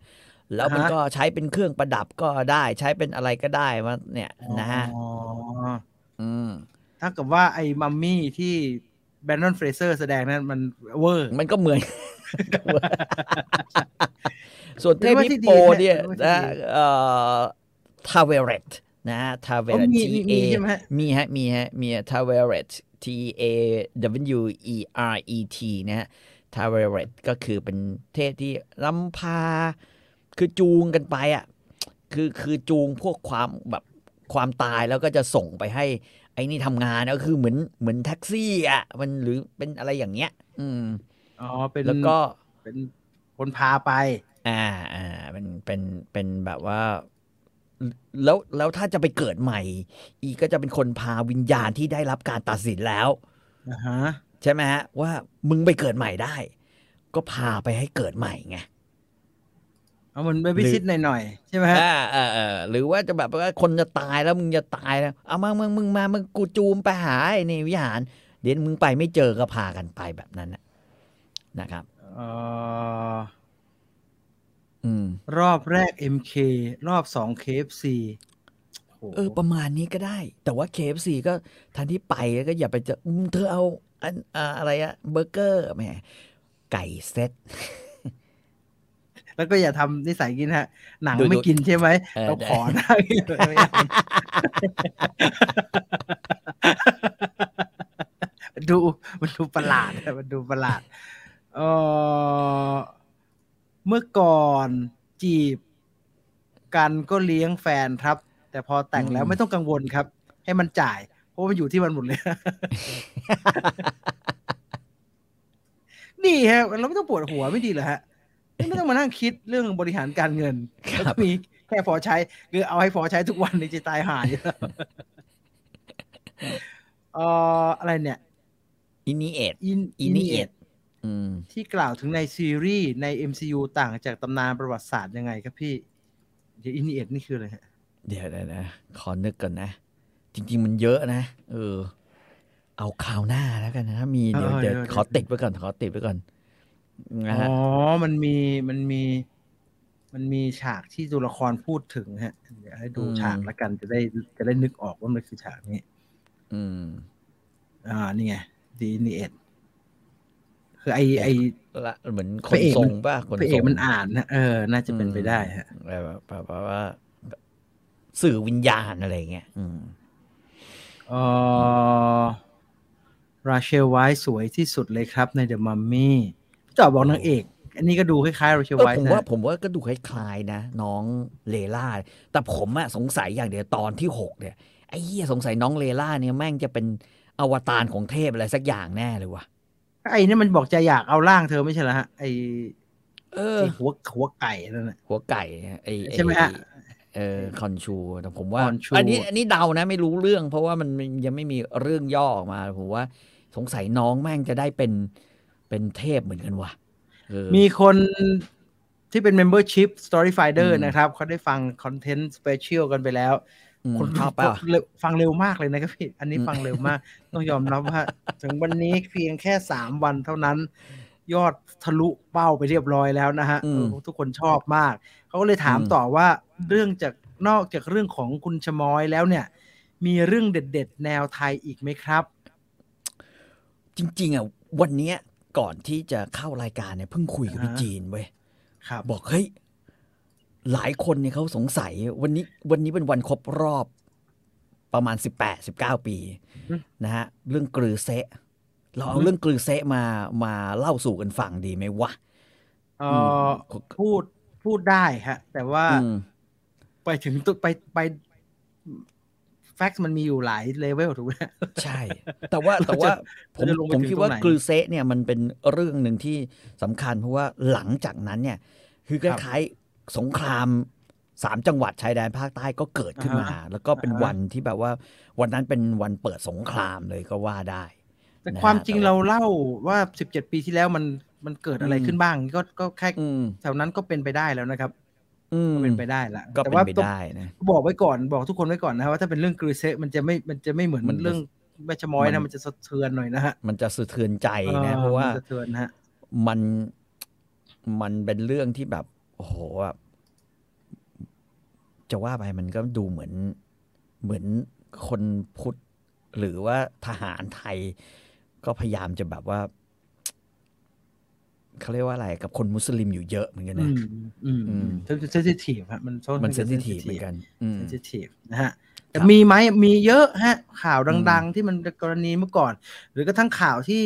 Speaker 2: แล้วมัน
Speaker 1: อ่าฮะ
Speaker 2: ก็ใช้เป็นเครื่องประดับก็ได้ใช้เป็นอะไรก็ได้มาเนี่ยนะฮะ
Speaker 1: อ๋อ
Speaker 2: อืม
Speaker 1: ถ้าเกับว่าไอ้มัมมี่ที่แบรนดอนเฟรเซอร์แสดงนั้นมันเวอร์
Speaker 2: มันก็เหมือน ส่วนเทพ
Speaker 1: เป็นว่าที่
Speaker 2: ฮิป
Speaker 1: ดี
Speaker 2: โปเนี่ย
Speaker 1: เป็นว่าที่
Speaker 2: นะ
Speaker 1: ดี
Speaker 2: เอ่อทาเวเรต นะฮะทาเว
Speaker 1: อ๋อ
Speaker 2: ล
Speaker 1: มี
Speaker 2: ที
Speaker 1: มี
Speaker 2: เอ
Speaker 1: ใช่ไหมฮะ
Speaker 2: มีฮะ มีฮะ มีทาเวลทีเอ W E R E T นะฮะทาเวลก็คือเป็นเทศที่ลำพา คือจูงกันไปอ่ะ คือคือจูงพวกความแบบความตายแล้วก็จะส่งไปให้ ไอ้นี่ทำงานก็คือเหมือนเหมือนแท็กซี่อ่ะ มันหรือเป็นอะไรอย่างเงี้ย อืม
Speaker 1: อ๋อเป็น
Speaker 2: แล้วก็
Speaker 1: เป็นคนพาไป
Speaker 2: อ่าอ่าเป็นเป็นเป็นแบบว่า แล้วแล้วถ้าจะไปเกิดใหม่ อีก็จะเป็นคนพาวิญญาณที่ได้รับการตัดสินแล้ว
Speaker 1: นะฮะ
Speaker 2: ใช่ไหมฮะ ว่ามึงไปเกิดใหม่ได้ ก็พาไปให้เกิดใหม่ไง
Speaker 1: เอามันไป
Speaker 2: หรื
Speaker 1: พิ
Speaker 2: อ
Speaker 1: ชิตหน่อยๆใช่ไหมฮะ
Speaker 2: อ่าอ่าอ่าหรือว่าจะแบบว่าคนจะตายแล้วมึงจะตายแล้วเอามามึงมึงมามึงกูจูมไปหาไอ้นี่วิหาร เดี๋ยวมึงไปไม่เจอก็พากันไปแบบนั้นน่ะนะครับ
Speaker 1: เอ่อ
Speaker 2: อืม
Speaker 1: รอบแรก MK รอบสอง KFC โอ้โห
Speaker 2: เออประมาณนี้ก็ได้ แต่ว่า KFC ก็ทันที่ไปก็อย่าไปเจออืมเธอเอาอันอ่าอะไรอะเบอร์เกอร์แหมไก่เซ็ต
Speaker 1: แล้วก็อย่าทำนิสัยกินฮะ หนัง
Speaker 2: ดู
Speaker 1: ไม่
Speaker 2: ดู
Speaker 1: กินใช่ไหม
Speaker 2: เออ
Speaker 1: เรา
Speaker 2: ได้
Speaker 1: ขอได้ ไม่เอาดูมันดูประหลาดอะมันดูประหลาดเออเมื่อก่อนจีบ กันก็เลี้ยงแฟนครับ แต่พอแต่งแล้ว
Speaker 2: อืม
Speaker 1: ไม่ต้องกังวลครับ ให้มันจ่าย เพราะว่ามันอยู่ที่มันหมดเลย นี่ฮะเราไม่ต้องปวดหัวไม่ดีเหรอฮะ ไม่ต้องมานั่งคิดเรื่องบริหารการเงินแล้วก็มีแค่พอใช้คือเอาให้พอใช้ทุกวันในจะตาย หายแล้วเอ่ออะไรเนี่ย
Speaker 2: อินิเอต
Speaker 1: อิน
Speaker 2: อินิเอตอืม
Speaker 1: ที่กล่าวถึงในซีรีส์ใน MCU ต่างจากตำนานประวัติศาสตร์ยังไงครับพี่ เดี๋ยวอินเอ็ดนี่คืออะไรฮะ
Speaker 2: เดี๋ยวนะนะขอนึกก่อนนะ จริง ๆ มันเยอะนะ เออ เอาข่าวหน้าแล้วกันนะถ้ามีเดี๋ยว
Speaker 1: เออ
Speaker 2: เดี๋ยว
Speaker 1: เดี๋ยว
Speaker 2: ขอติดไว้ก่อนขอติดไว้ก่อนนะฮะ
Speaker 1: อ๋อ มันมี มันมี มันมีฉากที่ตัวละครพูดถึงฮะ เดี๋ยวให้ดูฉากละกันจะได้จะได้นึกออกว่ามันคือฉากนี้
Speaker 2: อืม
Speaker 1: อ่า นี่ไงดีนีเอ็ดคือไอไอ
Speaker 2: ละเหมือนค
Speaker 1: พ
Speaker 2: น
Speaker 1: ระเอก
Speaker 2: ทร
Speaker 1: มั
Speaker 2: ง
Speaker 1: น
Speaker 2: ป่ะคน
Speaker 1: พระเอ
Speaker 2: ทร
Speaker 1: ก
Speaker 2: ง
Speaker 1: มันอ่านนะเออ น่าจะเป็นไปได้ฮะ
Speaker 2: อืมอะไรแบบแบบว่า สื่อวิญญาณอะไรอย่างเงี้ยอืม
Speaker 1: เออราเชลไวท์สวยที่สุดเลยครับในเดอะมัมมี่พี่ต่อบอกนางเอก อันนี้ก็ดูคล้ายๆราเชล
Speaker 2: เออ
Speaker 1: ไวท์
Speaker 2: ผมว่า
Speaker 1: นะ
Speaker 2: ผมว่าก็ดูคล้ายๆนะ น้องเลล่า แต่ผมอะสงสัยอย่างเดียวตอนที่หกเนี่ยไอ้เหี้ยสงสัยน้องเลล่าเนี่ยแม่งจะเป็นอวตารของเทพอะไรสักอย่างแน่เลยว่ะ
Speaker 1: ไอ้นี่มันบอกจะอยากเอาร่างเธอไม่ใช่เหรอฮะไอ้
Speaker 2: เออ
Speaker 1: ไอ้หัวหัวไก่นั่นน่ะ
Speaker 2: หัวไก่ไอ้อ้
Speaker 1: ใช่ไหมฮะ
Speaker 2: เออคอนชูแต่ผมว่า
Speaker 1: Khonshu
Speaker 2: อันนี้อันนี้เดานะไม่รู้เรื่อง เพราะว่ามันยังไม่มีเรื่องย่อออกมาผมว่า สงสัยน้องแม่งจะได้เป็นเป็นเทพเหมือนกันว่ะเออ
Speaker 1: มีคนที่เป็น Membership Story Finder
Speaker 2: อืม
Speaker 1: นะครับ เขาได้ฟังคอนเทนต์สเปเชียลกันไปแล้ว
Speaker 2: อืม
Speaker 1: คน
Speaker 2: ช
Speaker 1: ฟั
Speaker 2: อง บเปล่า
Speaker 1: เร็วฟังเร็วมากเลยนะครับพี่ อันนี้
Speaker 2: อืม
Speaker 1: ฟังเร็วมาก ต้องยอมรับ ว่า ถึงวันนี้เพียงแค่สามวันเท่านั้น ยอดทะลุเป้าไปเรียบร้อยแล้วนะฮะ
Speaker 2: อืม
Speaker 1: เออทุกคนชอบมาก เขาก็เลยถาม
Speaker 2: อืม
Speaker 1: ต่อว่าเรื่องจากนอกจากเรื่องของคุณชะมอยแล้วเนี่ย มีเรื่องเด็ด ๆ แนวไทยอีกไหมครับ
Speaker 2: จริง ๆอ่ะวันเนี้ยก่อนที่จะเข้ารายการเนี่ยเพิ่งคุยกับพี่
Speaker 1: อ่าฮะ
Speaker 2: จีนเว้ย
Speaker 1: ครับ
Speaker 2: บอกเฮ้ยหลายคนเนี่ยเขาสงสัย วันนี้วันนี้เป็นวันครบรอบประมาณ 18 19 ปีนะฮะเรื่องกลือเซะเราเอาเรื่องกลือเซะมามาเล่าสู่กันฟังดีไหมวะ
Speaker 1: เออพูดพูดได้ฮะ แต่ว่า
Speaker 2: อืม
Speaker 1: ไปถึงตุไปไปแฟกซ์มันมีอยู่หลายเลเวลถูกไหม
Speaker 2: ใช่ แต่ ว่าแต่ว่าผม
Speaker 1: เราจะลงไป
Speaker 2: ผม
Speaker 1: ถึง
Speaker 2: คิด
Speaker 1: ตรง
Speaker 2: ว่า
Speaker 1: ไหน
Speaker 2: กลือเซะเนี่ยมันเป็นเรื่องหนึ่งที่สำคัญ เพราะว่าหลังจากนั้นเนี่ย คือค
Speaker 1: ครับ
Speaker 2: ล้ายๆสงครามสามจังหวัดชายแดนภาคใต้ก็เกิดขึ้นมา
Speaker 1: อ่าฮะ
Speaker 2: แล้วก็เป็น
Speaker 1: อ่าฮะ
Speaker 2: วันที่แบบว่า วันนั้นเป็นวันเปิดสงครามเลยก็ว่าได้
Speaker 1: แต่
Speaker 2: นะฮะ
Speaker 1: ความจริง
Speaker 2: แต่ว่า
Speaker 1: เราเล่าว่าสิบเจ็ดปีที่แล้วมันมันเกิดอะไร
Speaker 2: อืม
Speaker 1: ขึ้นบ้าง ก็ก็แค่
Speaker 2: อืม
Speaker 1: แถวนั้นก็เป็นไปได้แล้วนะครับ
Speaker 2: อืม
Speaker 1: ก็เป็นไปได้ละ
Speaker 2: ก็
Speaker 1: แต่
Speaker 2: เป็น
Speaker 1: ว่า
Speaker 2: ไป
Speaker 1: ต้อง
Speaker 2: ได้นะ
Speaker 1: บอกไว้ก่อนบอกทุกคนไว้ก่อนนะว่าถ้าเป็นเรื่องกรีเซะมันจะไม่มันจะไม่เหมือน
Speaker 2: มันจะ
Speaker 1: เรื่องแม่ชะมอย
Speaker 2: มัน
Speaker 1: นะมันจะสะเทือนหน่อยนะฮะ
Speaker 2: มันจะสะเทือนใจนะ
Speaker 1: ออ
Speaker 2: เพราะว่า
Speaker 1: มันสะเทือนฮะ
Speaker 2: มันมันเป็นเรื่องที่แบบ โอ้โหแบบจะว่าไปมันก็ดูเหมือนเหมือนคนพุทธหรือว่าทหารไทย ก็พยายามจะแบบว่า เขาเรียกว่าอะไร กับคนมุสลิมอยู่เยอะเหมือนกัน
Speaker 1: อื
Speaker 2: นะ
Speaker 1: มอืม
Speaker 2: อืม
Speaker 1: เซนซิทีฟฮะมัน
Speaker 2: มันเซนซิทีฟเหมือนกัน อืม
Speaker 1: เซนซิทีฟนะฮะ แต่มีไหมมีเยอะฮะ ข่าวดัง ๆ ที่มันกรณีเมื่อก่อน หรือกระทั่งข่าวที่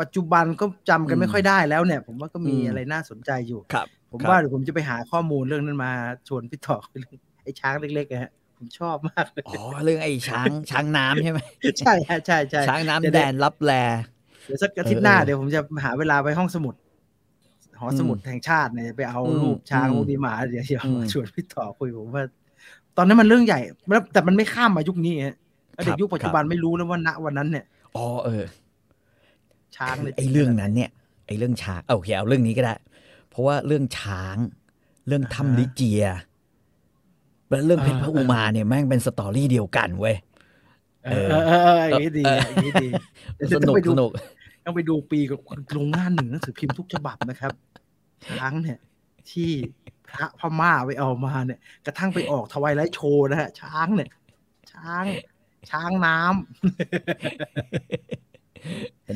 Speaker 1: ปัจจุบันก็จำกันไม่ค่อยได้แล้วเนี่ย ผมว่าก็มี
Speaker 2: อืม
Speaker 1: อะไรน่าสนใจอยู่
Speaker 2: ครับ
Speaker 1: ผม
Speaker 2: ครับ
Speaker 1: ว่าเดี๋ยวผมจะไปหาข้อมูลเรื่องนั้นมาชวนพี่ต่อ เรื่องไอ้ช้างเล็กๆอะฮะผมชอบมากเลย
Speaker 2: อ๋อเรื่องไอ้ช้างช้างน้ำใช่ไหม
Speaker 1: ใช่ฮะใช่ใช่
Speaker 2: ช้างน้ำ
Speaker 1: จะได้
Speaker 2: แดนรับแล
Speaker 1: เดี๋ยวสักอาทิตย์หน้า
Speaker 2: เออ
Speaker 1: เดี๋ยวผมจะหาเวลาไปห้องสมุด หอสมุดแห่งชาติเนี่ยไปเอา
Speaker 2: อืม
Speaker 1: รูปช้าง
Speaker 2: อืม
Speaker 1: พวกนี้มาเดี๋ยวเดี๋ยว
Speaker 2: อืม
Speaker 1: ชวนพี่ต่อคุยผมว่า ตอนนั้นมันเรื่องใหญ่แล้วแต่มันไม่ข้ามมายุคนี้ฮะแล้วเด็
Speaker 2: ครั
Speaker 1: ก
Speaker 2: บ
Speaker 1: ยุคปัจจุบันไม่รู้แล้วว่าณวันนั้นเนี่ย
Speaker 2: อ๋อเออ
Speaker 1: ช้างเนี่ย
Speaker 2: ไอ้เรื่องนั้นเนี่ยไอ้เรื่องช้างเอาโอเคเอาเรื่องนี้ก็ได้ เพราะว่าเรื่องช้าง เรื่องถ้ำลิเจียและเรื่องเพชรพระอุมาเนี่ยแม่งเป็นสตอรี่เดียวกันเว้ย
Speaker 1: เออเออเออเอออย่างนี้ดี
Speaker 2: เออ
Speaker 1: อย่างนี้ดีเดี๋ยว
Speaker 2: ส
Speaker 1: ต้
Speaker 2: นุ
Speaker 1: อง
Speaker 2: ก
Speaker 1: ไปดู
Speaker 2: สนุก
Speaker 1: ต้องไปดูปีกับลงหน้าหนึ่งหนังสือพิมพ์ทุกฉบับนะครับช้างเนี่ย ที่พระพม่าไปเอามาเนี่ย กระทั่งไปออกทวายไลท์โชว์นะฮะช้างเนี่ย ช้าง ช้างน้ำ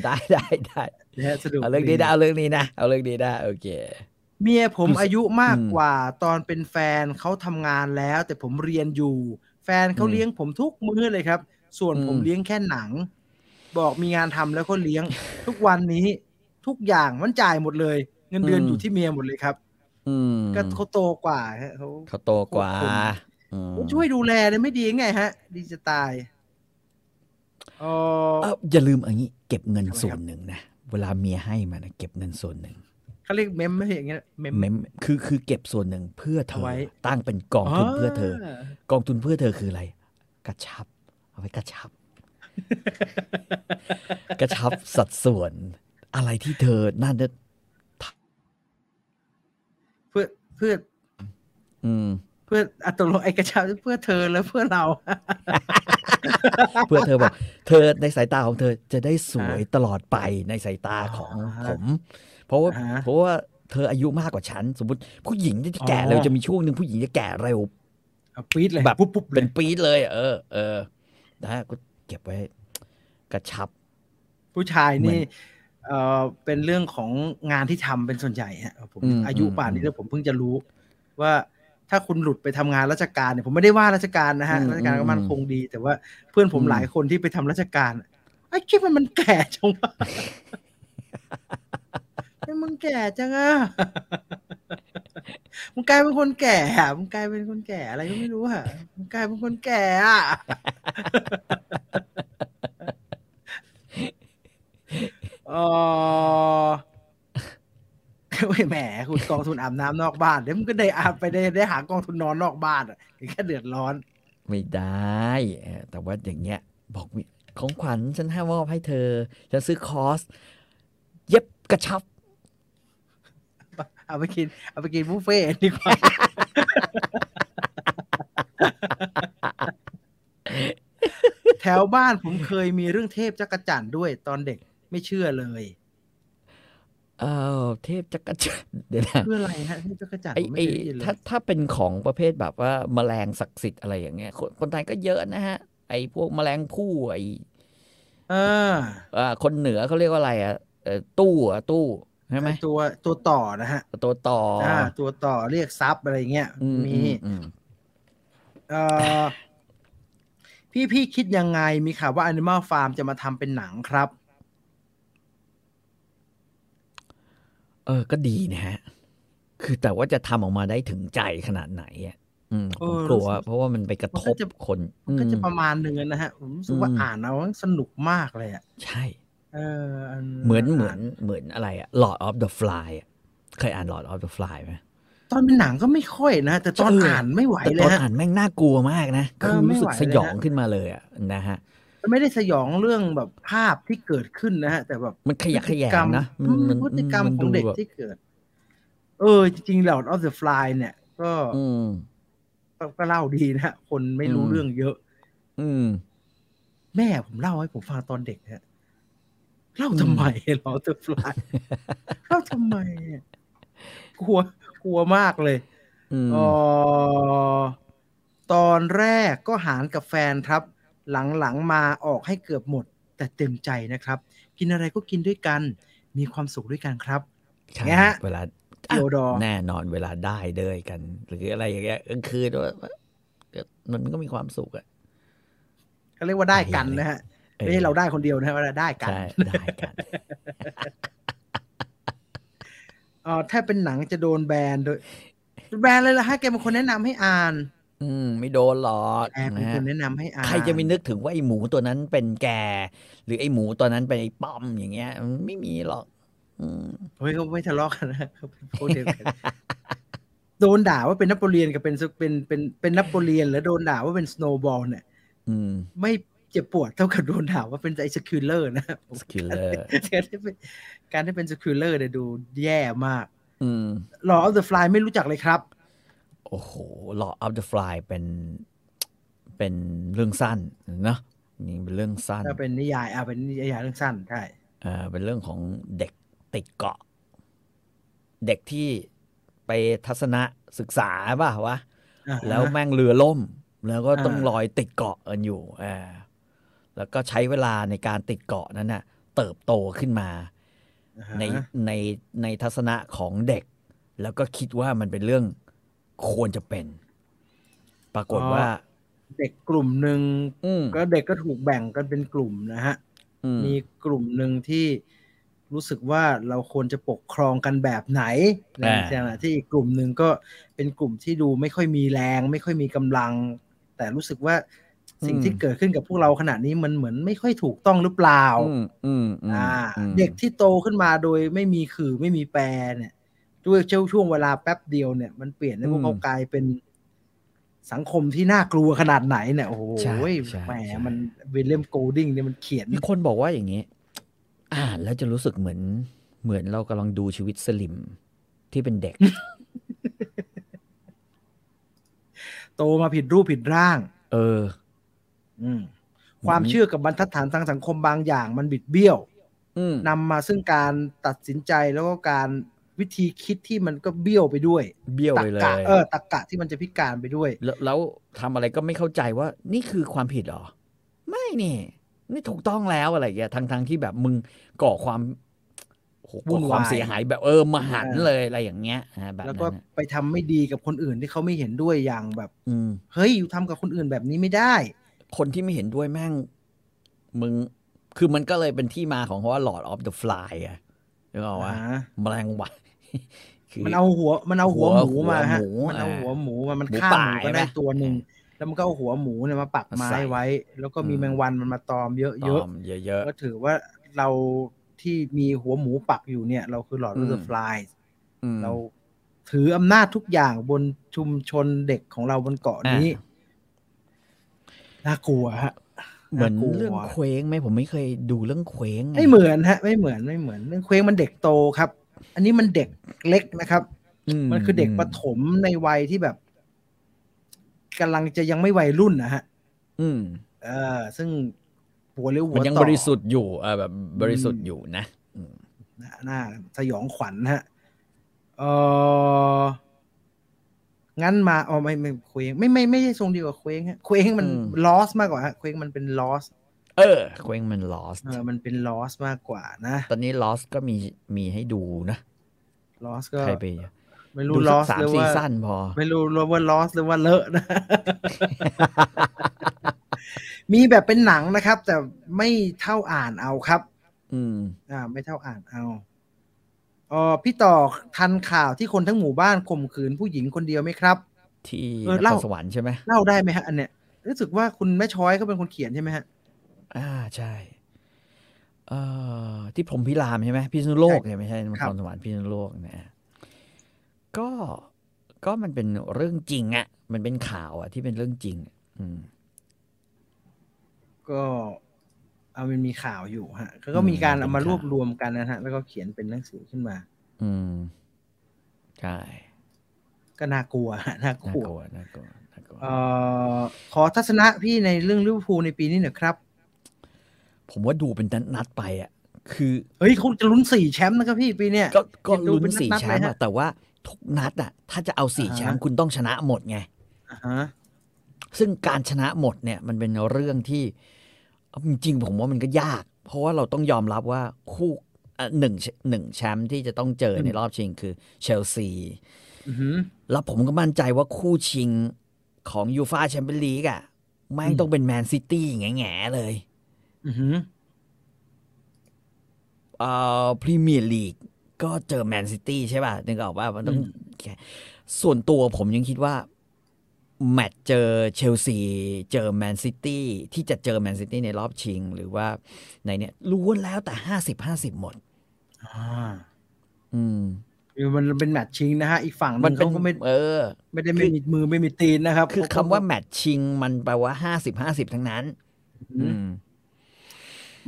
Speaker 2: ได้ได้ได้
Speaker 1: นะฮะสนุก
Speaker 2: เอาเรื่องนี้
Speaker 1: ดี
Speaker 2: ได้เอาเรื่องนี้นะเอาเรื่องนี้ได้โอเค
Speaker 1: เมียผม
Speaker 2: รู้สึก
Speaker 1: อายุมาก
Speaker 2: อืม
Speaker 1: กว่า ตอนเป็นแฟนเขาทำงานแล้ว แต่ผมเรียนอยู่ แฟนเขา
Speaker 2: อืม
Speaker 1: เลี้ยงผมทุกมื้อเลยครับ ส่วน
Speaker 2: อืม
Speaker 1: ผมเลี้ยงแค่หนัง บอกมีงานทำแล้วก็เลี้ยง ทุกวันนี้ ทุกอย่างมันจ่ายหมดเลย เงินเดือนอยู่ที่เมียหมดเลยครับ
Speaker 2: อืม
Speaker 1: ก็เขาโตกว่าฮะเขา
Speaker 2: เขาโตกว่า
Speaker 1: โอ้โห
Speaker 2: อืม
Speaker 1: ช่วยดูแลเนี่ยไม่ดีไงฮะ ดีจะตายอ๋อ
Speaker 2: เอ้าอย่าลืมอันนี้เก็บเงิน
Speaker 1: ทำไมครับ
Speaker 2: ส่วนหนึ่งนะ เวลาเมียให้มานะเก็บเงินส่วนหนึ่ง
Speaker 1: เขาเรียกเมมไม่ใช่อย่างเงี้ยเมม
Speaker 2: เมมคือคือเก็บส่วนหนึ่งเพื่อเธ
Speaker 1: เอา
Speaker 2: อ
Speaker 1: ไว้
Speaker 2: ตั้งเป็นกองทุนเพื่อเธอ
Speaker 1: า
Speaker 2: กองทุนเพื่อเธอคืออะไร กระชับ เอาไว้กระชับ กระชับสัดส่วน อะไรที่เธอน่าจะ
Speaker 1: เพื่อเพื่อ
Speaker 2: อืม
Speaker 1: เพื่ออัตกลงไอกระเช้าเพื่อเธอและเพื่อเรา
Speaker 2: เพื่อเธอบอก เธอในสายตาของเธอจะได้สวยตลอดไปในสายตาของ
Speaker 1: อ่าฮะ
Speaker 2: ผม เพราะว่า
Speaker 1: อ่าฮะ
Speaker 2: เพราะว่าเธออายุมากกว่าฉัน สมมติผู้หญิงที่แก่
Speaker 1: อ๋อ
Speaker 2: เร็วจะมีช่วงหนึ่งผู้หญิงจะแก่เร็ว
Speaker 1: เอาปี๊ดเลย
Speaker 2: แบบ
Speaker 1: ปุ๊บปุ๊บเล
Speaker 2: เป็
Speaker 1: ย
Speaker 2: นปี๊ดเลย เออ เออนะฮะก็เก็บไว้ กระชับ
Speaker 1: ผู้ชาย
Speaker 2: เหมื
Speaker 1: นี่
Speaker 2: อน
Speaker 1: เออเป็นเรื่องของงานที่ทำเป็นส่วนใหญ่ฮะผม
Speaker 2: อืม
Speaker 1: อายุ
Speaker 2: อืม
Speaker 1: ป่านนี้
Speaker 2: อืม
Speaker 1: แล้วผมเพิ่งจะรู้ ว่าถ้าคุณหลุดไปทำงานราชการเนี่ยผมไม่ได้ว่าราชการนะฮะ
Speaker 2: อืม
Speaker 1: ราชการก็มั่น
Speaker 2: อืม
Speaker 1: คงดี แต่ว่าเพื่อนผม
Speaker 2: อืม
Speaker 1: หลายคนที่ไปทำราชการอะไอ้คิดมันมันแก่จังวะ ไอ้มึงแก่จังอะ มึงกลายเป็นคนแก่อะมึงกลายเป็นคนแก่อะไรก็ไม่รู้อะมึงกลายเป็นคนแก่อะ เอ อโอ้ยแหมคุณกองทุนอาบน้ำนอกบ้านเดี๋ยวมึงก็ได้อาบไปได้ได้หากองทุนนอนนอกบ้านอะเดี๋ยวแค่เดือดร้อน
Speaker 2: ไม่ได้เออแต่ว่าอย่างเงี้ย บอกมีของขวัญฉันให้มอบให้เธอ ฉันซื้อคอร์ส เย็บกระชับ
Speaker 1: เอาไปกิน เอาไปกินบุฟเฟ่ต์ดีก ว่า แถวบ้านผมเคยมีเรื่องเทพจักรจันทร์ด้วยตอนเด็กไม่เชื่อเลย
Speaker 2: เออเทพจักรจันทร์เดี๋ยว นะ
Speaker 1: คืออะไรฮะเทพจักรจันทร์
Speaker 2: ไอ้
Speaker 1: ผมไม่เคย
Speaker 2: ไอ้
Speaker 1: ได้ยินเลย
Speaker 2: ถ้าถ้าเป็นของประเภทแบบว่าแมลงศักดิ์สิทธิ์อะไรอย่างเงี้ยคนคนไทยก็เยอะนะฮะ ไอ้พวกแมลงผู้ไอ้
Speaker 1: เออ
Speaker 2: เอ่อคนเหนือเขาเรียกว่าอะไรอ่ะเอ่อตู้อ่ะตู้ใช่ไหม
Speaker 1: ตัวตัวต่อนะฮะ
Speaker 2: ตัวต่ออ่
Speaker 1: าตัวต่อเรียกซับอะไรเงี้ย
Speaker 2: อืม
Speaker 1: มี
Speaker 2: อืมอืม
Speaker 1: เออพี่พี่คิดยังไงมีข่าวว่า Animal Farm จะมาทำเป็นหนังครับ
Speaker 2: เออก็ดีนะฮะ คือแต่ว่าจะทำออกมาได้ถึงใจขนาดไหนอ่ะอืมผม
Speaker 1: เออก
Speaker 2: ลัว
Speaker 1: รู้สึก
Speaker 2: เพราะว่ามันไปกระ
Speaker 1: มั
Speaker 2: ท
Speaker 1: นก็
Speaker 2: บ
Speaker 1: จะ
Speaker 2: คน
Speaker 1: มันก็จะ
Speaker 2: อืม
Speaker 1: ประมาณหนึ่งนะฮะ ผมรู้สึกว่า
Speaker 2: อืม
Speaker 1: อ่านเอาสนุกมากเลยอ่ะ
Speaker 2: ใช่
Speaker 1: เอออั
Speaker 2: เหมือนเหมือนเหมือนอะไรอ่ะ Lord of the Fly อ่ะเคยอ่าน Lord of the Fly ไหม
Speaker 1: ตอนเป็นหนังก็ไม่ค่อยนะแต่ตอน
Speaker 2: เอออ่
Speaker 1: อ่านไม่ไหว
Speaker 2: แต่
Speaker 1: เลย
Speaker 2: ตอน
Speaker 1: ฮะ
Speaker 2: อ่านแม่งน่ากลัวมากนะ
Speaker 1: เอ
Speaker 2: คือ อ
Speaker 1: ไม่
Speaker 2: รู้สึก
Speaker 1: ไหวเลย
Speaker 2: สยอง
Speaker 1: ฮะ
Speaker 2: ขึ้นมาเลยอะนะฮะ
Speaker 1: มันไม่ได้สยองเรื่องแบบภาพที่เกิดขึ้นนะฮะ แต่แบบ
Speaker 2: มันขยะแขยงนะ
Speaker 1: พฤ
Speaker 2: มัน
Speaker 1: ติกรร
Speaker 2: มัน
Speaker 1: พฤติกรรมขอ
Speaker 2: มันดู
Speaker 1: งเด็ก
Speaker 2: แบบ
Speaker 1: ที่เกิด เออ จริงๆ Lord of the Fly เนี่ย ก็
Speaker 2: อืม
Speaker 1: ก็ก็เล่าดีนะฮะคนไม่รู้
Speaker 2: อืม
Speaker 1: เรื่องเยอะ
Speaker 2: อืม
Speaker 1: แม่ผมเล่าให้ผมฟังตอนเด็กฮะเล่าทำไม Lord of the Fly เล่าทำไมอะกลัวกลัวมากเลย
Speaker 2: อืม
Speaker 1: เออตอนแรกก็หารกับแฟนครับ หลังๆมาออกให้เกือบหมด แต่เต็มใจนะครับ กินอะไรก็กินด้วยกัน มีความสุขด้วยกันครับ
Speaker 2: ใช่
Speaker 1: ไงฮะ
Speaker 2: เวลา
Speaker 1: เกี่ยวดอง
Speaker 2: แน่นอนเวลาได้เดยกัน หรืออะไรอย่างเงี้ยกลางคืนว่ามันก็มีความสุขอะ
Speaker 1: เขาเรียกว่าได้กันนะฮะ
Speaker 2: ออ
Speaker 1: ไม่ใช่เราได้คนเดียวนะฮะว่าได้กัน
Speaker 2: ใช่ได้กัน
Speaker 1: เอ๋อถ้าเป็นหนังจะโดนแบนโดยแบนเลยละฮะแกเป็นคนแนะนำให้อ่าน
Speaker 2: อืมไม่โดนหรอก
Speaker 1: แกเป็น
Speaker 2: นะ
Speaker 1: ค
Speaker 2: ฮะ
Speaker 1: นแนะนำให้อ่าน
Speaker 2: ใครจะไปนึกถึงว่าไอหมูตัวนั้นเป็นแก หรือไอหมูตัวนั้นเป็นไอป้อมอย่างเงี้ยมันไม่มีหรอก อืม
Speaker 1: เฮ้ยเขาไม่ทะเลาะกันนะเขาเป็นพวกเดียวกันโดนด่าว่าเป็นนโปเลียนกับเป็นเป็นเป็นเป็นนโปเลียน แล้วโดนด่าว่าเป็นสโนว์บอลเนี่ย
Speaker 2: อืม
Speaker 1: ไม่เจ็บปวดเท่ากับโดนด่าว่าเป็นไอสคิลเลอร์นะ ผม
Speaker 2: สกิลเลอร์
Speaker 1: การที่เป็นการที่เป็นสคิลเลอร์เนี่ยดูแย่มาก
Speaker 2: อืม
Speaker 1: หล่อ of the fly ไม่รู้จักเลยครับ
Speaker 2: โอ้โห Lord of the Fly เป็น เป็นเรื่องสั้นเนอะนี่เป็นเรื่องสั้น
Speaker 1: ถ้าเป็นนิยายอ่าเป็นนิยายเรื่องสั้นใช่
Speaker 2: เอ่อเป็นเรื่องของเด็กติดเกาะ เด็กที่ไปทัศนะศึกษาป่ะวะ
Speaker 1: อ่าฮะ
Speaker 2: แล้วแม่งเรือล่ม แล้วก็ต้อง
Speaker 1: อ่า
Speaker 2: ลอยติดเกาะกันอยู่อ่าแล้วก็ใช้เวลาในการติดเกาะนั้นน่ะ เติบโตขึ้นมา
Speaker 1: อ่าฮะ
Speaker 2: ในในในทัศนะของเด็ก แล้วก็คิดว่ามันเป็นเรื่องควรจะเป็น ปรากฏว่า
Speaker 1: เด็กกลุ่มหนึ่ง
Speaker 2: อืม
Speaker 1: ก็เด็กก็ถูกแบ่งกันเป็นกลุ่มนะฮะ
Speaker 2: อืม
Speaker 1: มีกลุ่มหนึ่งที่รู้สึกว่าเราควรจะปกครองกันแบบไหนใน
Speaker 2: อ่า
Speaker 1: ขณะที่อีกกลุ่มหนึ่งก็เป็นกลุ่มที่ดูไม่ค่อยมีแรง ไม่ค่อยมีกำลัง แต่รู้สึกว่าสิ่งที่เกิดขึ้นกับพวกเราขณะนี้มันเหมือนไม่ค่อยถูกต้องหรือเปล่า
Speaker 2: อืมอืมอืม
Speaker 1: อ่า
Speaker 2: อืม
Speaker 1: เด็กที่โตขึ้นมาโดยไม่มีขื่อไม่มีแปรเนี่ยด้วยเจ้าช่วงเวลาแป๊บเดียวเนี่ยมันเปลี่ยนให้พวกเขากลายเป็นสังคมที่น่ากลัวขนาดไหนเนี่ยโอ้โห
Speaker 2: ใช่ใช่
Speaker 1: แหม
Speaker 2: ใช่
Speaker 1: มันวิลเลียมโกลดิงเนี่ยมันเขียน
Speaker 2: มีคนบอกว่าอย่างนี้ อ่านแล้วจะรู้สึกเหมือน เหมือนเรากำลังดูชีวิตสลิมที่เป็นเด็ก
Speaker 1: โตมาผิดรูปผิดร่าง
Speaker 2: เออ
Speaker 1: อืม
Speaker 2: อืม
Speaker 1: ความเชื่อกับบรรทัดฐานทางสังคมบางอย่างมันบิดเบี้ยว
Speaker 2: อืม
Speaker 1: นำมาซึ่งการตัดสินใจแล้วก็การวิธีคิดที่มันก็เบี้ยวไปด้วย
Speaker 2: เบี้ยว
Speaker 1: ตั
Speaker 2: ไปเล
Speaker 1: กะ
Speaker 2: ย
Speaker 1: เออตักกะที่มันจะพิการไปด้วย
Speaker 2: แล้วแล้วทำอะไรก็ไม่เข้าใจว่า นี่คือความผิดเหรอ ไม่นี่ นี่ถูกต้องแล้วอะไรอย่างเงี้ยทางทางๆที่แบบมึงก่อความโอ้โห
Speaker 1: วุ่
Speaker 2: ก่อน
Speaker 1: วาย
Speaker 2: ความเสียหายแบบเออมหันต์
Speaker 1: เออ
Speaker 2: เลยอะไรอย่างเงี้ยอ่าแบบ
Speaker 1: แล้ว
Speaker 2: นั้น
Speaker 1: ก็
Speaker 2: น่ะ
Speaker 1: ไปทำไม่ดีกับคนอื่นที่เขาไม่เห็นด้วยอย่างแบบ
Speaker 2: อืม
Speaker 1: เฮ้ยอยู่ทำกับคนอื่นแบบนี้ไม่ได้
Speaker 2: คนที่ไม่เห็นด้วยแม่ง มึง คือมันก็เลยเป็นที่มาของคำว่า Lord of the Fly อะนึกออกว่า
Speaker 1: อ่า
Speaker 2: แมลงวัน คื
Speaker 1: มันเอาหัวมันเอาหัว
Speaker 2: หัว
Speaker 1: หมูมาฮะ
Speaker 2: หัวห
Speaker 1: มั
Speaker 2: มู
Speaker 1: นเอาหัวหมูมามัน
Speaker 2: หมู
Speaker 1: ฆ่าห
Speaker 2: ป่า
Speaker 1: มูก็ได้
Speaker 2: ใช่ไหม
Speaker 1: ตัวหนึ่งแล้วมันก็เอาหัวหมูเนี่ยมาปักไม้
Speaker 2: ใส่
Speaker 1: ไว้ แล้วก็มี
Speaker 2: อืม
Speaker 1: แมงวันมันมาตอมเย
Speaker 2: ตอ
Speaker 1: อะ
Speaker 2: มเยอะ
Speaker 1: ๆก็ถือว่าเราที่มีหัวหมูปักอยู่เนี่ย เราคือหลอด
Speaker 2: อืม
Speaker 1: เลือดฟลาย
Speaker 2: ๆอืม
Speaker 1: เราถืออำนาจทุกอย่างบนชุมชนเด็กของเราบนเกาะนี้
Speaker 2: อ่ะ
Speaker 1: น่ากลัวฮะ
Speaker 2: เหมือน
Speaker 1: ากลัว
Speaker 2: เรื่องเคว้งไหมผมไม่เคยดูเรื่องเคว้งะ
Speaker 1: ไม่เหมือนฮะไม่เหมือนไม่เหมือนเรื่องเคว้งมันเด็กโตครับ อันนี้มันเด็กเล็กนะครับ มันคือเด็กประถมในวัยที่แบบกำลังจะยังไม่วัยรุ่นนะฮะ
Speaker 2: อืม
Speaker 1: เออ ซึ่งหัวเรียวหั
Speaker 2: มั
Speaker 1: วน
Speaker 2: ยัง
Speaker 1: ต่อ
Speaker 2: บริสุทธิ์อยู่เออแบบบริสุท
Speaker 1: อื
Speaker 2: ธิ์
Speaker 1: ม
Speaker 2: อยู่นะอืม
Speaker 1: หน้าหน้าสยองขวัญฮะเอองั้นมาอ๋อไม่ไม่เคว้งไม่ไม่ไม่ใช่ทรงเดียวกับเคว้งฮะเคว้งมันลอสมากกว่าฮะเคว้งมันเป็นลอส
Speaker 2: เออเคว้งมัน lost
Speaker 1: เออมันเป็นลอสมากกว่านะ
Speaker 2: ตอนนี้ lost ก็มีมีให้ดูนะ
Speaker 1: ลอสก็
Speaker 2: ใครไป
Speaker 1: ไม่
Speaker 2: ดู
Speaker 1: รู้ล
Speaker 2: สั
Speaker 1: อก สห
Speaker 2: สาม
Speaker 1: รือ
Speaker 2: ซี
Speaker 1: ว่า
Speaker 2: ซั่นพอ
Speaker 1: ไม่รู้ว่าลอสหรือว่าเลอะนะ มีแบบเป็นหนังนะครับ แต่ไม่เท่าอ่านเอาครับ
Speaker 2: อืม
Speaker 1: อ่า ไม่เท่าอ่านเอาเออพี่ต่อทันข่าวที่คนทั้งหมู่บ้านข่มขืนผู้หญิงคนเดียวไหมครับ
Speaker 2: ที่
Speaker 1: เออน
Speaker 2: ค
Speaker 1: เล่า
Speaker 2: รสวรรค์ใช่ไหม
Speaker 1: เล่าได้ไหมฮะอันเนี้ยรู้สึกว่าคุณแม่ช้อยเขาเป็นคนเขียนใช่ไหมฮะ
Speaker 2: อ่าใช่ เอ่อที่พรหมพิรามใช่ไหมพิษณุโลกเนี่ยไม่ใช่น
Speaker 1: ค
Speaker 2: ครับ รสวรรค์พิษณุโลกนะก็ก็มันเป็นเรื่องจริงอะ่ะ มันเป็นข่าวอะ่ะ ที่เป็นเรื่องจริงอะอืม
Speaker 1: ก็ เอามันมีข่าวอยู่ฮะเขาก็
Speaker 2: อืม
Speaker 1: มีการเอามา
Speaker 2: เป็น
Speaker 1: ร
Speaker 2: ข่าว
Speaker 1: วบรวมกันนะฮะ แล้วก็เขียนเป็นหนังสือขึ้นมา
Speaker 2: อืมใช่
Speaker 1: ก็น่ากลัวฮะน่าก
Speaker 2: น่า
Speaker 1: ลัว
Speaker 2: กลัวน่ากลัวน่ากลัว
Speaker 1: เอ่อขอทัศนะพี่ในเรื่องลิเวอร์พูลในปีนี้หน่อยครับ
Speaker 2: ผมว่าดูเป็นนัดๆไปอะ่ะ คือ
Speaker 1: เฮ้ยคุณจะลุ้นสี่แชมป์นะครับพี่ปีเนี้ย
Speaker 2: ก็ก็
Speaker 1: ดู
Speaker 2: ลุ้น
Speaker 1: เป็น
Speaker 2: สี่
Speaker 1: นัดๆ
Speaker 2: แชม
Speaker 1: เลย
Speaker 2: ป์อะ
Speaker 1: ฮะ
Speaker 2: แต่ว่าทุกนัดอ่ะ ถ้าจะเอาสี่
Speaker 1: อ่าฮะ
Speaker 2: แชมป์คุณต้องชนะหมดไง
Speaker 1: อ่าฮะ
Speaker 2: ซึ่งการชนะหมดเนี่ยมันเป็นเรื่องที่เอาจริงๆผมว่ามันก็ยาก เพราะว่าเราต้องยอมรับว่าคู่อ่ะหนึ่งหนึ่งแชมป์ที่จะต้องเจอในรอบชิงคือเชลซี
Speaker 1: อือหือ
Speaker 2: แล้วผมก็มั่นใจว่าคู่ชิงของยูฟาแชมเปี้ยนลีกอ่ะ แม่งต้องเป็นแมนซิตี้แง่ๆเลย
Speaker 1: อือหือ
Speaker 2: เอ่อพรีเมียร์ลีกก็เจอแมนซิตี้ใช่ป่ะ นึกออกว่ามันต้อง
Speaker 1: อืม
Speaker 2: แข่งส่วนตัวผมยังคิดว่า แมตช์เจอเชลซี เจอแมนซิตี้ที่จะเจอแมนซิตี้ในรอบชิง หรือว่าในเนี่ยล้วนแล้วแต่ห้าสิบห้าสิบหมด
Speaker 1: อ่า
Speaker 2: อืม
Speaker 1: คือมันเป็นแมตช์ชิงนะฮะ อีกฝั่งห
Speaker 2: มัน
Speaker 1: ง
Speaker 2: เป็น
Speaker 1: เขาก็ไม่
Speaker 2: เออ
Speaker 1: ไม่ได้ไม่มีมือไม่มีตีนนะครับ
Speaker 2: คือคำว่าแมตช์ชิงมันแปลว่าห้าสิบห้าสิบทั้งนั้น
Speaker 1: อื
Speaker 2: อื
Speaker 1: ม
Speaker 2: ม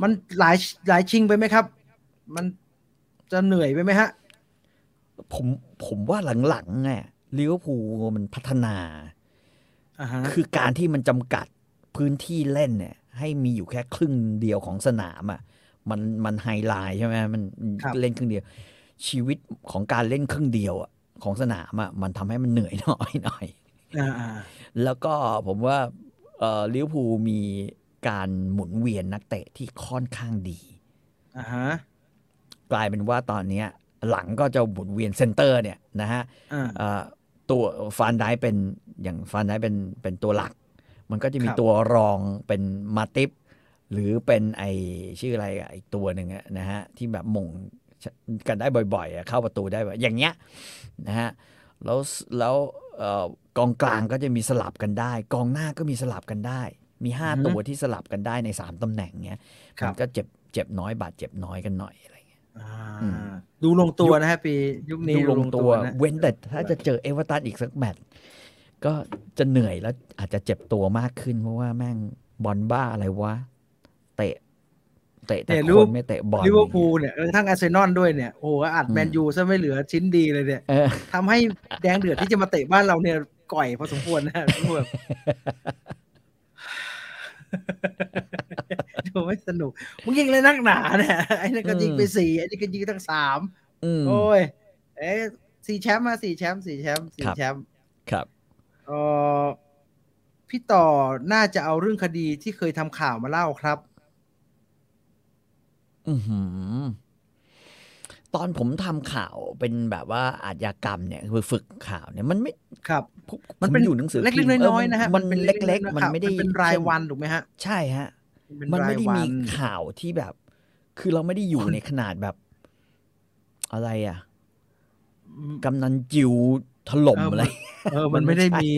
Speaker 1: มันหลายหลายชิงไปไหมครับ มันจะเหนื่อยไปไหมฮะ
Speaker 2: ผมผมว่าหลังๆเนี่ยลิเวอร์พูลมันพัฒนา
Speaker 1: อ่าฮะ
Speaker 2: คือการที่มันจำกัดพื้นที่เล่นเนี่ย ให้มีอยู่แค่ครึ่งเดียวของสนามอะ่ะมันมันไฮไลท์ใช่ไหมมัน
Speaker 1: ครับ
Speaker 2: เล่นครึ่งเดียว ชีวิตของการเล่นครึ่งเดียวอะของสนามอะ่ะมันทำให้มันเหนื่อยน้อยหน่อย
Speaker 1: อ่าอ่า
Speaker 2: แล้วก็ผมว่าเอ่อลิเวอร์พูลมีการหมุนเวียนนักเตะที่ค่อนข้างดี
Speaker 1: อ่าฮะ
Speaker 2: กลายเป็นว่าตอนเนี้ยหลังก็จะหมุนเวียนเซนเตอร์เนี่ยนะฮะ
Speaker 1: อ่า
Speaker 2: เอ่อตัวฟานได้เป็นอย่างฟานได้เป็นเป็นตัวหลัก มันก็จะมี
Speaker 1: ครับ
Speaker 2: ตัวรองเป็นมาติฟหรือเป็นไอชื่ออะไรอะอีกตัวหนึ่งอะนะฮะ ที่แบบหมงกันได้บ่อยๆอะเข้าประตูได้แบบอย่างเงี้ยนะฮะ แล้วแล้วเอ่อกองกลางก็จะมีสลับกันได้ กองหน้าก็มีสลับกันได้ มี 5 ตัวที่สลับกันได้ใน 3ตำแหน่งเงี้ย
Speaker 1: ค
Speaker 2: มั
Speaker 1: รับ
Speaker 2: นก็เจ็บเจ็บน้อยบาดเจ็บน้อยกันหน่อยอะไรเงี้ย
Speaker 1: อ่า
Speaker 2: อืม
Speaker 1: ดูลงตัวนะฮะปียุคนี้
Speaker 2: ดูลงตัว
Speaker 1: นะ
Speaker 2: เว้นแต่ถ้าจะเจอเอเวอร์ตันอีกสักแมตช์ก็จะเหนื่อยแล้วอาจจะเจ็บตัวมากขึ้น เพราะว่าแม่งบอลบ้าอะไรวะ เตะ เตะแต่คนไม่เตะบอล
Speaker 1: ลิเวอร์พูลเนี่ยกระทั่งอาร์เซนอลด้วยเนี่ยโอ้โหอัด
Speaker 2: อืม
Speaker 1: แมนยูซะไม่เหลือชิ้นดีเลยเนี่ย
Speaker 2: เออ
Speaker 1: ทำให้แดงเดือดที่จะมาเตะบ้านเราเนี่ย ก่อยพอสมควรนะทุกค นดูไม่สนุก มึงยิงเลยนักหนาเนี่ยไอ้นั่นก็ยิงไป
Speaker 2: อืม
Speaker 1: สี่ไอ้นี่ก็ยิงตั้งสาม
Speaker 2: อืม
Speaker 1: โอ้ยเอ้ยสี่แชมป์มาสี่แชมป์สี่แชมป์สี่
Speaker 2: ครับ
Speaker 1: แชมป์
Speaker 2: ครับ
Speaker 1: เออพี่ต่อน่าจะเอาเรื่องคดีที่เคยทำข่าวมาเล่าครับ
Speaker 2: อือหือ ตอนผมทำข่าวเป็นแบบว่าอาชญากรรมเนี่ยคือฝึกข่าวเนี่ยมันไม่
Speaker 1: ครับ
Speaker 2: ผ
Speaker 1: มันเป็น
Speaker 2: ผอยู่หนังสือ
Speaker 1: เล็ก
Speaker 2: พิมพ์
Speaker 1: ๆน้อยๆนะฮะ
Speaker 2: มันเล็ก ๆ มัน
Speaker 1: ข่าว
Speaker 2: ไม่ได้
Speaker 1: เป็นรายวันถูกไหมฮะ
Speaker 2: ใช่ฮะ
Speaker 1: เป็
Speaker 2: มันไม่
Speaker 1: ราย
Speaker 2: ได้
Speaker 1: วั
Speaker 2: มีข่าวที่แบบ คือเราไม่ได้อยู่ในขนาดแบบ อะไรอ่ะ กำนันจิวถล่ม
Speaker 1: เออมัน
Speaker 2: อะไร
Speaker 1: เออ
Speaker 2: มั
Speaker 1: มัน
Speaker 2: นไม่
Speaker 1: ไม่ได้
Speaker 2: ใช่
Speaker 1: มี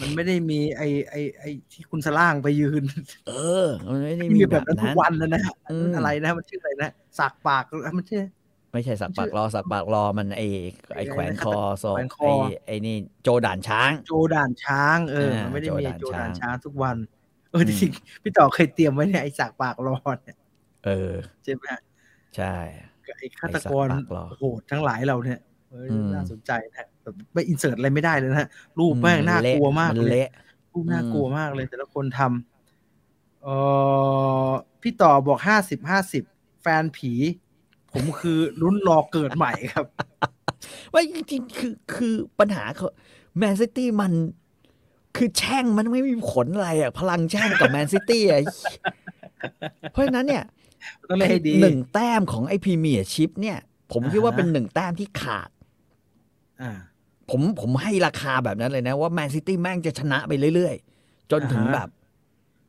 Speaker 1: มันไม่ได้มีไอไอไอที่คุณสล่างไปยืน
Speaker 2: เออ มันไม่ได้
Speaker 1: ที่
Speaker 2: มี
Speaker 1: มี
Speaker 2: แบ
Speaker 1: แบบ บนั้นทุ
Speaker 2: นั้
Speaker 1: ก
Speaker 2: น
Speaker 1: วันแล้วนะฮะ
Speaker 2: อืม
Speaker 1: อะไรนะมันชื่ออะไรนะสากปากมันชื่อ
Speaker 2: ไม่ใช่สักปากรอสักปากรอมันไอไอแขวนคอศพ
Speaker 1: แขวนค
Speaker 2: ไอ
Speaker 1: อ
Speaker 2: ไอนี่โจด่านช้าง
Speaker 1: โจด่านช้างเออ
Speaker 2: อ่า
Speaker 1: มันไม่ได้มี
Speaker 2: โจ
Speaker 1: โจด่า
Speaker 2: ด่านช้าง
Speaker 1: นช้างทุกวัน เออ
Speaker 2: ม
Speaker 1: จริงๆพี่ต่อเคยเตรียมไว้เนี่ยไอสากปากรอเนี่ย
Speaker 2: เออ
Speaker 1: ใช่ไหมฮะ
Speaker 2: ใช่
Speaker 1: ไอฆาตกร
Speaker 2: ไอ้สากปากรอ
Speaker 1: โหดทั้งหลายเราเนี่ยเอออ
Speaker 2: ม
Speaker 1: น่าสนใจนะแต่ไม่อินเสิร์ตอะไรไม่ได้เลยนะฮะรูปแม่งน่า
Speaker 2: เะ
Speaker 1: กลัวมาก
Speaker 2: น
Speaker 1: เลย
Speaker 2: เละ
Speaker 1: รูป
Speaker 2: อืม
Speaker 1: น่ากลัวมากเลย แต่ละคนทำเออพี่ต่อบอกห้าสิบห้าสิบแฟนผี ผมคือลุ้นรอเกิดใหม่ครับ
Speaker 2: ว่าจริงๆคือคือปัญหาเขาแมนซิตี้มัน คือแช่งมันไม่มีผลอะไรอ่ะ พลังแช่งกับแมนซิตี้อ่ะ เพราะฉะนั้นเนี่ย
Speaker 1: ต้องเล่นให้ดี
Speaker 2: หนึ่งแต้มของไอพีเมียชิพเนี่ย ผมคิดว่า
Speaker 1: อ่าฮะ
Speaker 2: เป็นหนึ่งแต้มที่ขาด
Speaker 1: อ่า
Speaker 2: ผมผมให้ราคาแบบนั้นเลยนะ ว่าแมนซิตี้แม่งจะชนะไปเรื่อยๆ จนถึง
Speaker 1: อ่าฮะ
Speaker 2: แบบ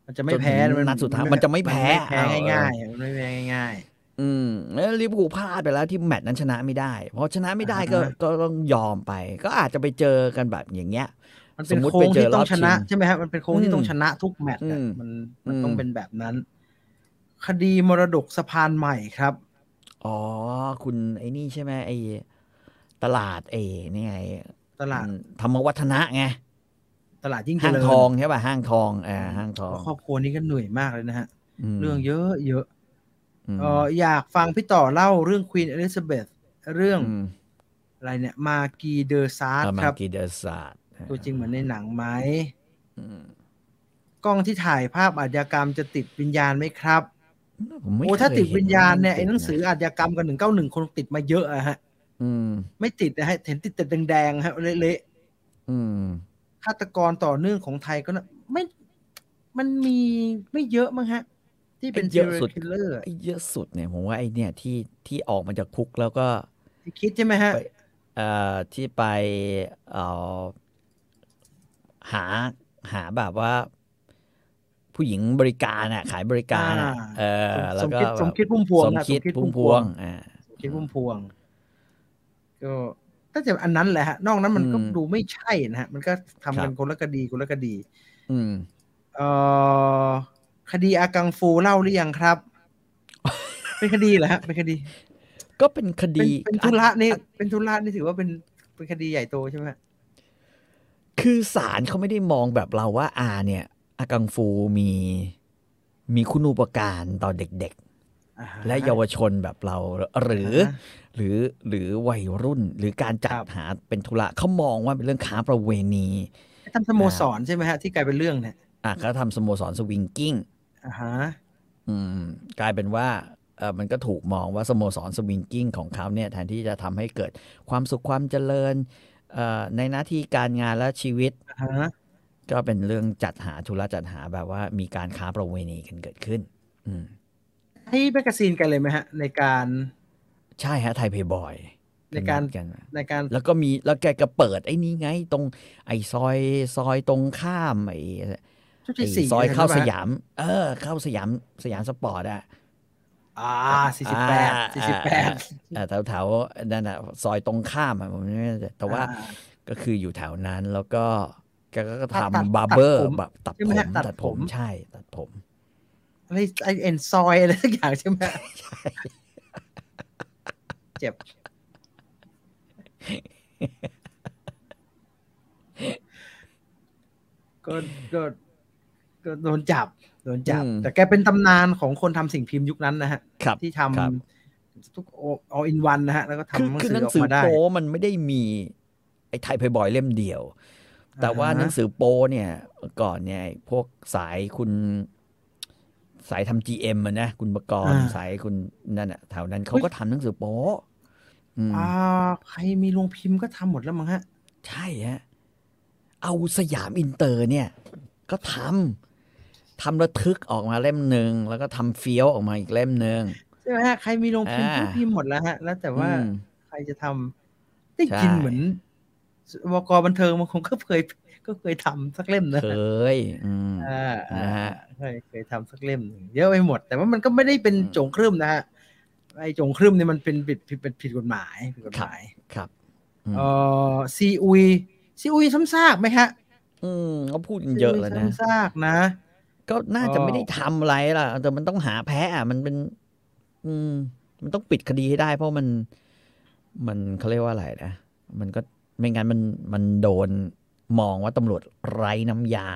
Speaker 1: มันจะไม่แพ้
Speaker 2: จนถึงนัดสุดท้ายมันจะไม่แพ้
Speaker 1: แพ้
Speaker 2: เอา
Speaker 1: ง่ายๆมันไม่แพ้ง่าย
Speaker 2: อืมแล้วลิเวอร์พูลพลาดไปแล้วที่แมตช์นั้นชนะไม่ได้ เพราะชนะไม่ได้ก็
Speaker 1: อ่าฮะ
Speaker 2: ก็ต้องยอมไป ก็อาจจะไปเจอกันแบบอย่างเงี้ย
Speaker 1: ๆมันเป็น
Speaker 2: สมมุติ
Speaker 1: โค้งที่ต้องชนะ
Speaker 2: ไปเจอรอบชิง
Speaker 1: ใช่ไหมครับมันเป็นโค้งที่ต้องชนะทุกแมตช์อะ
Speaker 2: อืม
Speaker 1: มันมัน
Speaker 2: อืม
Speaker 1: ต้องเป็นแบบนั้น คดีมรดกสะพานใหม่ครับ
Speaker 2: อ๋อ คุณไอ้นี่ใช่ไหมไอ้ตลาดเอนี่ไง
Speaker 1: ตลาด
Speaker 2: อืมธรรมวัฒนะไง
Speaker 1: ตลาดยิ่งเจ
Speaker 2: ห้าง
Speaker 1: ริญ
Speaker 2: ทองใช่ป่ะห้างทองอ่าห้างทอง
Speaker 1: ครอบครัวนี้ก็เหนื่อยมากเลยนะฮะ
Speaker 2: ม
Speaker 1: เรื่องเยอะเยอะ
Speaker 2: ม
Speaker 1: เอออยากฟังพี่ต่อเล่าเรื่องควีนอลิซาเบธเรื่อง
Speaker 2: ม
Speaker 1: อะไรเนี่ย มากีเดอซาร์
Speaker 2: เออมา
Speaker 1: ครับ
Speaker 2: กีเดอร์ซาร์ด
Speaker 1: ตัวจริงเหมือนในหนังไหม
Speaker 2: อืม
Speaker 1: กล้องที่ถ่ายภาพอาชญากรรมจะติดวิญญาณไหมครับ
Speaker 2: ผมไม่
Speaker 1: โอ้ถ้า
Speaker 2: เคย
Speaker 1: ติดวิญญาณเนี่ย
Speaker 2: ห็
Speaker 1: ไอ้หนังสืออาชญากรรมกับหนึ่งเก้าหนึ่งคนติดมาเยอะอะฮะ
Speaker 2: อืม
Speaker 1: ไม่ติดนะฮะเห็นติดแต่แดงๆฮะเละ
Speaker 2: อืม
Speaker 1: ๆฆาตกรต่อเนื่องของไทยก็น่ะไม่มันมีไม่เยอะมั้งฮะ ที่เป็น
Speaker 2: ไอ้
Speaker 1: เย
Speaker 2: เย
Speaker 1: อะ
Speaker 2: อะ
Speaker 1: สุ
Speaker 2: สุ
Speaker 1: ด
Speaker 2: ด
Speaker 1: เลอร์
Speaker 2: ไอ้เยอะสุดเนี่ยผมว่าไอ้เนี่ยที่ที่ออกมาจากคุกแล้วก็
Speaker 1: ที่คิดใช่ไหมฮะ
Speaker 2: ไปเอ่อที่ไปเอ่อหาหาแบบว่า ผู้หญิงบริการอ่ะ ขายบริการอ่ะ
Speaker 1: อ่า
Speaker 2: เออแล้ว
Speaker 1: สม
Speaker 2: ก็
Speaker 1: คิด
Speaker 2: แบบ
Speaker 1: สมคิดพุ่มพวง
Speaker 2: สม
Speaker 1: นะ
Speaker 2: คิดพุ่มพวงอ่า
Speaker 1: สมคิดพุ่มพวง ก็ถ้าจะอันนั้นแหละฮะ นอกนั้นมันก็
Speaker 2: อืม
Speaker 1: ดูไม่ใช่นะฮะ มันก็ทำ
Speaker 2: ครั
Speaker 1: กัน
Speaker 2: บ
Speaker 1: คนละคดีคนละคดี
Speaker 2: อืม
Speaker 1: เอ่อคดีอากังฟูเล่าหรือยัง ครับ เป็นคดีเหรอฮะเป็นคดี
Speaker 2: ก็เป็นค
Speaker 1: เป็น
Speaker 2: ดี
Speaker 1: เป็นธุระนี่
Speaker 2: อ่ะ
Speaker 1: เป็นธุระนี่ถือว่าเป็นเป็นคดีใหญ่โตใช่ไหมฮะ
Speaker 2: คือศาลเขาไม่ได้มองแบบเราว่าอาเนี่ยอากังฟูมีมีคุณูปการต่อเด็ก
Speaker 1: อ่าฮ
Speaker 2: ๆ และเยาวชนแบบเราหรือ หรือหรือวัยรุ่นหรือการจัด
Speaker 1: ครับ
Speaker 2: หาเป็นธุระเขามองว่าเป็นเรื่องค้าประเวณี
Speaker 1: ทำสโมสรใช่ไหมฮะที่กลายเป็นเรื่องเนี่ย
Speaker 2: อ่ะเขาทำสโมสรสวิงกิ้ง
Speaker 1: อ่าฮะ
Speaker 2: อืมกลายเป็นว่าเออมันก็ถูกมองว่าสโมสรสวิงกิ้งของเขาเนี่ยแทนที่จะทำให้เกิดความสุขความเจริญเอ่อในหน้าที่การงานและชีวิต
Speaker 1: อ่าฮะ
Speaker 2: ก็เป็นเรื่องจัดหาธุระจัดหาแบบว่ามีการค้าประเวณีกันเกิดขึ้น อืม
Speaker 1: ที่แมกกาซีนกันเลยไหมฮะ ในการ
Speaker 2: ใช่ฮะไทยเพย์บอย
Speaker 1: ในการ
Speaker 2: กัน
Speaker 1: ในการ
Speaker 2: แล้วก็มีแล้วแกก็เปิดไอ้นี้ไงตรง ไอ้ซอยซอยตรงข้ามไอ้
Speaker 1: ชุด
Speaker 2: ไอ้
Speaker 1: ที่สี่
Speaker 2: ซอยเข้า
Speaker 1: ใช่ไหฮะ
Speaker 2: สยาม เออ เข้าสยามสยามสปอร์ตอะ
Speaker 1: อ่าสี่สิบแปด
Speaker 2: อ่า
Speaker 1: สี่สิบแปด
Speaker 2: อ่า เอ่อแถวแถวๆนั่นอะซอยตรงข้ามอะผมไม่แน่ใจแต่ว่า
Speaker 1: อ่
Speaker 2: ก็คืออยู่แถวนั้นแล้วก็แกก็
Speaker 1: ตัดตัด
Speaker 2: ทำบาร์เบอร์
Speaker 1: ตัดผม
Speaker 2: แบบตัด
Speaker 1: ใช่
Speaker 2: ผ
Speaker 1: ไหม
Speaker 2: ม
Speaker 1: ฮะตัด
Speaker 2: ตัดผม
Speaker 1: ผม
Speaker 2: ใช่ ตัดผม
Speaker 1: อะไรไอเอ็นซอยอะไรสักอย่างใช่ไหมฮะเจ็บ ก็ก็ก็โดนจับ โดนจับ
Speaker 2: อืม
Speaker 1: แต่แกเป็นตำนานของคนทำสิ่งพิมพ์ยุคนั้นนะฮะ
Speaker 2: ครับ
Speaker 1: ที่
Speaker 2: ค
Speaker 1: ทำ
Speaker 2: รับ
Speaker 1: ทุกออินวันนะฮะ แล้วก็
Speaker 2: คือ
Speaker 1: ทำหนัง
Speaker 2: คือ
Speaker 1: สื
Speaker 2: ห
Speaker 1: อ
Speaker 2: นั
Speaker 1: อง อก
Speaker 2: สือ
Speaker 1: มาได้
Speaker 2: โป้มันไม่ได้มี ไอ้ไทยเพย์บอยเล่มเดียว แต่ว่า
Speaker 1: อ่าฮะ
Speaker 2: หนังสือโป้เนี่ยเมื่อก่อนเนี่ยไอ้พวกสายคุณสายทำ GM อะนะ คุณประกรณ์สายคุณนั่นอะแถวนั้นเขาก็ทำหนังสือโป้อืม
Speaker 1: อ่า ใครมีโรงพิมพ์ก็ทำหมดแล้วมั้งฮะ
Speaker 2: ใช่ฮะเอาสยามอินเตอร์เนี่ย ก็ทำทำระทึกออกมาเล่มหนึ่งแล้วก็ทำเฟี้ยวออกมาอีกเล่มหนึ่ง
Speaker 1: ใช่ไหมฮะ ใครมีโรงพิมพ์
Speaker 2: อ่า
Speaker 1: ก็พิมพ์หมดแล้วฮะ แล้วแต่ว่า
Speaker 2: อืม
Speaker 1: ใครจะทำได้
Speaker 2: ใช่
Speaker 1: กินเหมือนวกบันเทิงมันคงก็เคย ก็เคยทำสักเล่มนะ
Speaker 2: เคยอืม
Speaker 1: อ่าอ่า
Speaker 2: นะฮะ
Speaker 1: เคยเคยทำสักเล่มหนึ่งเยอะไปหมด แต่ว่ามันก็ไม่ได้เป็น
Speaker 2: อืม
Speaker 1: โจงครึมนะฮะไอ้โจงครึมเนี่ยมันเป็นผิดผิดเป็นผิดกฎหมายผิดกฎหมาย
Speaker 2: ครับอืม
Speaker 1: เออซีอุยซีอุยซ้ำซากไหมฮะ
Speaker 2: อืมเขาพูดกันเยอะแล้ว
Speaker 1: ซี
Speaker 2: นะ
Speaker 1: ซ้ำซากนะ
Speaker 2: ก็น่าจะ
Speaker 1: ก็
Speaker 2: ไม่ได้ทำอะไรล่ะ แต่มันต้องหาแพ้อะมันเป็น อืม มันต้องปิดคดีให้ได้ เพราะมัน มันเขาเรียกว่าอะไรนะ มันก็ไม่งั้นมันมันโดนมองว่าตำรวจไร้น้ำยา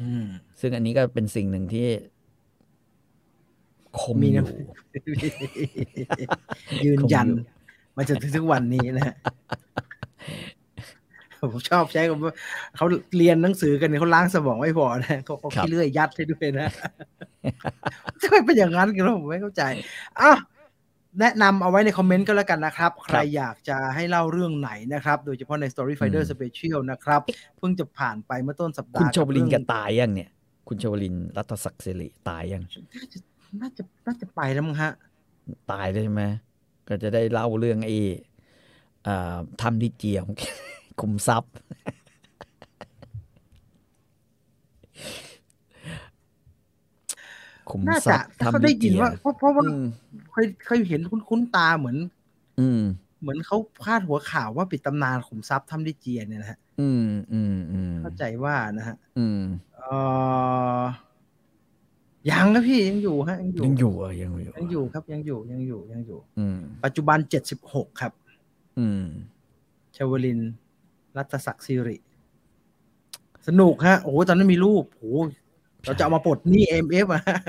Speaker 1: อืม
Speaker 2: ซึ่งอันนี้ก็เป็นสิ่งหนึ่งที่ คม
Speaker 1: มี
Speaker 2: อ
Speaker 1: น้ำ
Speaker 2: ยู่
Speaker 1: ยืนยัน
Speaker 2: คงอยู่
Speaker 1: มาจนถึงทุกวันนี้นะ ฮะ ผมชอบใช้คำว่าเขาเรียนหนังสือกันเนี่ยเขาล้างสมองไม่พอนะเขาเอา
Speaker 2: ครับ
Speaker 1: ขี้เลื่อยยัดให้ด้วยนะ ทำไมเป็นอย่างนั้นกันวะผมไม่เข้าใจอ่ะแนะนำเอาไว้ในคอมเมนต์ก็แล้วกันนะครับ ใครอยากจะให้เล่าเรื่องไหนนะครับ โดยเฉพาะใน Story Finder
Speaker 2: อืม
Speaker 1: Special นะครับ เพิ่งจะผ่านไปเมื่อต้นสัปดาห์
Speaker 2: คุณชวลินแกั
Speaker 1: บ
Speaker 2: ตายยังเนี่ย คุณชวลินรัตศักดิ์สิริตายยัง
Speaker 1: น่าจะน่าจะน่าจะไปแล้วมั้งฮะ
Speaker 2: ตายเลยใช่ไหมก็จะได้เล่าเรื่องไอ้เอ่อทำดีเจียของ คุมทรัพย์ คุม
Speaker 1: น่า
Speaker 2: ทรั
Speaker 1: จะ
Speaker 2: พย์
Speaker 1: ถ้าเขา
Speaker 2: ทำ
Speaker 1: ได้
Speaker 2: ดี
Speaker 1: ยิน
Speaker 2: เจีย
Speaker 1: ว่าเพราะเพราะว่า
Speaker 2: อืม
Speaker 1: เคยเคยเห็นคุ้นคุ้นๆตาเหมือน
Speaker 2: อืม
Speaker 1: เหมือนเขาพาดหัวข่าวว่าปิดตำนานขุมทรัพย์ถ้ำดิเจียเนี่ยนะฮะ
Speaker 2: อืม อืม อืม
Speaker 1: เข้าใจว่านะฮะ
Speaker 2: อืม
Speaker 1: เอ่อยังครับพี่ยังอยู่ฮะยังอยู่
Speaker 2: ยังอยู่อ่ะยังอยู่
Speaker 1: ยังอยู่ครับยังอยู่ยังอยู่ยังอยู่
Speaker 2: อืม
Speaker 1: ปัจจุบันเจ็ดสิบหกครับ
Speaker 2: อืม
Speaker 1: ชวลิน รัตศักดิ์สิริ สนุกฮะ โอ้โหตอนนั้นมีรูปโอ้โหเราจะเอามาปลดหนี้เอ็มเอฟอะฮะ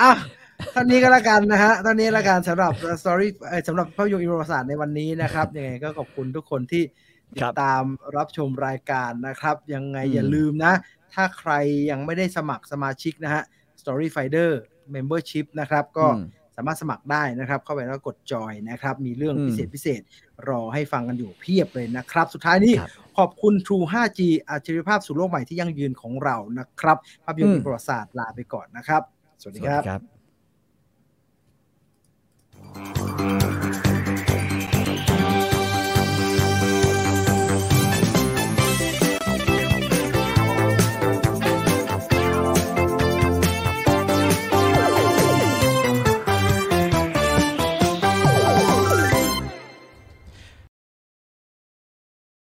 Speaker 1: อ่ะเท่านี้ก็แล้วกันนะฮะเท่านี้แล้วกันสำหรับ story เอ่อสำหรับภาพยนตร์อินโรศาสตร์ในวันนี้นะครับ ยังไงก็ขอบคุณทุกคนที่ติ
Speaker 2: ครั
Speaker 1: ด
Speaker 2: บ
Speaker 1: ตามรับชมรายการนะครับ ยังไง
Speaker 2: อืม
Speaker 1: อย่าลืมนะ ถ้าใครยังไม่ได้สมัครสมาชิกนะฮะ story finder membership นะครับก็
Speaker 2: อืม
Speaker 1: สามารถสมัครได้นะครับ เข้าไปแล้วก็กดจอยนะครับ มีเรื่อง
Speaker 2: อืม
Speaker 1: พิเศษพิเศษรอให้ฟังกันอยู่เพียบเลยนะครับ สุดท้ายนี้
Speaker 2: ครับ
Speaker 1: ขอบคุณ True 5G อัจฉริยภาพสู่โลกใหม่ที่ยั่งยืนของเรานะครับ ภาพยนต
Speaker 2: อื
Speaker 1: ร์
Speaker 2: ม
Speaker 1: ในประวัติศาสตร์ลาไปก่อนนะครับ สวัส
Speaker 2: ส
Speaker 1: ดี
Speaker 2: วั
Speaker 1: ค
Speaker 2: สดี
Speaker 1: รับ
Speaker 2: ครับ